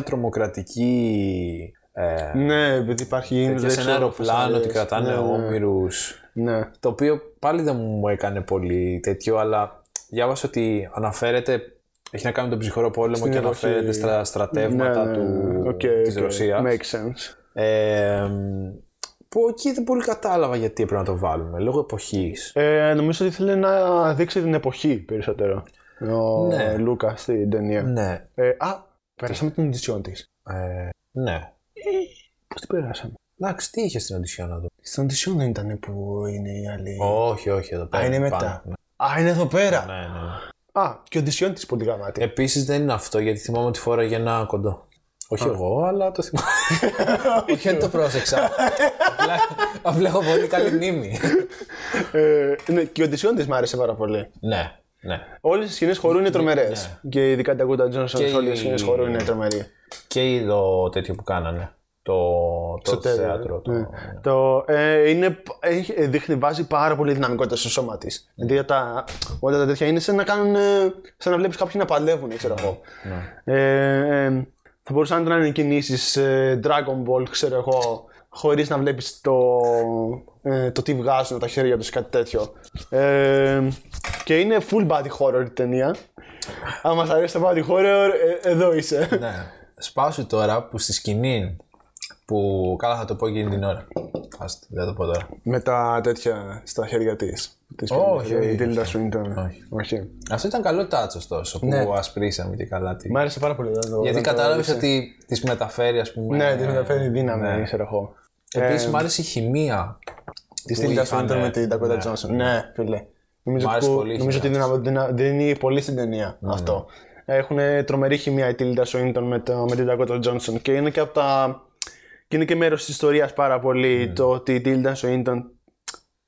Speaker 1: τρομοκρατική ε,
Speaker 2: Ναι, επειδή υπάρχει.
Speaker 1: τέτοια σε ένα αεροπλάνο ότι κρατάνε
Speaker 2: ναι, ναι.
Speaker 1: όμοιρους
Speaker 2: Ναι.
Speaker 1: το οποίο πάλι δεν μου έκανε πολύ τέτοιο αλλά διάβασα ότι αναφέρεται έχει να κάνει με τον ψυχρό πόλεμο και
Speaker 2: εποχή.
Speaker 1: αναφέρεται στα στρατεύματα
Speaker 2: ναι, ναι,
Speaker 1: του,
Speaker 2: ναι. Οκ,
Speaker 1: της
Speaker 2: οκ.
Speaker 1: Ρωσίας
Speaker 2: Makes sense.
Speaker 1: ε, που εκεί δεν πολύ κατάλαβα γιατί έπρεπε να το βάλουμε, λόγω εποχής.
Speaker 2: Ε, νομίζω ότι θέλει να δείξει την εποχή περισσότερο. Ο
Speaker 1: Ναι.
Speaker 2: Λούκα στην ταινία.
Speaker 1: Ναι.
Speaker 2: Ε, α, περάσαμε την εντυσιόν της.
Speaker 1: Ε, ναι.
Speaker 2: Πώς την περάσαμε.
Speaker 1: Εντάξει, τι είχες στην οντισιόν να δω.
Speaker 2: Στην εντυσιόν δεν ήταν που είναι οι άλλοι.
Speaker 1: Όχι, όχι, εδώ πέρα.
Speaker 2: Ε. είναι μετά.
Speaker 1: πάνω.
Speaker 2: Α, είναι εδώ πέρα.
Speaker 1: Ναι, ναι. ναι.
Speaker 2: Α, και ο εντυσιόν της πολύ γαμάτη.
Speaker 1: Επίσης δεν είναι αυτό γιατί θυμάμαι ότι φόραγε ένα κοντό. Όχι εγώ, αλλά το θυμάμαι. όχι, δεν το πρόσεξα. απλά, απλά έχω πολύ καλή μνήμη.
Speaker 2: Ε, ναι, και ο εντυσιόν της μ' άρεσε πάρα πολύ.
Speaker 1: ναι, ναι.
Speaker 2: Όλες οι σκηνές χορού είναι τρομερέ. Και ειδικά τα Γκούτα Τζόνσον,
Speaker 1: Και
Speaker 2: όλες
Speaker 1: η-
Speaker 2: οι σκηνές χορού είναι τρομερή.
Speaker 1: Και το τέτοιο που κάνανε. Το, το
Speaker 2: τέλος,
Speaker 1: θέατρο. Το...
Speaker 2: ναι. Το, ε, είναι, έχει, ε, δείχνει, βάζει πάρα πολύ δυναμικότητα στο σώμα της. Δηλαδή τα, όλα τα τέτοια είναι σαν να κάνουν. ε, σαν να βλέπεις κάποιοι να παλεύουν, ξέρω εγώ. Ε, ε, θα μπορούσαν να είναι κινήσεις Dragon Ball, ξέρω εγώ, χωρίς να βλέπεις το, ε, το τι βγάζουν τα χέρια τους, κάτι τέτοιο. Ε, και είναι full body horror η ταινία. Αν μας αρέσει το body horror, ε, εδώ είσαι.
Speaker 1: Ναι. Σπάσου τώρα που στη σκηνή που καλά θα το πω εκείνη την ώρα. Ας, δεν θα το πω τώρα.
Speaker 2: με τα τέτοια στα χέρια της.
Speaker 1: Όχι, όχι,
Speaker 2: Η Tilda Swinton.
Speaker 1: Όχι.
Speaker 2: Όχι.
Speaker 1: Αυτό ήταν καλό τάτσος τόσο που ασπρίσαμε και καλά τη.
Speaker 2: Μ' άρεσε πάρα πολύ. όταν το-
Speaker 1: Γιατί
Speaker 2: όταν το
Speaker 1: κατάλαβες
Speaker 2: έδειξε.
Speaker 1: ότι τη μεταφέρει, ας πούμε.
Speaker 2: Ναι, τη μεταφέρει δύναμη, ξέρω εγώ.
Speaker 1: Επίσης, μου άρεσε η χημεία.
Speaker 2: Ε, Τη
Speaker 1: που
Speaker 2: Tilda
Speaker 1: είχαν,
Speaker 2: Swinton με την Dakota
Speaker 1: ναι.
Speaker 2: Johnson. Ναι, φίλε. Νομίζω
Speaker 1: Μ'
Speaker 2: ότι,
Speaker 1: άρεσε
Speaker 2: που-
Speaker 1: πολύ η Ναι.
Speaker 2: νομίζω ότι
Speaker 1: χημεία
Speaker 2: δυνα- δυνα- δίνει πολύ στην ταινία αυτό. Έχουν τρομερή χημεία η Tilda Swinton με, το, με την Dakota Johnson και είναι και από τα. Και είναι και μέρος της ιστορίας πάρα
Speaker 1: Ναι.
Speaker 2: πολύ το ότι η Tilda Swinton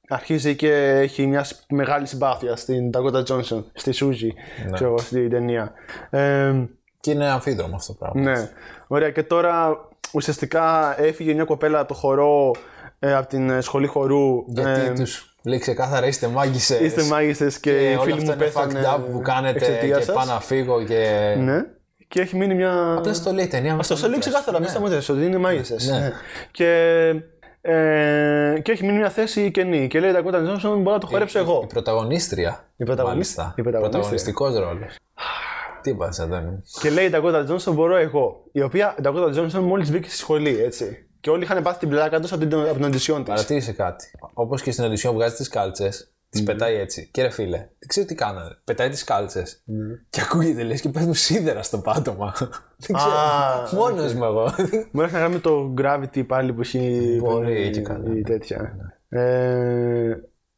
Speaker 2: αρχίζει και έχει μια σ- μεγάλη συμπάθεια στην Dakota Johnson, στη Σούζη,
Speaker 1: Ναι.
Speaker 2: ξέρω εγώ, στην ταινία. Ε,
Speaker 1: Και είναι αμφίδρομο αυτό το πράγμα.
Speaker 2: ναι. Ωραία, και τώρα ουσιαστικά έφυγε μια κοπέλα από το χορό, ε, από την ε, σχολή χορού.
Speaker 1: Γιατί
Speaker 2: ε,
Speaker 1: τους λέει ξεκάθαρα είστε μάγισσε.
Speaker 2: Είστε μάγισσε και
Speaker 1: και
Speaker 2: οι
Speaker 1: όλα
Speaker 2: φίλοι
Speaker 1: αυτά
Speaker 2: μου
Speaker 1: είναι
Speaker 2: πέθανε.
Speaker 1: fucked up που κάνετε
Speaker 2: εξαιτίας
Speaker 1: και
Speaker 2: σας.
Speaker 1: πάω να φύγω και.
Speaker 2: Ναι. Και έχει μείνει μια.
Speaker 1: Απλά στο λέει η ταινία. ναι.
Speaker 2: Στο
Speaker 1: μας.
Speaker 2: στο λέει ξεκάθαρα, μην σταματήσεις ότι είναι μάγισσε.
Speaker 1: Ναι.
Speaker 2: Και, ε, και έχει μείνει μια θέση κενή. Και λέει τα κούτα Τζόνσον μπορώ να το χορέψω
Speaker 1: Η
Speaker 2: εγώ.
Speaker 1: πρωταγωνίστρια.
Speaker 2: Η πρωταγωνι-
Speaker 1: Μάλιστα.
Speaker 2: η πρωταγωνίστρια.
Speaker 1: Πρωταγωνιστικός ρόλος. Τι είπα, Αντώνη.
Speaker 2: Και λέει τα κούτα Τζόνσον μπορώ εγώ. Η οποία τα κούτα Τζόνσον μόλις μπήκε στη σχολή, έτσι. Και όλοι είχαν πάθει την πλάκα τους από την, από την audition της.
Speaker 1: Παρατήρησε κάτι. Όπως και στην Οντισιόν βγάζει τις κάλτσες,
Speaker 2: Ναι.
Speaker 1: τι πετάει έτσι. Και ρε φίλε, δεν ξέρω τι κάνανε. Πετάει τις κάλτσες.
Speaker 2: Ναι.
Speaker 1: Και ακούγεται λες και παίρνουν σίδερα στο πάτωμα. δεν
Speaker 2: Α,
Speaker 1: ξέρω. Μόνο μου εγώ.
Speaker 2: Μπορεί να έχει να κάνει με το Gravity πάλι που έχει.
Speaker 1: Μπορεί
Speaker 2: η-
Speaker 1: και καλά.
Speaker 2: η τέτοια. Ε,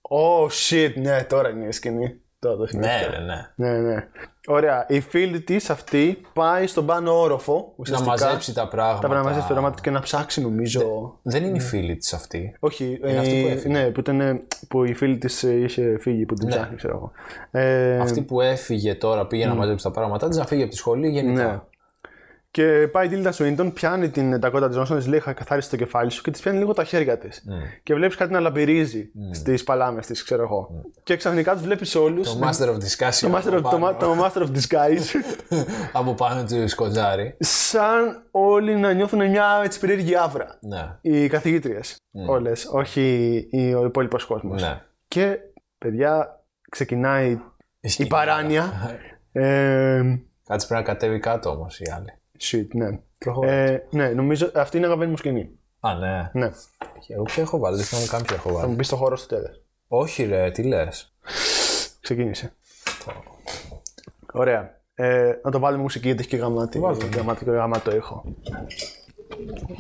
Speaker 2: oh shit, ναι, τώρα είναι η σκηνή. Τώρα το θυμήθηκα.
Speaker 1: ναι, ναι, ναι.
Speaker 2: Ναι, ναι. Ωραία. Η φίλη της αυτή πάει στον πάνω όροφο.
Speaker 1: Να
Speaker 2: Ουσιαστικά,
Speaker 1: μαζέψει τα πράγματα.
Speaker 2: τα πράγματα Ναι. μαζέψει το πράγμα και να ψάξει, νομίζω.
Speaker 1: Δεν είναι η φίλη της αυτή.
Speaker 2: Όχι, ε,
Speaker 1: αυτή που έφυγε. Ναι.
Speaker 2: ναι, που, ήταν, ε, που η φίλη τη είχε φύγει, που την ψάχνει, ξέρω εγώ. Ε,
Speaker 1: Αυτή που έφυγε τώρα πήγε να μαζέψει τα πράγματά της, να φύγει από τη σχολή γενικά.
Speaker 2: Ναι. Και πάει η Tilda Swinton, πιάνει την ε, Dakota Johnson, τη λέει καθάρισε το κεφάλι σου και της πιάνει λίγο τα χέρια της.
Speaker 1: Ναι.
Speaker 2: Και βλέπεις κάτι να λαμπυρίζει στις στις παλάμες της, ξέρω εγώ. Και ξαφνικά τους βλέπεις όλους.
Speaker 1: Ναι. Το Master of Discussion.
Speaker 2: Το master, of, το, ma- το master of Disguise.
Speaker 1: από πάνω του σκοτζάρι.
Speaker 2: σαν όλοι να νιώθουν μια έτσι, περίεργη άβρα.
Speaker 1: ναι,
Speaker 2: Οι καθηγήτριες.
Speaker 7: Mm.
Speaker 2: όλες, Όλες. Όχι οι- ο υπόλοιπος κόσμος.
Speaker 1: ναι.
Speaker 2: Και παιδιά, ξεκινάει η παράνοια. ε,
Speaker 1: Κάτσε πρέπει να κατέβει κάτω όμως οι άλλοι.
Speaker 2: shit, ναι. Ε, ναι, νομίζω αυτή είναι η αγαπημένη μου σκηνή.
Speaker 1: Α, ναι.
Speaker 2: Ναι.
Speaker 1: Εγώ ποια έχω βάλει, δεν θυμάμαι καν ποια έχω
Speaker 2: Θα
Speaker 1: βάλει.
Speaker 2: μου πεις το χώρο στο τέλος.
Speaker 1: Όχι, ρε, τι λες.
Speaker 2: Ξεκίνησε. Ωραία. Ε, να το βάλουμε μουσική γιατί έχει και γαμάτι. Γαμάτι και γαμάτο ήχο.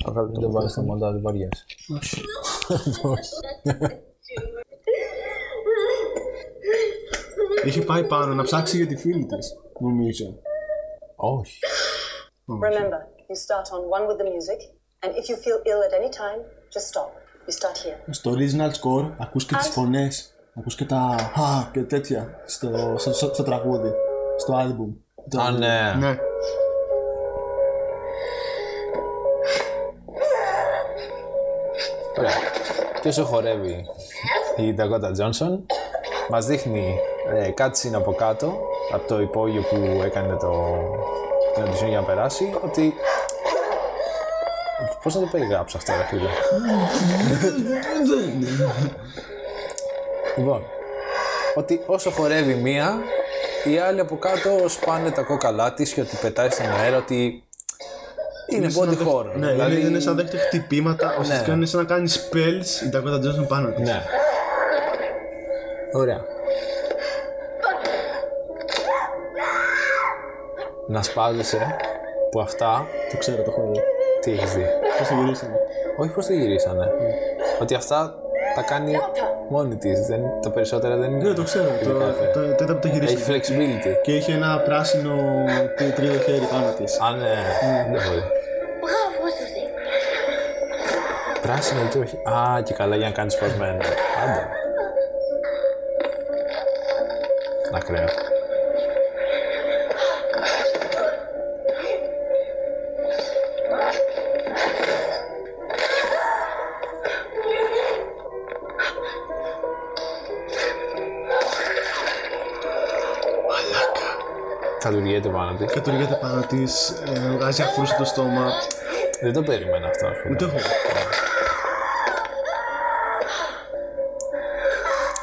Speaker 2: Θα βγάλω το-
Speaker 1: Δεν βάζει το μοντάζ, δεν βαριέσαι.
Speaker 7: Είχε πάει πάνω να ψάξει για τη φίλη της, νομίζω.
Speaker 1: Όχι.
Speaker 8: Remember, you start on one with the music, and if you feel ill at any time, just stop. You start here.
Speaker 7: Στο original score ακούς και τις φωνές, ακούς και τα «χα» και τέτοια στο, στο, στο, στο τραγούδι, στο album. Το
Speaker 1: Α,
Speaker 7: album.
Speaker 1: ναι.
Speaker 2: Ναι.
Speaker 1: Και όσο χορεύει η Dakota Johnson, μας δείχνει ε, κάτι σύν από κάτω, από το υπόγειο που έκανε το, την audition για να περάσει, ότι... Πώς να το περιγράψω αυτό, ρε φίλε. λοιπόν, ότι όσο χορεύει μία, οι άλλοι από κάτω σπάνε τα κόκαλά της και ότι πετάει στον αέρα, ότι είναι
Speaker 7: σαν να
Speaker 1: body
Speaker 7: δέχεται-
Speaker 1: horror. Δηλαδή,
Speaker 7: Ναι, είναι, είναι σαν να δέχεται χτυπήματα, ουσιαστικά είναι σαν να κάνει spells η Dakota Johnson πάνω της.
Speaker 1: Ναι. Ωραία. Να σπάζεσαι που αυτά
Speaker 7: Το ξέρω το χώρο.
Speaker 1: τι έχεις δει.
Speaker 7: Πώς το γυρίσαμε.
Speaker 1: Όχι πως το γυρίσανε. Ότι αυτά τα κάνει μόνη της. Δεν, τα περισσότερα δεν είναι.
Speaker 7: Ναι, το ξέρω. Το,
Speaker 1: ειδικά
Speaker 7: το,
Speaker 1: αυτά.
Speaker 7: το τέταρτο
Speaker 1: Έχει
Speaker 7: γυρίσαμε.
Speaker 1: flexibility.
Speaker 7: Και είχε ένα πράσινο τρί- τρίτο χέρι πάνω της.
Speaker 1: Α, ναι. Δεν μπορεί. Πράσινο ή όχι. Α, και καλά για να κάνεις σπασμένο. Άντε. Ακραίο. Κατουργέται πάνω της.
Speaker 7: Κατουργέται πάνω της, ε, βγάζει αφρούς στο στόμα.
Speaker 1: Δεν το περίμενα αυτό. ας πούμε.
Speaker 7: Ούτε εγώ.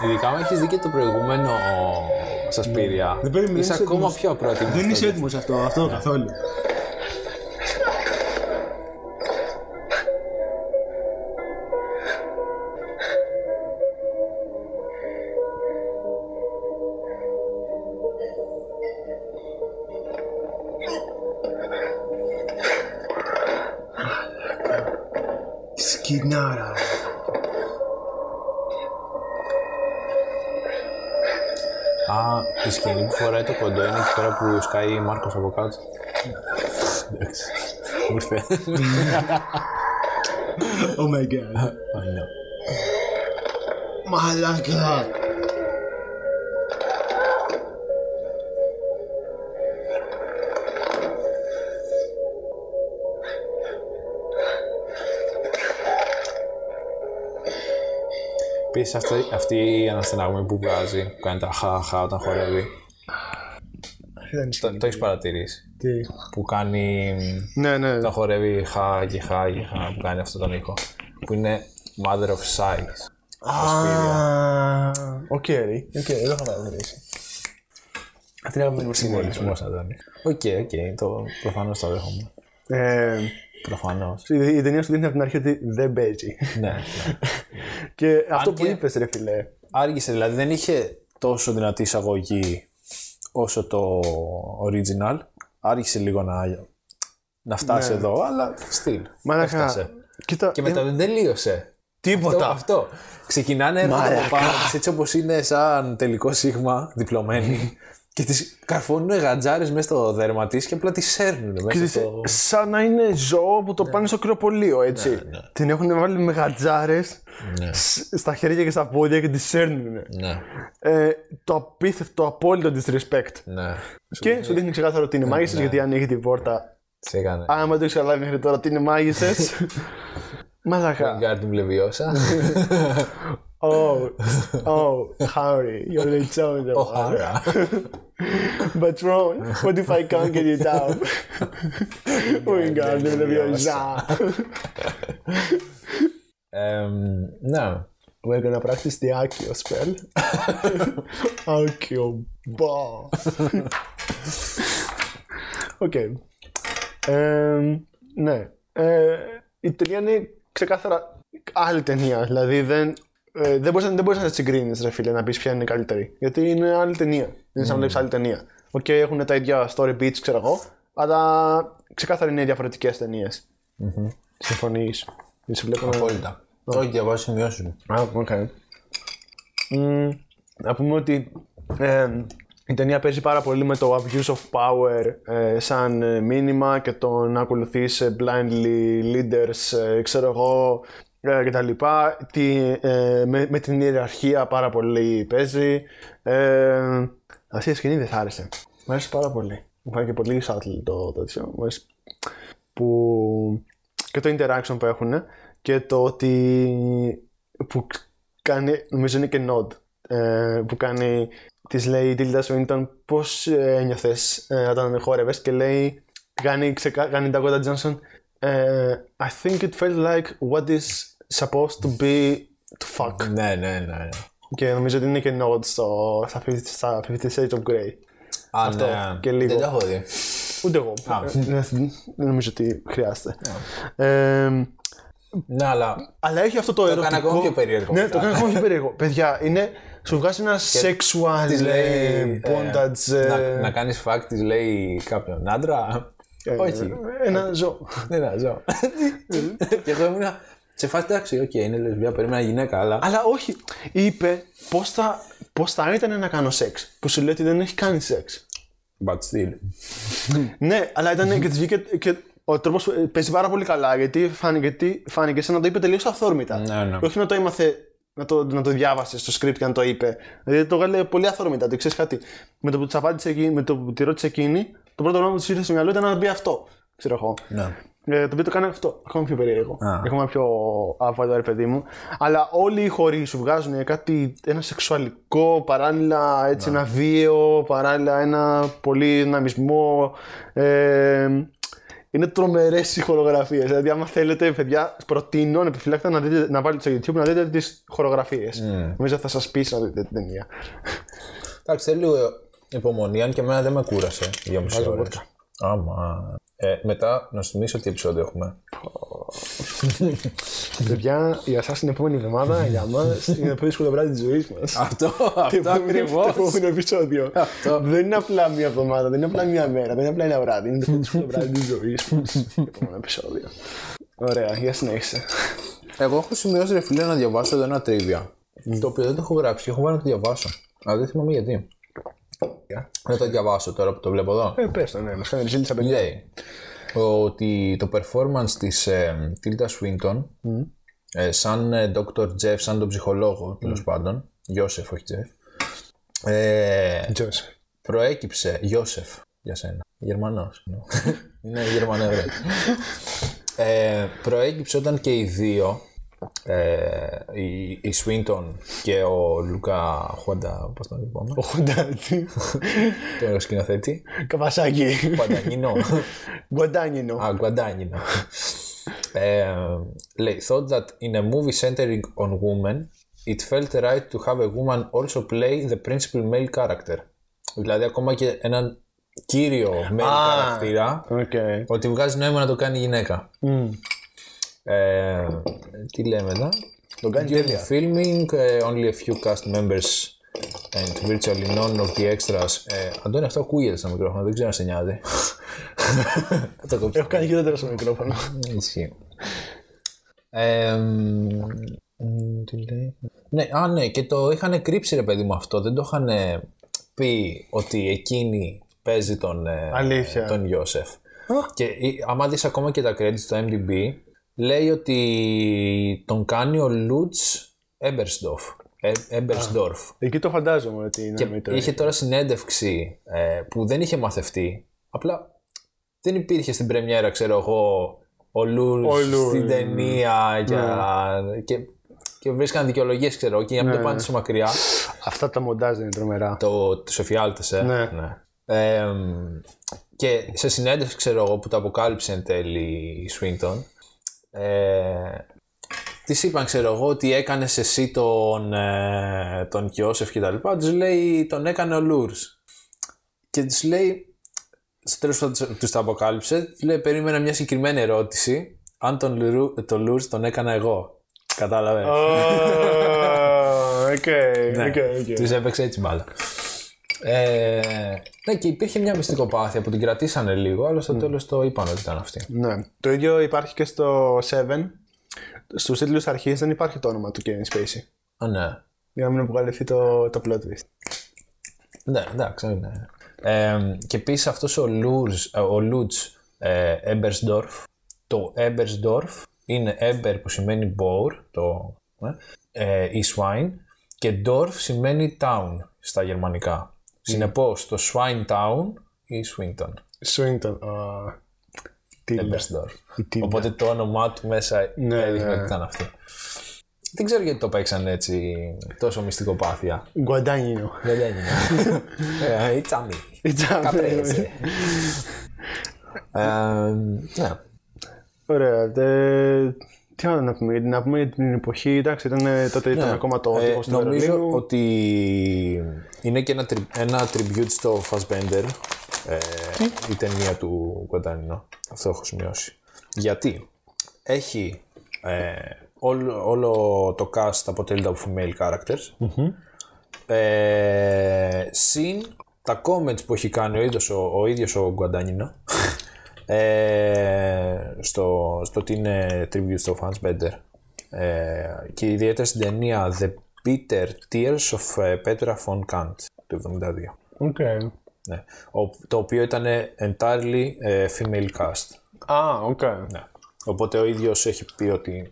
Speaker 1: Ειδικά αν έχεις δει και το προηγούμενο σα πήρια.
Speaker 7: Ναι. Δεν περίμενα,
Speaker 1: Είσαι
Speaker 7: είσαι
Speaker 1: ακόμα
Speaker 7: έτοιμος.
Speaker 1: πιο πρόθυμο.
Speaker 7: Δεν είσαι έτοιμος αυτό,
Speaker 1: Ναι.
Speaker 7: αυτό καθόλου. Σκινάρα.
Speaker 1: Α, η σκηνή που φοράει το κοντό είναι εκεί πέρα που σκάει Μάρκος από κάτω. Εντάξει. Μου ήρθε.
Speaker 7: Oh my god.
Speaker 1: ναι.
Speaker 7: Μαλάκα.
Speaker 1: Επίσης αυτή, αυτή η αναστεναγμή που βγάζει, που κάνει τα χαχά όταν χορεύει. Το, το έχεις παρατηρήσει.
Speaker 7: Τι.
Speaker 1: Που κάνει.
Speaker 2: Ναι, ναι.
Speaker 1: Όταν χορεύει χα και χα και χα, που κάνει αυτόν τον ήχο. Που είναι mother of sighs.
Speaker 2: Α, Οκ, ρε. Οκ, δεν το είχα παρατηρήσει.
Speaker 1: Αυτή είναι αγαπημένη μου συμβολισμό, Αντώνη. Οκ, οκ, το προφανώς το δέχομαι.
Speaker 2: Ε,
Speaker 1: Προφανώς.
Speaker 2: η, Ε, η ταινία σου δείχνει από την αρχή ότι δεν παίζει.
Speaker 1: ναι, ναι.
Speaker 2: και αυτό που
Speaker 1: και-
Speaker 2: είπες, ρε φιλέ.
Speaker 1: Άργησε, δηλαδή δεν είχε τόσο δυνατή εισαγωγή όσο το original. Άργησε λίγο να, να φτάσει εδώ, αλλά still.
Speaker 2: Ναι. Μαλάκα.
Speaker 1: έφτασε.
Speaker 2: Κοίτα,
Speaker 1: Και μετά
Speaker 2: ε,
Speaker 1: δεν τελείωσε. Αυτό,
Speaker 2: τίποτα.
Speaker 1: αυτό. Ξεκινάνε έρχονται από πάνω της, έτσι όπως είναι σαν τελικό σίγμα, διπλωμένοι. και τις καρφώνουν γατζάρες μέσα στο δέρμα της και απλά τις σέρνουν μέσα
Speaker 2: Ξέρεις,
Speaker 1: στο...
Speaker 2: Σαν να είναι ζώο που το
Speaker 1: Ναι.
Speaker 2: πάνε στο κρεοπολείο, έτσι. Την έχουν βάλει με γατζάρες στα χέρια και στα πόδια και τη σέρνουν.
Speaker 1: Ναι,
Speaker 2: Ε, το απίστευτο, απόλυτο disrespect.
Speaker 1: ναι.
Speaker 2: Και σου δείχνει ξεκάθαρο ότι είναι μάγισσα γιατί ανοίγει την πόρτα
Speaker 1: Τι έκανε.
Speaker 2: Άμα δεν το έχεις καταλάβει μέχρι τώρα τι είναι μάγισσες. Μαλακά.
Speaker 1: Wingardium Leviosa.
Speaker 2: Oh, oh, Harry, you're the chosen
Speaker 1: Ο
Speaker 2: one.
Speaker 1: Άρα.
Speaker 2: But Ron, what if I can't get it up? Wingardium Leviosa.
Speaker 1: Εμ, Ναι.
Speaker 2: We're gonna practice the Accio spell. Accio ball. Οκ. Ε, ναι. Ε, η ταινία είναι ξεκάθαρα άλλη ταινία. Δηλαδή δεν, ε, δεν μπορεί δεν μπορείς να τις συγκρίνεις ρε φίλε, να πεις ποια είναι η καλύτερη. Γιατί είναι άλλη ταινία. Είναι σαν να βλέπεις άλλη ταινία. Οκ, έχουν τα ίδια story beats, ξέρω εγώ. Αλλά ξεκάθαρα είναι διαφορετικές ταινίες. Συμφωνείς. Δεν σε βλέπω να-
Speaker 1: Απόλυτα. Το έχω διαβάσει σημειώσει μου.
Speaker 2: Α, οκ. Μμμ, να πούμε ότι ε, η ταινία παίζει πάρα πολύ με το abuse of power ε, σαν ε, μήνυμα και το να ακολουθείς ε, blindly leaders, ε, ξέρω εγώ, ε, και τα λοιπά. Τι, ε, με, με την ιεραρχία πάρα πολύ παίζει. Ε, αυτή η σκηνή δεν σ' άρεσε. Μ' άρεσε πάρα πολύ. Μου φάνηκε πολύ subtle το τέτοιο. Μου άρεσε που και το interaction που έχουν και το ότι που κάνει, νομίζω είναι και Nod ε, που κάνει της λέει η Tilda Swinton πως ε, ένιωθες ε, όταν χόρευες και λέει κάνει, ξεκα... κάνει η Dakota Johnson ε, I think it felt like what is supposed to be to fuck
Speaker 1: Ναι, ναι, ναι. ναι.
Speaker 2: και νομίζω ότι είναι και Nod στο, στα, 50, στα 50 Shades of Grey
Speaker 1: Α,
Speaker 2: Αυτό
Speaker 1: ναι.
Speaker 2: και λίγο.
Speaker 1: Δεν τα έχω δει.
Speaker 2: ούτε εγώ
Speaker 1: Α.
Speaker 2: Ε, δεν δεν νομίζω ότι χρειάζεται ε,
Speaker 1: Ναι, αλλά
Speaker 2: Αλλά έχει αυτό το, το ερωτικό.
Speaker 1: έκανε ακόμα πιο περίεργο
Speaker 2: Ναι,
Speaker 1: μετά.
Speaker 2: το κάνει ακόμα πιο περίεργο. Παιδιά, είναι. Σου βγάζει ένα sexual
Speaker 1: της λέει,
Speaker 2: λέει,
Speaker 1: ε,
Speaker 2: bondage. ε,
Speaker 1: να, να κάνεις fuck της λέει κάποιον άντρα. Όχι.
Speaker 2: ε, Ένα ζώο.
Speaker 1: Ναι, ναι, ζω. Και εγώ ήμουνα σε φάση εντάξει, οκ, είναι λεσβιά, περίμενα γυναίκα, αλλά...
Speaker 2: Αλλά όχι. Είπε πώς θα, πώς θα ήταν να κάνω σεξ. Που σου λέει ότι δεν έχει κάνει σεξ.
Speaker 1: But still.
Speaker 2: Ναι, αλλά ήταν και της βγήκε. Και ο τρόπος παίζει πάρα πολύ καλά γιατί φάνηκε, τι- φάνηκε σαν να το είπε τελείως αυθόρμητα.
Speaker 1: Ναι, ναι.
Speaker 2: Και Όχι να το έμαθε, να το, να το διάβασε στο script και να το είπε. Δηλαδή το έβγαλε πολύ αυθόρμητα. Το ξέρεις κάτι. Με το που της απάντησε εκείνη, με το που τη ρώτησε εκείνη, το πρώτο πράγμα που τη ήρθε στο μυαλό ήταν να πει αυτό. Ξέρω εγώ.
Speaker 1: Ναι.
Speaker 2: Ε, το οποίο το κάνει αυτό. Ακόμα πιο περίεργο.
Speaker 1: Α.
Speaker 2: Ακόμα πιο άβατο, ρε παιδί μου. Αλλά όλοι οι χωροί σου βγάζουν κάτι, ένα σεξουαλικό, παράλληλα έτσι, ένα βίαιο, παράλληλα ένα πολύ δυναμισμό. Ε, είναι τρομερές οι χορογραφίες. Δηλαδή, άμα θέλετε, παιδιά, προτείνω επιφυλάκτα να, δείτε, να βάλετε στο YouTube να δείτε τις χορογραφίες. Νομίζω θα σας πείσει να δείτε την ταινία.
Speaker 1: Εντάξει, θέλει λίγο υπομονή, αν και εμένα δεν με κούρασε για μισή
Speaker 2: Βάζω
Speaker 1: ώρα.
Speaker 2: βότκα.
Speaker 1: Άμα. Ε, μετά να σου θυμίσω τι επεισόδιο έχουμε.
Speaker 2: παιδιά, για εσά την επόμενη εβδομάδα, για εμά, είναι το πιο δύσκολο βράδυ της ζωής μας.
Speaker 1: Αυτό, αυτό
Speaker 2: επόμενο-
Speaker 1: ακριβώς.
Speaker 2: Το επόμενο επεισόδιο. Δεν είναι απλά μία εβδομάδα, δεν είναι απλά μία μέρα, δεν είναι απλά ένα βράδυ. Είναι το πιο δύσκολο βράδυ της ζωής μου. Επόμενο επεισόδιο. Ωραία, για συνέχισε.
Speaker 1: Εγώ έχω σημειώσει ρε φίλε να διαβάσω εδώ ένα τρίβια. Το οποίο δεν το έχω γράψει και έχω βάλει να το διαβάσω. Αλλά δεν θυμάμαι γιατί. Να το διαβάσω τώρα που το βλέπω εδώ.
Speaker 2: Ε, πες το, ναι, μας κάνει ζήτησα παιδιά.
Speaker 1: Λέει ότι το performance της ε, Tilda Swinton ε, σαν ε, Dr. Jeff, σαν τον ψυχολόγο τέλος πάντων, Joseph όχι Jeff, ε,
Speaker 2: Τζος.
Speaker 1: προέκυψε Ιώσεφ για σένα. Γερμανός. Είναι Γερμανός ε, προέκυψε όταν και οι δύο, ε, η, η Swinton και ο Λουκά Χόντα, πώς τον λυπάμαι,
Speaker 2: Ο Χοντάτσι.
Speaker 1: το σκηνοθέτη,
Speaker 2: Καβασάκι.
Speaker 1: Πανταγινό,
Speaker 2: Γκοντάνινο.
Speaker 1: α, Γκουαντάνινο. Ε, λέει, thought that in a movie centering on women, it felt right to have a woman also play the principal male character. Δηλαδή ακόμα και έναν κύριο male χαρακτήρα
Speaker 2: Οκ.
Speaker 1: Ότι βγάζει νόημα να το κάνει η γυναίκα. Ε, τι λέμε εδώ. Το κάνει τέλεια. Filming, ε, only a few cast members and virtually none of the extras. Ε, Αντώνη, αυτό ακούγεται στο μικρόφωνο, δεν ξέρω αν σε νοιάζει. Θα το κόψω.
Speaker 2: Έχω κάνει χειρότερα στο μικρόφωνο.
Speaker 1: Ισχύει. Ε, μ, μ, τι λέει. Ναι, α, ναι, και το είχαν κρύψει ρε παιδί μου αυτό. Δεν το είχαν πει ότι εκείνη παίζει τον, ε,
Speaker 2: Αλήθεια.
Speaker 1: τον Ιώσεφ. Και ε, άμα δεις ακόμα και τα credits στο MDB, λέει ότι τον κάνει ο Λούτς Έμπερσντορφ. Ε, Έμπερσντορφ.
Speaker 2: Εκεί το φαντάζομαι ότι είναι
Speaker 1: Και
Speaker 2: μήτρο.
Speaker 1: είχε τώρα συνέντευξη ε, που δεν είχε μαθευτεί. Απλά δεν υπήρχε στην πρεμιέρα, ξέρω εγώ, ο Λούρ
Speaker 2: Ο Λουρς,
Speaker 1: στην ταινία για... και, και βρίσκαν δικαιολογίες, ξέρω εγώ, και για να μην το πάνε τόσο μακριά.
Speaker 2: Αυτά τα μοντάζ δεν είναι τρομερά.
Speaker 1: το, τους εφιάλτες, ε.
Speaker 2: Ναι.
Speaker 1: Ε, και σε συνέντευξη, ξέρω εγώ, που τα αποκάλυψε εν τέλει η Swinton, ε, τη είπαν, ξέρω εγώ, ότι έκανες εσύ τον, ε, τον Κιώσεφ και τα λοιπά. Τη λέει, τον έκανε ο Λούρς. Και τη λέει, στο τέλος που θα τους- τους τα αποκάλυψε, της λέει, περίμενα μια συγκεκριμένη ερώτηση, αν τον, Λουρ, τον Λούρς τον έκανα εγώ. Κατάλαβες.
Speaker 2: Ω, Οκ, οκ, οκ.
Speaker 1: Τους Ναι. έπαιξε έτσι μπάλα. Ε, ναι, και υπήρχε μια μυστικοπάθεια που την κρατήσανε λίγο, αλλά στο τέλος το είπαν ότι ήταν αυτή.
Speaker 2: Ναι. Το ίδιο υπάρχει και στο 7. Στους τίτλους αρχής δεν υπάρχει το όνομα του Kevin Spacey.
Speaker 1: Α, ναι.
Speaker 2: Για να μην αποκαλυφθεί το, το plot twist.
Speaker 1: Ναι, εντάξει, ναι. Ε, και επίσης αυτός ο, Λουρς- ε, ο Λούτς ε, Εμπερσντορφ, το Εμπερσντορφ είναι Εμπερ που σημαίνει Boer, το, ε, ή Swine, και Dorf σημαίνει Town στα γερμανικά. Συνεπώς το Swine Town ή Swinton,
Speaker 2: Swinton. Τι
Speaker 1: Εμπερσντορφ.
Speaker 2: Τι
Speaker 1: Οπότε το όνομά του μέσα
Speaker 2: Ναι,
Speaker 1: έδειχνε
Speaker 2: ναι.
Speaker 1: ότι ήταν αυτό. Δεν ξέρω γιατί το παίξαν έτσι τόσο μυστικοπάθεια.
Speaker 2: Γκουαντάνιο.
Speaker 1: Δεν έγινε. Ε, It's a me.
Speaker 2: It's a me.
Speaker 1: Καπρέζε. Ε, Ναι.
Speaker 2: Ωραία. δε- Τι άλλο να πούμε, να πούμε για την εποχή. Εντάξει, ήταν, ε, τότε ήταν ακόμα το
Speaker 1: Ε,
Speaker 2: ότυπο του
Speaker 1: νομίζω
Speaker 2: Βερολίνου.
Speaker 1: ότι είναι και ένα, τρι- ένα tribute στο Fassbender ε, η ταινία του Κοντάνινο. Αυτό έχω σημειώσει. Γιατί έχει ε, όλο, όλο το cast αποτελείται από female characters ε, συν τα comments που έχει κάνει ο ίδιος ο, ο, ίδιος ο Γκουαντάνινο ε, στο, στο ότι είναι tribute στο Fassbender. Ε, και ιδιαίτερα στην ταινία The Bitter Tears of ε, Petra von Kant του 72.
Speaker 2: Οκ.
Speaker 1: Ναι. Ο- το οποίο ήταν entirely ε, female cast.
Speaker 2: Α, οκ.
Speaker 1: Ναι. Οπότε ο ίδιος έχει πει ότι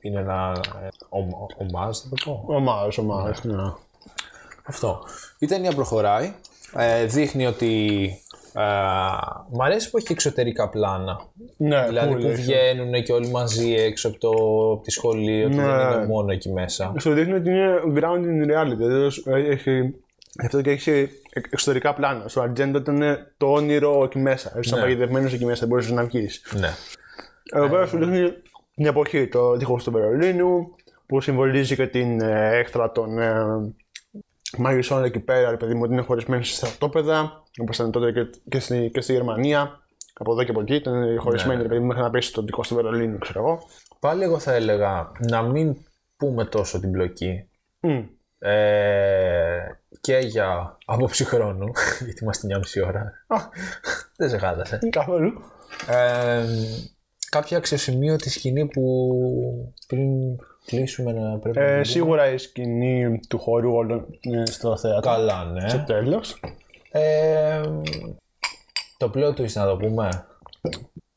Speaker 1: είναι ένα ε, ομα- ομάζ, θα το πω.
Speaker 2: Ομάδος, ομάδος. ναι.
Speaker 1: Αυτό. Η ταινία προχωράει. Ε, δείχνει ότι. Ε, μ' αρέσει που έχει εξωτερικά πλάνα.
Speaker 2: Ναι,
Speaker 1: δηλαδή
Speaker 2: cool,
Speaker 1: που
Speaker 2: έχει.
Speaker 1: βγαίνουν και όλοι μαζί έξω από το από τη σχολή,
Speaker 2: Ναι.
Speaker 1: ότι δεν είναι μόνο εκεί μέσα.
Speaker 2: Σου δείχνει ότι είναι ground in reality. δηλαδή σου- Έχει, γι' αυτό και έχει εξ- εξωτερικά πλάνα. Στο ατζέντα ήταν το όνειρο εκεί μέσα. Είσαι ναι. παγιδευμένος εκεί μέσα, δεν μπορούσε να βγει.
Speaker 1: Ναι.
Speaker 2: Εδώ πέρα σου δείχνει την εποχή, το δίχως του Βερολίνου, που συμβολίζει και την ε, έχθρα των ε, μαγισσών εκεί πέρα, ρε παιδί μου, ότι είναι χωρισμένοι σε στρατόπεδα, όπως ήταν τότε και, και, στη, και στη Γερμανία. Από εδώ και από εκεί ήταν χωρισμένοι, ρε παιδί μου, μέχρι να πέσει το δικό του Βερολίνου, ξέρω εγώ.
Speaker 1: Πάλι εγώ θα έλεγα να μην πούμε τόσο την πλοκή.
Speaker 2: Μμ.
Speaker 1: Ε, και για άποψη χρόνου, γιατί είμαστε μια μισή ώρα. δεν σε χάλασε.
Speaker 2: Καθόλου.
Speaker 1: Ε, κάποια αξιοσημείωτη σκηνή που πριν κλείσουμε να πρέπει να
Speaker 2: Ε,
Speaker 1: την
Speaker 2: σίγουρα η σκηνή του χορού όλων ε, στο θέατρο.
Speaker 1: Καλά, ναι.
Speaker 2: Στο τέλος.
Speaker 1: Ε, το πλέον του να το πούμε.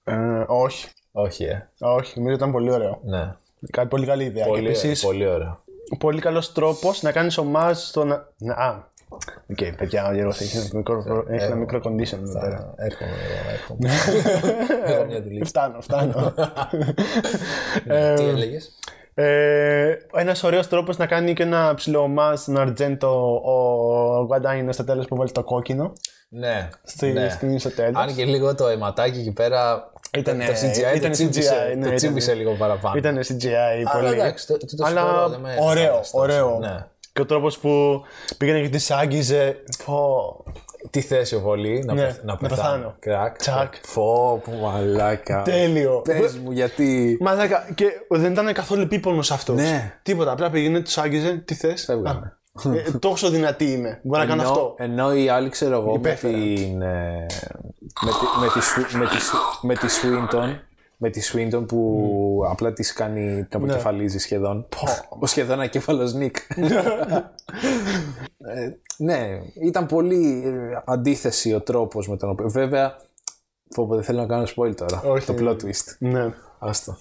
Speaker 2: Ε, όχι.
Speaker 1: Όχι, ε.
Speaker 2: Όχι, νομίζω ήταν πολύ ωραίο.
Speaker 1: Ναι.
Speaker 2: Κα- Πολύ καλή ιδέα.
Speaker 1: Πολύ, ε,
Speaker 2: και επίσης,
Speaker 1: πολύ ωραία.
Speaker 2: πολύ καλός τρόπος να κάνεις ομάζ στο να... να- Α, οκ, παιδιά, ο Γιώργος έχεις ένα μικρό,
Speaker 1: Ε,
Speaker 2: έχεις ένα μικρό condition εδώ πέρα.
Speaker 1: Έρχομαι εγώ, έρχομαι.
Speaker 2: Ναι.
Speaker 1: Έχω μια δουλίτσα.
Speaker 2: Φτάνω, φτάνω.
Speaker 1: Τι έλεγες.
Speaker 2: ε, ένας ωραίος τρόπος να κάνει και ένα ψηλό ομάζ στον Αρτζέντο ο Γκουαντάινο στο τέλος που βάλει το κόκκινο
Speaker 1: Ναι.
Speaker 2: στη
Speaker 1: ναι.
Speaker 2: σκηνή στο τέλος.
Speaker 1: Αν και λίγο το αιματάκι εκεί πέρα.
Speaker 2: Ήτανε-
Speaker 1: το CGI
Speaker 2: ήτανε
Speaker 1: το τσίμπησε,
Speaker 2: CGI, ναι,
Speaker 1: το τσίμπησε
Speaker 2: ήτανε.
Speaker 1: λίγο παραπάνω.
Speaker 2: Ήταν CGI
Speaker 1: Αλλά
Speaker 2: πολύ.
Speaker 1: εντάξει, το, το, το
Speaker 2: Αλλά
Speaker 1: συγχωρώ, δεν με
Speaker 2: ωραίο,
Speaker 1: χάλασε τόσο.
Speaker 2: ωραίο.
Speaker 1: Ναι.
Speaker 2: Και ο τρόπος που πήγαινε και τη άγγιζε. Πω.
Speaker 1: Τι θέση ο Βολή, να,
Speaker 2: Ναι,
Speaker 1: πεθ- να
Speaker 2: να
Speaker 1: πεθάνω.
Speaker 2: πεθάνω.
Speaker 1: Κρακ.
Speaker 2: Τσακ.
Speaker 1: Φω, που μαλάκα.
Speaker 2: Τέλειο.
Speaker 1: Πες μου γιατί.
Speaker 2: Μαλάκα, και δεν ήταν καθόλου επίπονος αυτός.
Speaker 1: Ναι.
Speaker 2: Τίποτα. Απλά πήγαινε, τους άγγιζε, τι θες.
Speaker 1: Φεύγανε.
Speaker 2: τόσο δυνατή είμαι. Μπορώ να κάνω
Speaker 1: ενώ,
Speaker 2: αυτό.
Speaker 1: Ενώ οι άλλοι, ξέρω εγώ, με
Speaker 2: Υπέφεραν.
Speaker 1: την. ε, με τη, με, τη, Σου- με, τη, Σου- με τη Swinton. Με τη Swinton που απλά της κάνει.
Speaker 2: Ναι.
Speaker 1: την αποκεφαλίζει σχεδόν. Ο σχεδόν ακέφαλος Νίκ. Ε, ναι, ήταν πολύ ε, αντίθεση ο τρόπος με τον οποίο. Βέβαια, φόβο δεν θέλω να κάνω spoil τώρα.
Speaker 2: Όχι.
Speaker 1: Το plot twist.
Speaker 2: Ναι. Ε,
Speaker 1: Άστο.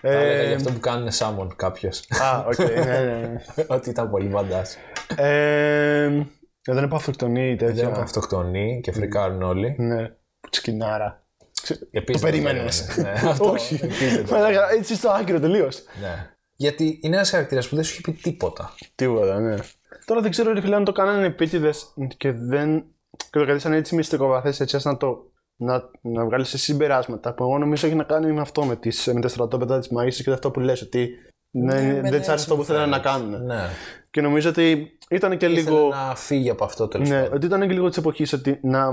Speaker 1: Θα έλεγα για αυτό που κάνουν Σάμον κάποιος.
Speaker 2: Α, οκ. ναι, ναι, ναι.
Speaker 1: ότι ήταν πολύ μπαντά.
Speaker 2: Ε, Δεν είναι που αυτοκτονεί ή
Speaker 1: Δεν
Speaker 2: τέτοια.
Speaker 1: αυτοκτονεί και φρικάρουν όλοι.
Speaker 2: Ναι. Σκινάρα.
Speaker 9: Επίσης,
Speaker 2: το
Speaker 9: δεν
Speaker 2: περίμενες.
Speaker 9: περίμενες. Ναι, αυτό,
Speaker 2: Όχι.
Speaker 9: επίτηδες.
Speaker 2: Μαλάκα, Έτσι στο άκυρο τελείως.
Speaker 9: Ναι. Γιατί είναι ένας χαρακτήρας που δεν σου έχει πει τίποτα.
Speaker 2: Τίποτα, ναι. Τώρα δεν ξέρω ρε φίλε αν το κάνανε επίτηδες και δεν. και το κρατήσανε έτσι μυστικοπαθέ έτσι ώστε να το. Να, να βγάλεις συμπεράσματα που εγώ νομίζω έχει να κάνει με αυτό, με, τις, με τα στρατόπεδα της Μαΐσης και αυτό που λες ότι ναι, δεν τη άρεσε αυτό που θέλανε να κάνουν.
Speaker 9: Ναι.
Speaker 2: Και νομίζω ότι ήταν και
Speaker 9: Ήθελε
Speaker 2: λίγο.
Speaker 9: να φύγει από αυτό τέλος
Speaker 2: Ναι,
Speaker 9: πάντων.
Speaker 2: ότι ήταν και λίγο της εποχής ότι να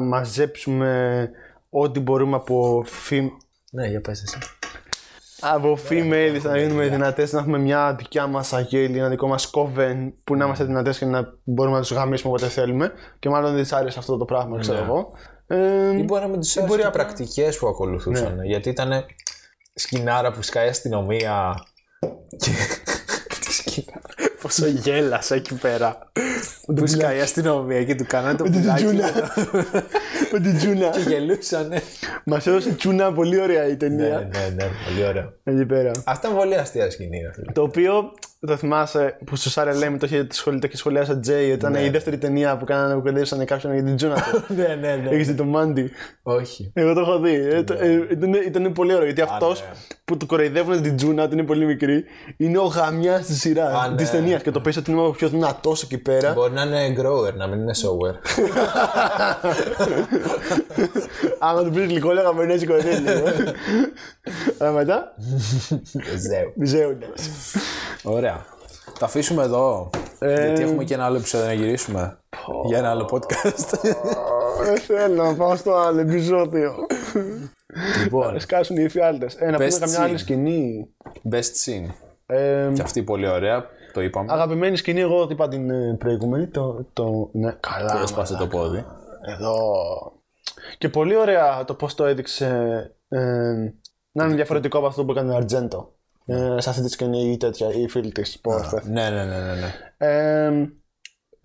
Speaker 2: μαζέψουμε ό,τι μπορούμε από φήμ.
Speaker 9: Ναι, για πες εσύ.
Speaker 2: Από females να γίνουμε δυνατές, να έχουμε μια δικιά μας αγέλη, ένα δικό μας κόβεν που να είμαστε δυνατές και να μπορούμε να τους γαμίσουμε όποτε θέλουμε. Και μάλλον δεν της άρεσε αυτό το πράγμα, ξέρω εγώ. Ε,
Speaker 1: Λοιπόν,
Speaker 9: Ή μπορεί να μην τους
Speaker 2: μπορεί
Speaker 9: άρεσαν οι
Speaker 2: απλά-
Speaker 9: πρακτικές που ακολουθούσαν. Γιατί ήταν σκηνάρα που σκάει αστυνομία. Και...
Speaker 2: Πόσο γέλασα εκεί πέρα.
Speaker 1: Που σκάει η αστυνομία και του κάνανε το
Speaker 2: την
Speaker 1: πουλάκι.
Speaker 2: Τζούνα. Με την Τζούνα.
Speaker 9: Γελούσανε.
Speaker 2: Μας έδωσε Τζούνα πολύ ωραία η
Speaker 9: ναι,
Speaker 2: ταινία.
Speaker 9: ναι, ναι, πολύ ωραίο.
Speaker 2: Εκεί πέρα.
Speaker 9: Αυτά είναι πολύ αστεία σκηνή. ρε φίλε.
Speaker 2: Το οποίο το θυμάσαι που στο Σάρα Λέμι το είχε σχολεί- το είχε σχολιάσει Τζέι. Ήταν η δεύτερη ταινία που κάνανε που κερδίσανε κάποιον για την Τζούνα. του.
Speaker 9: ναι, ναι, ναι.
Speaker 2: Έχεις δει το Μάντι.
Speaker 9: Όχι.
Speaker 2: Εγώ το έχω δει. Ε, το- ε, ήταν, ήταν πολύ ωραίο γιατί αυτός
Speaker 9: ναι.
Speaker 2: που του κοροϊδεύουν την Τζούνα, ότι είναι πολύ μικρή, είναι ο γαμιάς της σειράς
Speaker 9: Α,
Speaker 2: της
Speaker 9: ναι.
Speaker 2: ταινίας. Και το πέσει ότι είναι ο πιο δυνατός εκεί πέρα.
Speaker 9: Μπορεί να είναι grower, να μην είναι sower.
Speaker 2: Άμα του πεις γλυκό, «Ναι, λέγα μερνέζι κορδέλι. Αλλά Ε, μετά,
Speaker 9: Ζεύ.
Speaker 2: ζέοντα.
Speaker 1: Ωραία. Τα αφήσουμε εδώ.
Speaker 2: Ε,
Speaker 1: Γιατί έχουμε και ένα άλλο επεισόδιο να γυρίσουμε. Για ένα άλλο podcast.
Speaker 2: Δεν Ε, θέλω να πάω στο άλλο επεισόδιο.
Speaker 1: λοιπόν,
Speaker 2: Σκάσουν οι φιάλτε. Ε, να πούμε
Speaker 1: Best
Speaker 2: καμιά άλλη
Speaker 1: scene.
Speaker 2: σκηνή.
Speaker 1: best scene.
Speaker 2: Ε,
Speaker 1: Και αυτή πολύ ωραία. Το είπαμε.
Speaker 2: αγαπημένη σκηνή, εγώ είπα την ε, προηγούμενη. Το, το, ναι, καλά.
Speaker 1: Το σπάσε το πόδι.
Speaker 2: Εδώ. Και πολύ ωραία το πώς το έδειξε ε, να είναι διαφορετικό από αυτό που έκανε ο Αρτζέντο. Ε, σε αυτή τη σκηνή ή τέτοια, ή φίλη τη.
Speaker 1: Ναι, ναι, ναι, ναι. ναι.
Speaker 2: Ε,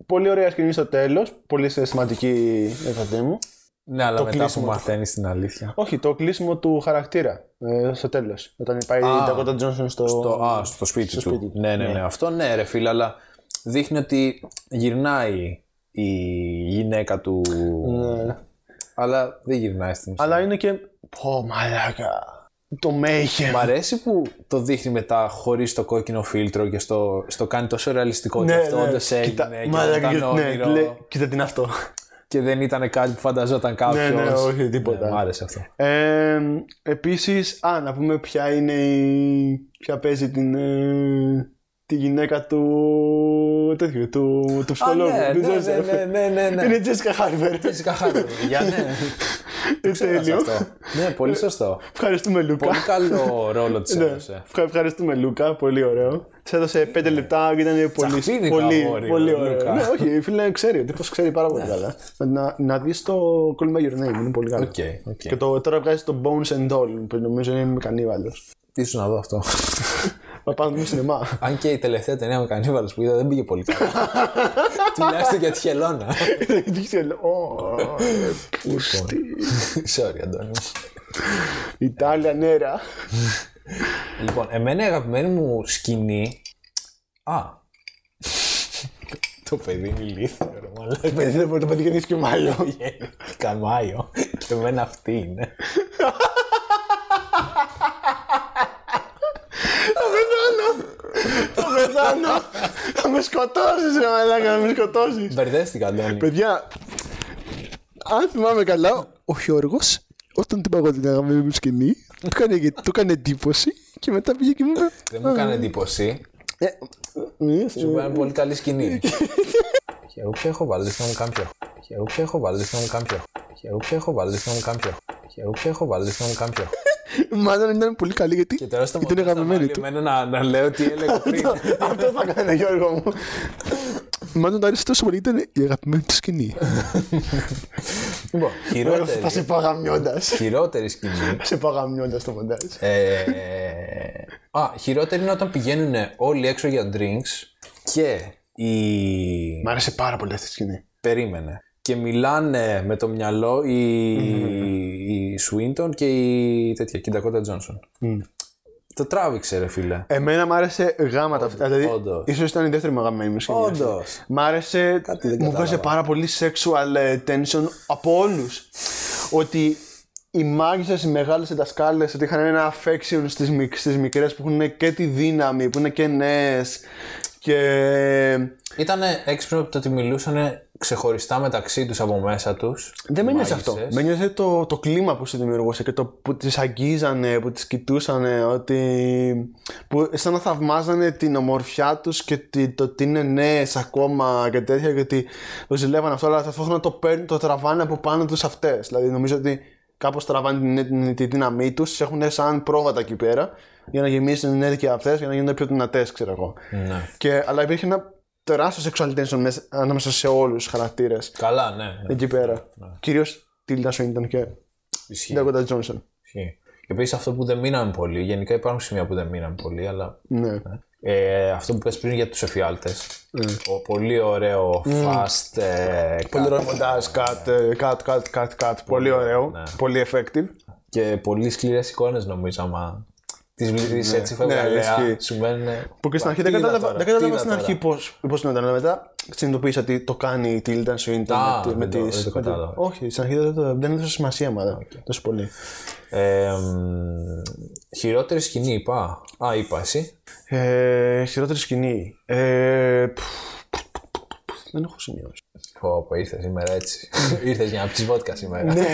Speaker 2: πολύ ωραία σκηνή στο τέλος. Πολύ σημαντική, εφατή μου.
Speaker 1: Ναι, αλλά μετά που
Speaker 2: κλείσιμο.
Speaker 1: μαθαίνεις την αλήθεια.
Speaker 2: Όχι, το κλείσιμο του χαρακτήρα ε, στο τέλος. Όταν πάει η Dakota Johnson στο.
Speaker 1: Στο, α, στο σπίτι
Speaker 2: στο
Speaker 1: του.
Speaker 2: σπίτι του.
Speaker 1: Ναι, ναι, ναι. Αυτό ναι, ρε φίλε, αλλά δείχνει ότι γυρνάει η γυναίκα του.
Speaker 2: Ναι.
Speaker 1: Αλλά δεν γυρνάει στην ουσία.
Speaker 2: Αλλά είναι και. Πω, μαλάκα. Το Mayhem.
Speaker 1: Μ' αρέσει που το δείχνει μετά χωρίς το κόκκινο φίλτρο και στο, στο κάνει τόσο ρεαλιστικό ότι αυτό όντω έγινε
Speaker 2: Κοίτα,
Speaker 1: και
Speaker 2: Ναι, μαλάκα,
Speaker 1: ήταν
Speaker 2: ναι,
Speaker 1: όνειρο
Speaker 2: λέ- κοίτα τι είναι αυτό.
Speaker 1: και δεν ήταν κάτι που φανταζόταν κάποιο.
Speaker 2: ναι, ναι, όχι, τίποτα.
Speaker 1: Ναι, μ' άρεσε αυτό.
Speaker 2: Ε, επίσης, α, να πούμε ποια είναι η... Ποια παίζει την... ε, τη γυναίκα του... τέτοιου, του, του ψυχολόγου,
Speaker 1: ναι,
Speaker 2: του
Speaker 1: ναι, ναι,
Speaker 2: Τζόσεφ.
Speaker 1: ναι, ναι, ναι, ναι.
Speaker 2: Είναι η Τζέσικα Χάρβερ.
Speaker 1: Φυσικά χάρη. Για ναι.
Speaker 2: Τέλειο.
Speaker 1: Αυτό. ναι, πολύ σωστό.
Speaker 2: Ευχαριστούμε, Λούκα.
Speaker 1: πολύ καλό ρόλο της
Speaker 2: Ε, Ναι.
Speaker 1: έδωσε.
Speaker 2: Ευχα- Ευχαριστούμε, Λούκα. Πολύ ωραίο. Της έδωσε 5 λεπτά και ήταν πολύ,
Speaker 1: Τσαχπίνικα,
Speaker 2: πολύ,
Speaker 1: αγόρι,
Speaker 2: πολύ
Speaker 1: ο
Speaker 2: ωραίο.
Speaker 1: Λούκα. Ναι.
Speaker 2: Ναι, όχι, φίλε, ξέρει. Ο τύπος ξέρει πάρα πολύ καλά. Να, να δεις το Call Me By Your Name, είναι πολύ καλό.
Speaker 1: Οκ, οκ.
Speaker 2: Και το, τώρα βγάζει το Bones and All, που νομίζω είναι κανίβαλος.
Speaker 1: Ίσως να δω αυτό.
Speaker 2: Θα πάμε να δούμε σινεμά.
Speaker 1: Αν και η τελευταία ταινία με κανίβαλος που είδα δεν πήγε πολύ καλά. Τουλάχιστον για τη χελώνα.
Speaker 2: Τι ξέρω, «Ω, Πούστη.
Speaker 1: Sorry, Αντώνη.
Speaker 2: Ιτάλια νέρα.
Speaker 1: Λοιπόν, εμένα η αγαπημένη μου σκηνή. Α. το παιδί είναι ηλίθιο, ρε μαλάκα.
Speaker 2: Ε, Παιδί, δεν μπορεί το παιδί γεννήθηκε μάλλον.
Speaker 1: Καμάιο. Και εμένα αυτή είναι.
Speaker 2: Πεθάνω. Θα με σκοτώσεις ρε μαλάκα, θα με σκοτώσεις.
Speaker 1: Μπερδέστηκα, Αντώνη.
Speaker 2: Παιδιά,
Speaker 10: Αν θυμάμαι καλά, ο Γιώργος, όταν την παγώ την αγαπημένη μου σκηνή, του έκανε, γε- του έκανε εντύπωση και μετά πήγε και μου είπε.
Speaker 1: Δεν μου έκανε εντύπωση. Σου είπα είναι πολύ καλή σκηνή. Και εγώ ποιο έχω βάλει, δεν θυμάμαι κάποιο. Και εγώ ποιο έχω βάλει, δεν θυμάμαι κάποιο. Και εγώ ποιο έχω βάλει, δεν θυμάμαι κάποιο. Και εγώ ποιο έχω βάλει, δεν θυμάμαι κάποιο.
Speaker 10: Μάλλον ήταν πολύ καλή γιατί
Speaker 1: Και τώρα στο
Speaker 10: ήταν
Speaker 1: μοντάζ θα
Speaker 10: αγαπημένη
Speaker 1: βάλει
Speaker 10: του.
Speaker 1: Εμένα να, να λέω τι έλεγα πριν.
Speaker 2: αυτό θα κάνει Γιώργο μου.
Speaker 10: Μάλλον του άρεσε τόσο πολύ, ήταν η αγαπημένη του σκηνή.
Speaker 1: λοιπόν,
Speaker 2: Θα σε
Speaker 1: χειρότερη,
Speaker 2: παγαμιώντας.
Speaker 1: χειρότερη σκηνή.
Speaker 2: Σε παγαμιώντας το μοντάζ.
Speaker 1: Ε, α, χειρότερη είναι όταν πηγαίνουν όλοι έξω για drinks και η...
Speaker 2: Μ' άρεσε πάρα πολύ αυτή η σκηνή.
Speaker 1: Περίμενε. Και μιλάνε με το μυαλό η,
Speaker 2: Mm-hmm.
Speaker 1: η Σουίντον και η τέτοια, και η Ντακότα Τζόνσον.
Speaker 2: Mm.
Speaker 1: Το τράβηξε ρε φίλε.
Speaker 2: Εμένα μ' άρεσε γάματα αυτά. Δηλαδή,
Speaker 1: όντως.
Speaker 2: ίσως ήταν η δεύτερη μου αγαπημένη μου σκηνή.
Speaker 1: Όντως.
Speaker 2: Μ' άρεσε,
Speaker 1: Κάτι δεν
Speaker 2: μου
Speaker 1: κατάλαβα.
Speaker 2: βγάζει πάρα πολύ sexual ε, tension από όλους. ότι οι μάγισσες, οι μεγάλες, οι δασκάλες, ότι είχαν ένα affection στις, μικ, στις μικρές που έχουν και τη δύναμη, που είναι και νέες και...
Speaker 1: Ήταν έξυπνο από το ότι μιλούσαν ξεχωριστά μεταξύ τους από μέσα τους.
Speaker 2: Δεν με νοιάζει αυτό. Με νοιάζει το, το κλίμα που σου δημιουργούσε και το που τις αγγίζανε, που τις κοιτούσανε, ότι... που σαν να θαυμάζανε την ομορφιά τους και τη- το ότι είναι νέες ακόμα και τέτοια και ότι το ζηλεύαν αυτό, αλλά ταυτόχρονα το παίρνουν, το τραβάνε από πάνω τους αυτές. Δηλαδή νομίζω ότι κάπως τραβάνε την, την, τη δύναμή τους, τις έχουν σαν πρόβατα εκεί πέρα για να γεμίσουν ενέργεια αυτές, για να γίνουν πιο δυνατές, ξέρω εγώ. Και, αλλά υπήρχε ένα τεράστιο sexual tension μέσα- ανάμεσα σε όλους τους χαρακτήρες
Speaker 1: Καλά, ναι. ναι.
Speaker 2: εκεί πέρα. Κυρίω τη Λίλα Σουίντον και
Speaker 1: Ισχύει.
Speaker 2: την Ντάκοτα Τζόνσον.
Speaker 1: Ισχύει. Και επίσης αυτό που δεν μείναμε πολύ, γενικά υπάρχουν σημεία που δεν μείναμε πολύ, αλλά
Speaker 2: Ναι.
Speaker 1: ε, αυτό που πες πριν για τους εφιάλτες, ο πολύ ωραίο fast... ε,
Speaker 2: Mm. Πολύ
Speaker 1: cut
Speaker 2: ωραίο μοντάζ, cut, ε, cut, cut, cut, cut. Πολύ ωραίο.
Speaker 1: Ναι.
Speaker 2: Πολύ effective.
Speaker 1: και πολύ σκληρές εικόνες νομίζω άμα τις βλέπεις έτσι φεγγαλέα,
Speaker 2: Ναι. ισχύει.
Speaker 1: σου μένουν...
Speaker 2: Που και στην αρχή δεν
Speaker 1: Τι είδα
Speaker 2: κατάλαβα,
Speaker 1: τώρα,
Speaker 2: δεν
Speaker 1: τι
Speaker 2: κατάλαβα
Speaker 1: είδα
Speaker 2: στην
Speaker 1: τώρα.
Speaker 2: αρχή πώς ήταν, αλλά μετά συνειδητοποίησα ότι το κάνει η Τίλτα Σουίντον
Speaker 1: Α,
Speaker 2: με, τη- με
Speaker 1: δεν το-
Speaker 2: τις-
Speaker 1: δεν το
Speaker 2: με τη-
Speaker 1: κατάλαβα.
Speaker 2: Όχι, στην αρχή δεν, το- δεν έδωσε σημασία μάλλον τόσο πολύ.
Speaker 1: Ε, μ, χειρότερη σκηνή είπα. Α, είπα εσύ.
Speaker 2: Ε, χειρότερη σκηνή. Ε, πφ, πφ, πφ, πφ, πφ, δεν έχω σημειώσει.
Speaker 1: Πω, πω, ήρθες σήμερα έτσι. Ήρθες για να πεις βότκα σήμερα.
Speaker 2: Mm. Ναι,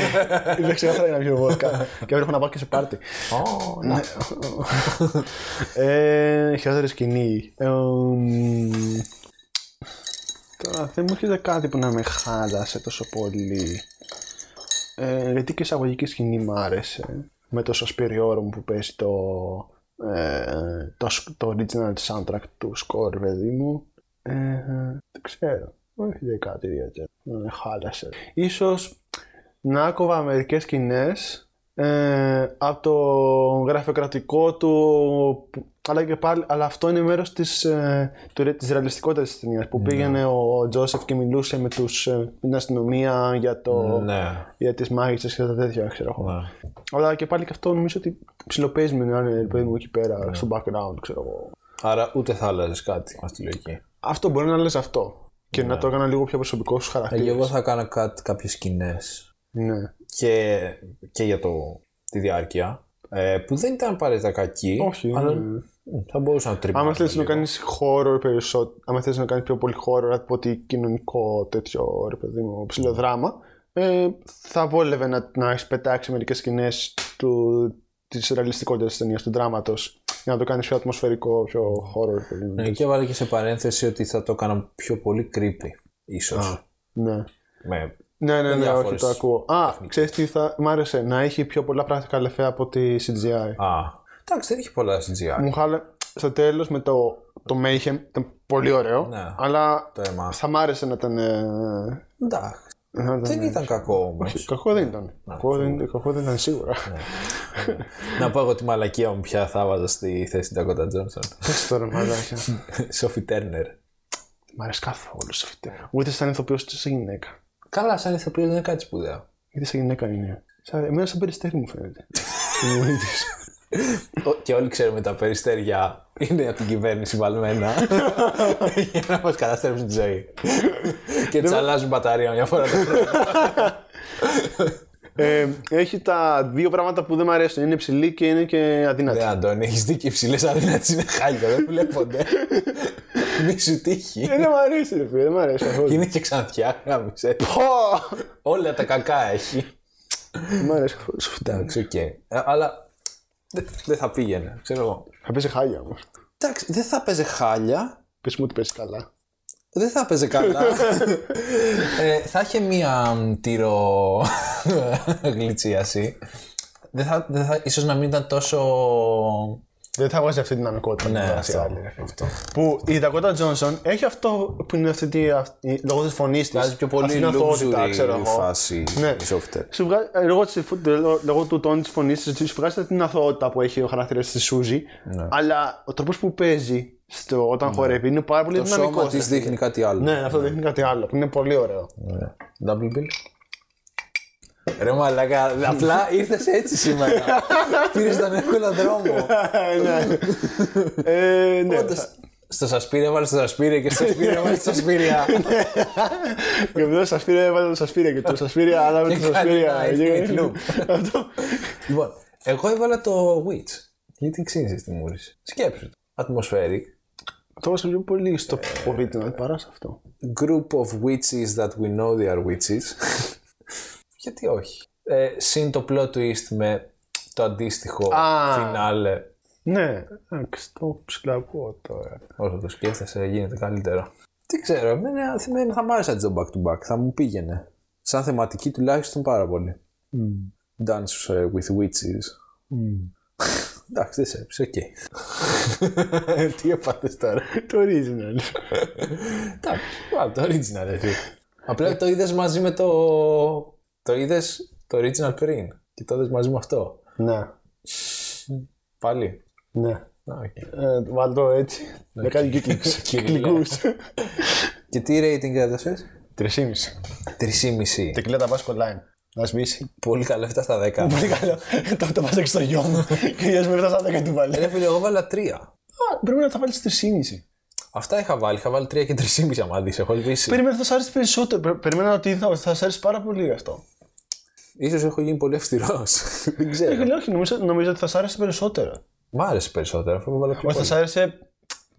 Speaker 2: δεν ξέρω θα είναι πιο βόλκα. Και αύριο έχω να πάω και σε πάρτι.
Speaker 1: Ω, να.
Speaker 2: ε, χειρότερη σκηνή. Ε, μ, τώρα δεν μου έρχεται κάτι που να με χάλασε τόσο πολύ. Ε, γιατί και η εισαγωγική σκηνή μ' άρεσε. Με το Σασπυριόρο που παίζει το, ε, το, σκ- το original soundtrack του score, παιδί μου. Ε, δεν ξέρω. Δεν έρχεται κάτι ιδιαίτερο. Να με χάλασε. Ίσως να κόβα μερικές σκηνές ε, από το γραφειοκρατικό του που- αλλά και πάλι, αλλά αυτό είναι μέρος της, ε, του, ρε- της ρεαλιστικότητας της ταινίας που πήγαινε ο Τζόσεφ και μιλούσε με τους, ε, με την αστυνομία για, το,
Speaker 1: Ναι,
Speaker 2: για τις μάγισσες και τα τέτοια ξέρω εγώ.
Speaker 1: ναι.
Speaker 2: Αλλά και πάλι και αυτό νομίζω ότι ψιλοπαίζει με έναν ε, παιδί μου εκεί πέρα στο background ξέρω εγώ.
Speaker 1: Άρα ούτε θα άλλαζε κάτι με αυτή τη λογική. Ε,
Speaker 2: Αυτό μπορεί να λες αυτό και να το έκανα λίγο πιο προσωπικό στους χαρακτήρες.
Speaker 1: Ναι. Ε, εγώ θα έκανα κάτι, κάποιες σκηνές
Speaker 2: Ναι.
Speaker 1: και, και για το, τη διάρκεια ε, που δεν ήταν απαραίτητα κακή,
Speaker 2: Όχι.
Speaker 1: Ε, αλλά Ε,
Speaker 2: ναι.
Speaker 1: μ, θα μπορούσα να τρυπήσω.
Speaker 2: Άμα θέλει να κάνει χώρο περισσότερο, άμα θέλει να κάνεις πιο πολύ χώρο από ότι κοινωνικό τέτοιο ρε παιδί μου, ψηλό δράμα, ε, θα βόλευε να, να έχεις πετάξει μερικές σκηνές της ρεαλιστικότητας της ταινίας, του δράματος, για να το κάνεις πιο ατμοσφαιρικό, πιο χώρο, ρε παιδί μου.
Speaker 1: Ναι, και έβαλα και σε παρένθεση ότι θα το έκανα πιο πολύ creepy, ίσως.
Speaker 2: Ναι.
Speaker 1: Με...
Speaker 2: Ναι, ναι, ναι, όχι,
Speaker 1: διάφορες
Speaker 2: το ακούω. Α, ξέρεις τι θα. Μ' άρεσε να έχει πιο πολλά πράγματα λεφέ από τη CGI.
Speaker 1: Α, εντάξει, δεν έχει πολλά CGI.
Speaker 2: Μου χάλε στο τέλος με το, το Mayhem, ήταν πολύ ωραίο,
Speaker 1: Ναι.
Speaker 2: αλλά
Speaker 1: Το αίμα.
Speaker 2: θα μ' άρεσε να ήταν. ε,
Speaker 1: Εντάξει,
Speaker 2: να ήταν,
Speaker 1: δεν
Speaker 2: ε,
Speaker 1: ήταν κακό όμως.
Speaker 2: Όχι, κακό δεν ήταν. Κακό δεν, κακό δεν ήταν σίγουρα.
Speaker 1: Ναι. να πω εγώ τη μαλακία μου πια θα βάζω στη θέση Dakota Johnson.
Speaker 2: Πες τώρα, μαλάκια.
Speaker 1: Sophie Turner.
Speaker 2: Μ' αρέσει καθόλου σε αυτή. Ούτε σαν ηθοποιός, ούτε σαν γυναίκα.
Speaker 1: Καλά, σαν ηθοποιός δεν είναι κάτι σπουδαίο.
Speaker 2: Γιατί σαν γυναίκα είναι. Σαν, εμένα σαν περιστέρι μου φαίνεται.
Speaker 1: Ο- Και όλοι ξέρουμε τα περιστέρια είναι από την κυβέρνηση βαλμένα για να μας καταστρέψουν τη ζωή. και τις αλλάζουν μπαταρία μια φορά το χρόνο.
Speaker 2: ε, έχει τα δύο πράγματα που δεν μου αρέσουν. Είναι ψηλή και είναι και αδύνατη.
Speaker 1: Ναι, Αντώνη, έχεις δίκιο. Οι ψηλές αδυνατές είναι χάλια, δεν βλέπονται. Μη σου τύχει.
Speaker 2: Ε, δεν μ' αρέσει, ρε φίλε, δεν μ' αρέσει καθόλου.
Speaker 1: Είναι και ξανθιά, γάμισε.
Speaker 2: Πω!
Speaker 1: Όλα τα κακά έχει.
Speaker 2: Δεν μ' αρέσει καθόλου.
Speaker 1: Εντάξει, οκ. Ε, Αλλά δεν δεν θα πήγαινε, ξέρω εγώ.
Speaker 2: Θα παίζει χάλια όμως.
Speaker 1: Εντάξει, δεν θα παίζε χάλια,
Speaker 2: Πες μου ότι παίζει καλά.
Speaker 1: Δεν θα παίζει καλά. ε, θα είχε μία μ, τύρο γλυτσίαση. Δεν θα, δεν θα, ίσως να μην ήταν τόσο...
Speaker 2: Δεν θα βγάζει αυτή τη δυναμικότητα.
Speaker 1: Ναι,
Speaker 2: που βγάζει
Speaker 1: αυτό.
Speaker 2: άλλη, ρε φίλε. Που η Dakota Johnson έχει αυτό που είναι αυτή τη. αυτή- λόγω της φωνής της.
Speaker 1: Βγάζει πιο πολύ luxury φάση
Speaker 2: Ναι.
Speaker 1: η software.
Speaker 2: Σου βγάζει, ε, λόγω, της, λό- λόγω του τόνου της φωνής της, σου βγάζει την αθωότητα που έχει ο χαρακτήρας της Σούζη.
Speaker 1: Ναι.
Speaker 2: Αλλά ο τρόπος που παίζει στο, όταν χορεύει είναι πάρα πολύ
Speaker 1: Το σώμα
Speaker 2: δυναμικό.
Speaker 1: της δείχνει κάτι άλλο.
Speaker 2: Ναι, αυτό δείχνει κάτι άλλο που είναι πολύ ωραίο.
Speaker 1: Ναι. Double bill. Ρε μαλάκα, απλά ήρθες έτσι σήμερα. Πήρες τον εύκολο δρόμο.
Speaker 2: Ε, ναι.
Speaker 1: Όντως, Στο σασπίρι έβαλε στο σασπίρι και στο σασπίρι έβαλε στο σασπίρι.
Speaker 2: Και μετά στα σφύρια έβαλε τα σασφύρια και το σασφύρια ανάβει
Speaker 1: Και
Speaker 2: τα
Speaker 1: κάνει
Speaker 2: σασφύρια.
Speaker 1: ένα infinite loop.
Speaker 2: Αυτό.
Speaker 1: λοιπόν, εγώ έβαλα το Witch. Γιατί ξύνησε τη μούρης. σου. Σκέψου το. Atmospheric.
Speaker 2: Το βάζω πιο πολύ στο original παρά σε αυτό.
Speaker 1: Group of witches that we know they are witches. Γιατί όχι. Ε, συν το plot twist με το αντίστοιχο
Speaker 2: Α.
Speaker 1: φινάλε.
Speaker 2: Ναι, εντάξει, το ψηλακώ τώρα.
Speaker 1: Όσο το σκέφτεσαι γίνεται καλύτερο. Τι ξέρω, εμένα θυμάμαι θα μ' άρεσε έτσι το back to back, θα μου πήγαινε. Σαν θεματική τουλάχιστον πάρα πολύ. Dance ε, with witches. Εντάξει, δεν σε έπεισε, οκ. Τι έπατε τώρα.
Speaker 2: Το original.
Speaker 1: Εντάξει, βάλε το original έτσι. Απλά το είδες μαζί με το. Το είδες το original πριν και το είδες μαζί με αυτό.
Speaker 2: Ναι,
Speaker 1: Πάλι.
Speaker 2: ναι.
Speaker 1: Να, οκ.
Speaker 2: Ε, Βάλ το έτσι. Να κάνει κύκλους. Κύκλικούς.
Speaker 1: Και τι rating έδωσες,
Speaker 2: Τρισήμιση.
Speaker 1: 3,5.
Speaker 2: Τεκλία τα βάζει κολλάει. Να σβήσει.
Speaker 1: Πολύ καλό, έφτασα στα Ε, 10.
Speaker 2: Πολύ καλό. Το- Το βάζα και στο γιο μου. Και γιος μου έφτασε δέκα του βάλει.
Speaker 1: Ρε φίλε, εγώ βάλα 3.
Speaker 2: Πρέπει να τα βάλεις τρισήμιση.
Speaker 1: Αυτά είχα βάλει. Είχα βάλει 3 και 3,5 άμα δεις. Έχω ελπίσει.
Speaker 2: Περίμενα θα σ' άρεσε περισσότερο. Περι- Περίμενα ότι θα θα σ' άρεσε πάρα πολύ αυτό.
Speaker 1: Ίσως έχω γίνει πολύ αυστηρός. Δεν
Speaker 2: Ε,
Speaker 1: ξέρω.
Speaker 2: λέω, Όχι, νομίζω- νομίζω ότι θα σ' άρεσε περισσότερο.
Speaker 1: Μ' άρεσε περισσότερο αφού βάλα πιο
Speaker 2: Όχι, θα
Speaker 1: πολύ.
Speaker 2: σ' άρεσε.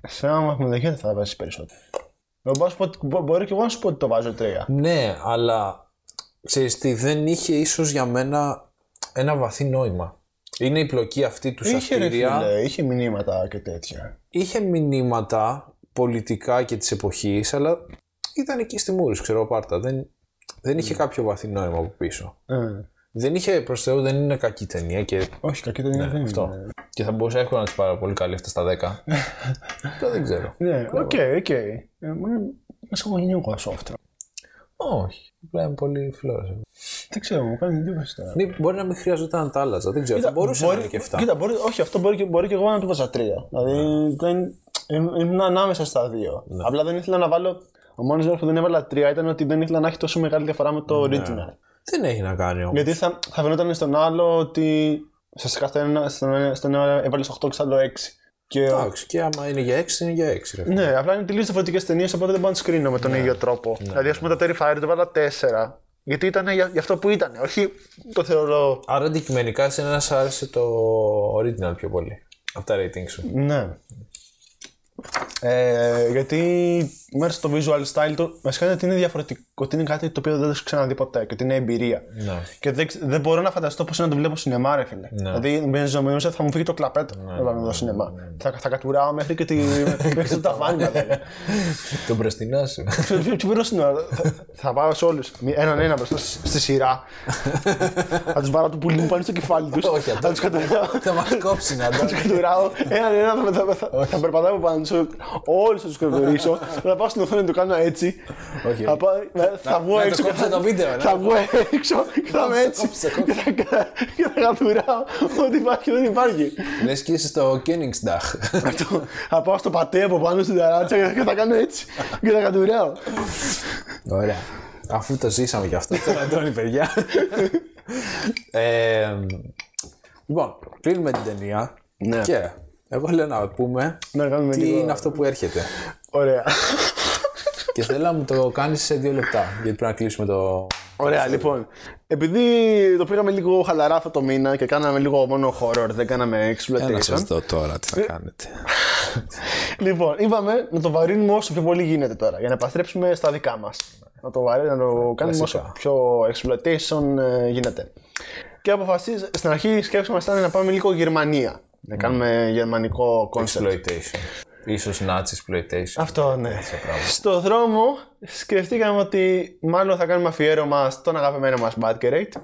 Speaker 2: Σε ένα βαθμολογία δεν θα βάζει περισσότερο. Εγώ μπορώ να σου πω ότι- μπο- Μπορεί και εγώ να σου πω ότι το βάζω τρία.
Speaker 1: Ναι, αλλά ξέρεις τι, δεν είχε ίσως για μένα ένα βαθύ νόημα. Είναι η πλοκή αυτή του
Speaker 2: Είχε ρε
Speaker 1: Σαστήρια.
Speaker 2: φίλε, είχε μηνύματα και τέτοια.
Speaker 1: Είχε μηνύματα πολιτικά και της εποχής, αλλά ήταν εκεί στη Μούρης, ξέρω πάρτα. Δεν, δεν
Speaker 2: Ναι.
Speaker 1: είχε κάποιο βαθύ νόημα από πίσω.
Speaker 2: Ε,
Speaker 1: Δεν είχε, προς Θεού, δεν είναι κακή ταινία και
Speaker 2: Όχι, κακή ταινία δεν
Speaker 1: Ναι, αυτό.
Speaker 2: είναι.
Speaker 1: Και θα μπορούσα εύκολα να τη πάρα πολύ καλή αυτά στα 10. Αυτό δεν ξέρω.
Speaker 2: Ναι, οκ, οκ. Ε, μα- Μας έχω λίγο soft.
Speaker 1: Όχι. Απλά είμαι πολύ φιλόδοξο.
Speaker 2: Δεν ξέρω, μου κάνει εντύπωση τώρα.
Speaker 1: Ναι, Μπορεί να μην χρειαζόταν να τα άλλαζα. Δεν ξέρω. θα μπορούσε να είναι και αυτά. Ναι.
Speaker 2: Κοίτα, μπορεί, όχι, αυτό μπορεί και, μπορεί και εγώ να του βάζα τρία. Δηλαδή δεν, ήμ- ήμουν ανάμεσα στα δύο. Απλά δεν ήθελα να βάλω. Ο μόνος λόγος που δεν έβαλα τρία ήταν ότι δεν ήθελα να έχει τόσο μεγάλη διαφορά με το
Speaker 1: Ναι.
Speaker 2: original.
Speaker 1: Δεν έχει να κάνει όμως.
Speaker 2: Γιατί θα, θα φαινόταν στον άλλο ότι ουσιαστικά στον ένα, στον ένα, στον ένα έβαλες 8 και στο άλλο 6. Και,
Speaker 1: Εντάξει, και άμα είναι για 6, είναι για 6. Ρε. φίλε.
Speaker 2: ναι, απλά είναι τελείως διαφορετικές ταινίες, οπότε δεν μπορώ να τις κρίνω με τον ίδιο τρόπο. Δηλαδή, ας πούμε, το Terrifier το βάλα 4. Γιατί ήταν για, για αυτό που ήταν, όχι το θεωρώ.
Speaker 1: Άρα αντικειμενικά σε ένα σ' άρεσε το original πιο πολύ. Από τα rating σου.
Speaker 2: Ναι. Ε, γιατί μέσα στο visual style του μα κάνει ότι είναι διαφορετικό, ότι είναι κάτι το οποίο δεν το έχω ξαναδεί ποτέ και ότι είναι εμπειρία.
Speaker 1: Ναι.
Speaker 2: Και δεν, ξε- δεν μπορώ να φανταστώ πώς είναι να το βλέπω σινεμά, ρε φίλε. Δηλαδή, με ζωμιούσε θα μου φύγει το κλαπέτο
Speaker 1: Ναι,
Speaker 2: να το δω σινεμά. Θα, θα κατουράω μέχρι και τη, μέχρι το ταβάνι.
Speaker 1: Τον μπροστινό σου.
Speaker 2: Τι πήρω στην ώρα. Θα- Θα πάω σε όλους. Έναν ένα μπροστά σ- στη σειρά. Θα τους βάλω το πουλί μου πάνω στο κεφάλι τους.
Speaker 1: Όχι, αυτό-
Speaker 2: Θα τους κατουράω.
Speaker 1: Θα μας κόψει να
Speaker 2: Θα
Speaker 1: το.
Speaker 2: του κατουράω. Έναν ένα θα, θα, θα, θα περπατάω πάνω τους. Όλους θα τους κατουρίσω. Θα πάω στην οθόνη να το κάνω έτσι.
Speaker 1: Όχι.
Speaker 2: Θα, πάω- θα βγω
Speaker 1: να το
Speaker 2: έξω. και
Speaker 1: κόψω
Speaker 2: θα-
Speaker 1: το βίντεο, ναι.
Speaker 2: Θα βγω έξω και θα είμαι έτσι.
Speaker 1: κόψε,
Speaker 2: Και θα- Και θα κατουράω ό,τι υπάρχει και δεν υπάρχει.
Speaker 1: Λες και είσαι στο Königsdach.
Speaker 2: Αυτό. Θα πάω στο πατέ από πάνω στην ταράτσα και θα- και θα κάνω έτσι. Και θα κατουράω.
Speaker 1: Ωραία. Αφού το ζήσαμε κι αυτό, τον Αντώνη, παιδιά. ε, λοιπόν, κλείνουμε την ταινία. Και εγώ λέω να πούμε
Speaker 2: Ναι. Να κάνουμε
Speaker 1: τι
Speaker 2: λίγο-
Speaker 1: είναι αυτό που έρχεται.
Speaker 2: Ωραία.
Speaker 1: και θέλω να μου το κάνεις σε δύο λεπτά, γιατί πρέπει να κλείσουμε το.
Speaker 2: Ωραία, λοιπόν. Επειδή το πήγαμε λίγο χαλαρά αυτό το μήνα και κάναμε λίγο μόνο horror, δεν κάναμε exploitation.
Speaker 1: δω τώρα τι
Speaker 2: Ε,
Speaker 1: θα κάνετε.
Speaker 2: Λοιπόν, είπαμε να το βαρύνουμε όσο πιο πολύ γίνεται τώρα για να επαστρέψουμε στα δικά μας. Να το βαρύνουμε, να το κάνουμε όσο πιο exploitation ε, γίνεται. Και αποφασίζει, στην αρχή η σκέψη μα ήταν να πάμε λίγο Γερμανία. Να κάνουμε γερμανικό concept.
Speaker 1: Exploitation. Ίσως Nazi exploitation.
Speaker 2: Αυτό, ναι. Στο δρόμο σκεφτήκαμε ότι μάλλον θα κάνουμε αφιέρωμα στον αγαπημένο μας Batkerate.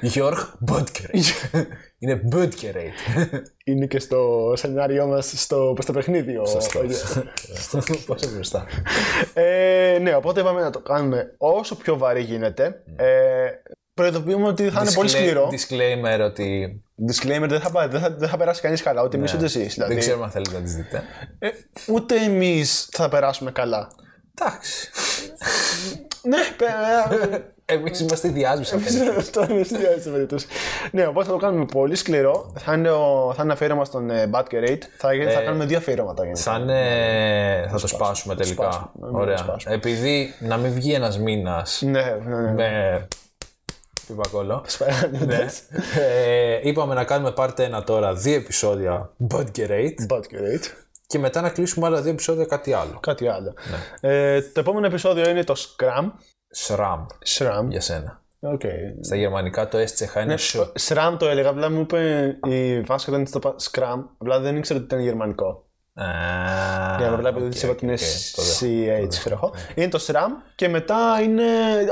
Speaker 1: Γιώργ Butkerate. Είναι Butkerate.
Speaker 2: Είναι και στο σεμινάριό μας στο, στο παιχνίδι. ο-
Speaker 1: Πόσο μπροστά.
Speaker 2: Ε, ναι, οπότε είπαμε να το κάνουμε όσο πιο βαρύ γίνεται. Ε, προειδοποιούμε ότι θα είναι πολύ
Speaker 1: Disclai-
Speaker 2: σκληρό.
Speaker 1: Disclaimer ότι
Speaker 2: Disclaimer, δεν θα, πα- δεν θα, δεν θα περάσει κανείς καλά, ούτε εμείς ούτε εσείς. Δηλαδή,
Speaker 1: δεν ξέρουμε αν θέλετε να τις δείτε.
Speaker 2: Ε, ούτε εμείς θα περάσουμε καλά.
Speaker 1: Εντάξει.
Speaker 2: Ναι, πε- ε,
Speaker 1: Εμείς είμαστε διάσμιση.
Speaker 2: Αυτό είναι στη διάθεση περίπτωση. Ναι, οπότε θα το κάνουμε πολύ σκληρό. Θα είναι, ο, θα είναι αφιέρωμα στον ε, Batgirl 8. Θα, γίνει- θα κάνουμε δύο αφιέρωματα. γενικά.
Speaker 1: Θα, είναι... θα το σπάσουμε τελικά.
Speaker 2: σπάσουμε. Να μην το
Speaker 1: Ωραία.
Speaker 2: σπάσουμε.
Speaker 1: Επειδή να μην βγει ένας μήνας
Speaker 2: Ναι, ναι, ναι.
Speaker 1: με. Πιπακόλο.
Speaker 2: Σπέρανε,
Speaker 1: Ναι.
Speaker 2: εντάξει.
Speaker 1: Ε, είπαμε να κάνουμε part 1 τώρα, δύο επεισόδια Budget Rate
Speaker 2: Ναι. Batgirl 8.
Speaker 1: και μετά να κλείσουμε άλλα δύο επεισόδια κάτι άλλο.
Speaker 2: Κάτι άλλο. Ε, το επόμενο επεισόδιο είναι το Scrum.
Speaker 1: SRAM
Speaker 2: Shram.
Speaker 1: για σένα.
Speaker 2: Οκ.
Speaker 1: Στα γερμανικά το SCH είναι SCH.
Speaker 2: Shram Ναι, το έλεγα, απλά μου είπε η Βάσκα όταν της το είπα Scrum, απλά δεν ήξερε ότι ήταν γερμανικό.
Speaker 1: Α,
Speaker 2: Για να βλέπει
Speaker 1: οκ,
Speaker 2: ότι της είπα
Speaker 1: οκ,
Speaker 2: ότι είναι
Speaker 1: οκ, το ναι. δέχομαι.
Speaker 2: CH, ξέρω εγώ. Είναι το SRAM και μετά είναι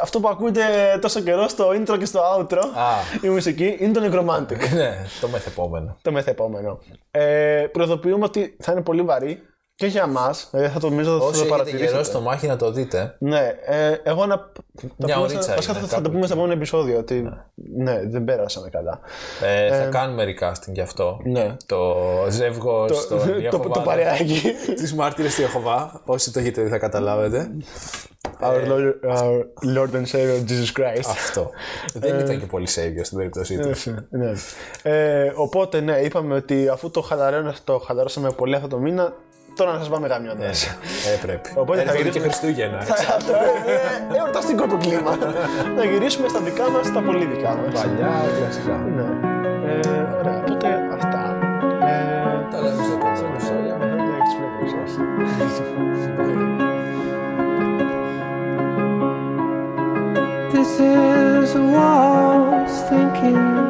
Speaker 2: αυτό που ακούτε τόσο καιρό στο intro και στο outro.
Speaker 1: Α,
Speaker 2: Η μουσική είναι το Necromantic.
Speaker 1: ναι, το μεθεπόμενο.
Speaker 2: το μεθεπόμενο. Ε, προειδοποιούμε ότι θα είναι πολύ βαρύ και για μας. Δηλαδή θα το νομίζω ότι θα
Speaker 1: Όσοι
Speaker 2: το
Speaker 1: έχετε
Speaker 2: παρατηρήσετε.
Speaker 1: γερό στο μάχη να το δείτε.
Speaker 2: Ναι, ε, εγώ να.
Speaker 1: Μια
Speaker 2: θα πούμε
Speaker 1: ωρίτσα
Speaker 2: στα-
Speaker 1: είναι,
Speaker 2: βασικά θα, θα
Speaker 1: κάπου
Speaker 2: το πούμε
Speaker 1: εκεί.
Speaker 2: στο επόμενο επεισόδιο ότι. Ναι, δεν πέρασαμε καλά.
Speaker 1: Ε, θα κάνουμε recasting γι' αυτό.
Speaker 2: Ναι.
Speaker 1: Το ζεύγο
Speaker 2: Το,
Speaker 1: στο
Speaker 2: το, το, παρεάκι.
Speaker 1: Τις μάρτυρες του Ιεχωβά. Όσοι το έχετε δει θα καταλάβετε.
Speaker 2: Our Lord, our Lord and Savior Jesus Christ.
Speaker 1: Αυτό.
Speaker 2: Ε,
Speaker 1: Δεν ήταν και πολύ savior στην περίπτωσή του.
Speaker 2: ναι. Ε, οπότε, ναι, είπαμε ότι αφού το, χαλαρώνε- το χαλαρώσαμε πολύ αυτό το μήνα, τώρα να σας πάμε γαμιώντα.
Speaker 1: Ε, πρέπει.
Speaker 2: Οπότε θα
Speaker 1: Έρχονται
Speaker 2: γυρίσουμε-
Speaker 1: και Χριστούγεννα. έτσι.
Speaker 2: Αυτό είναι εορταστικό το κλίμα. Να γυρίσουμε στα δικά μας, τα πολύ δικά μας.
Speaker 1: Παλιά, κλασικά.
Speaker 2: Ναι. Ε, Ωραία, οπότε αυτά. Ε,
Speaker 1: Τα λέμε στο επόμενο επεισόδιο.
Speaker 2: Δεν έχεις πλέον, όχι.
Speaker 11: This is a waltz thinking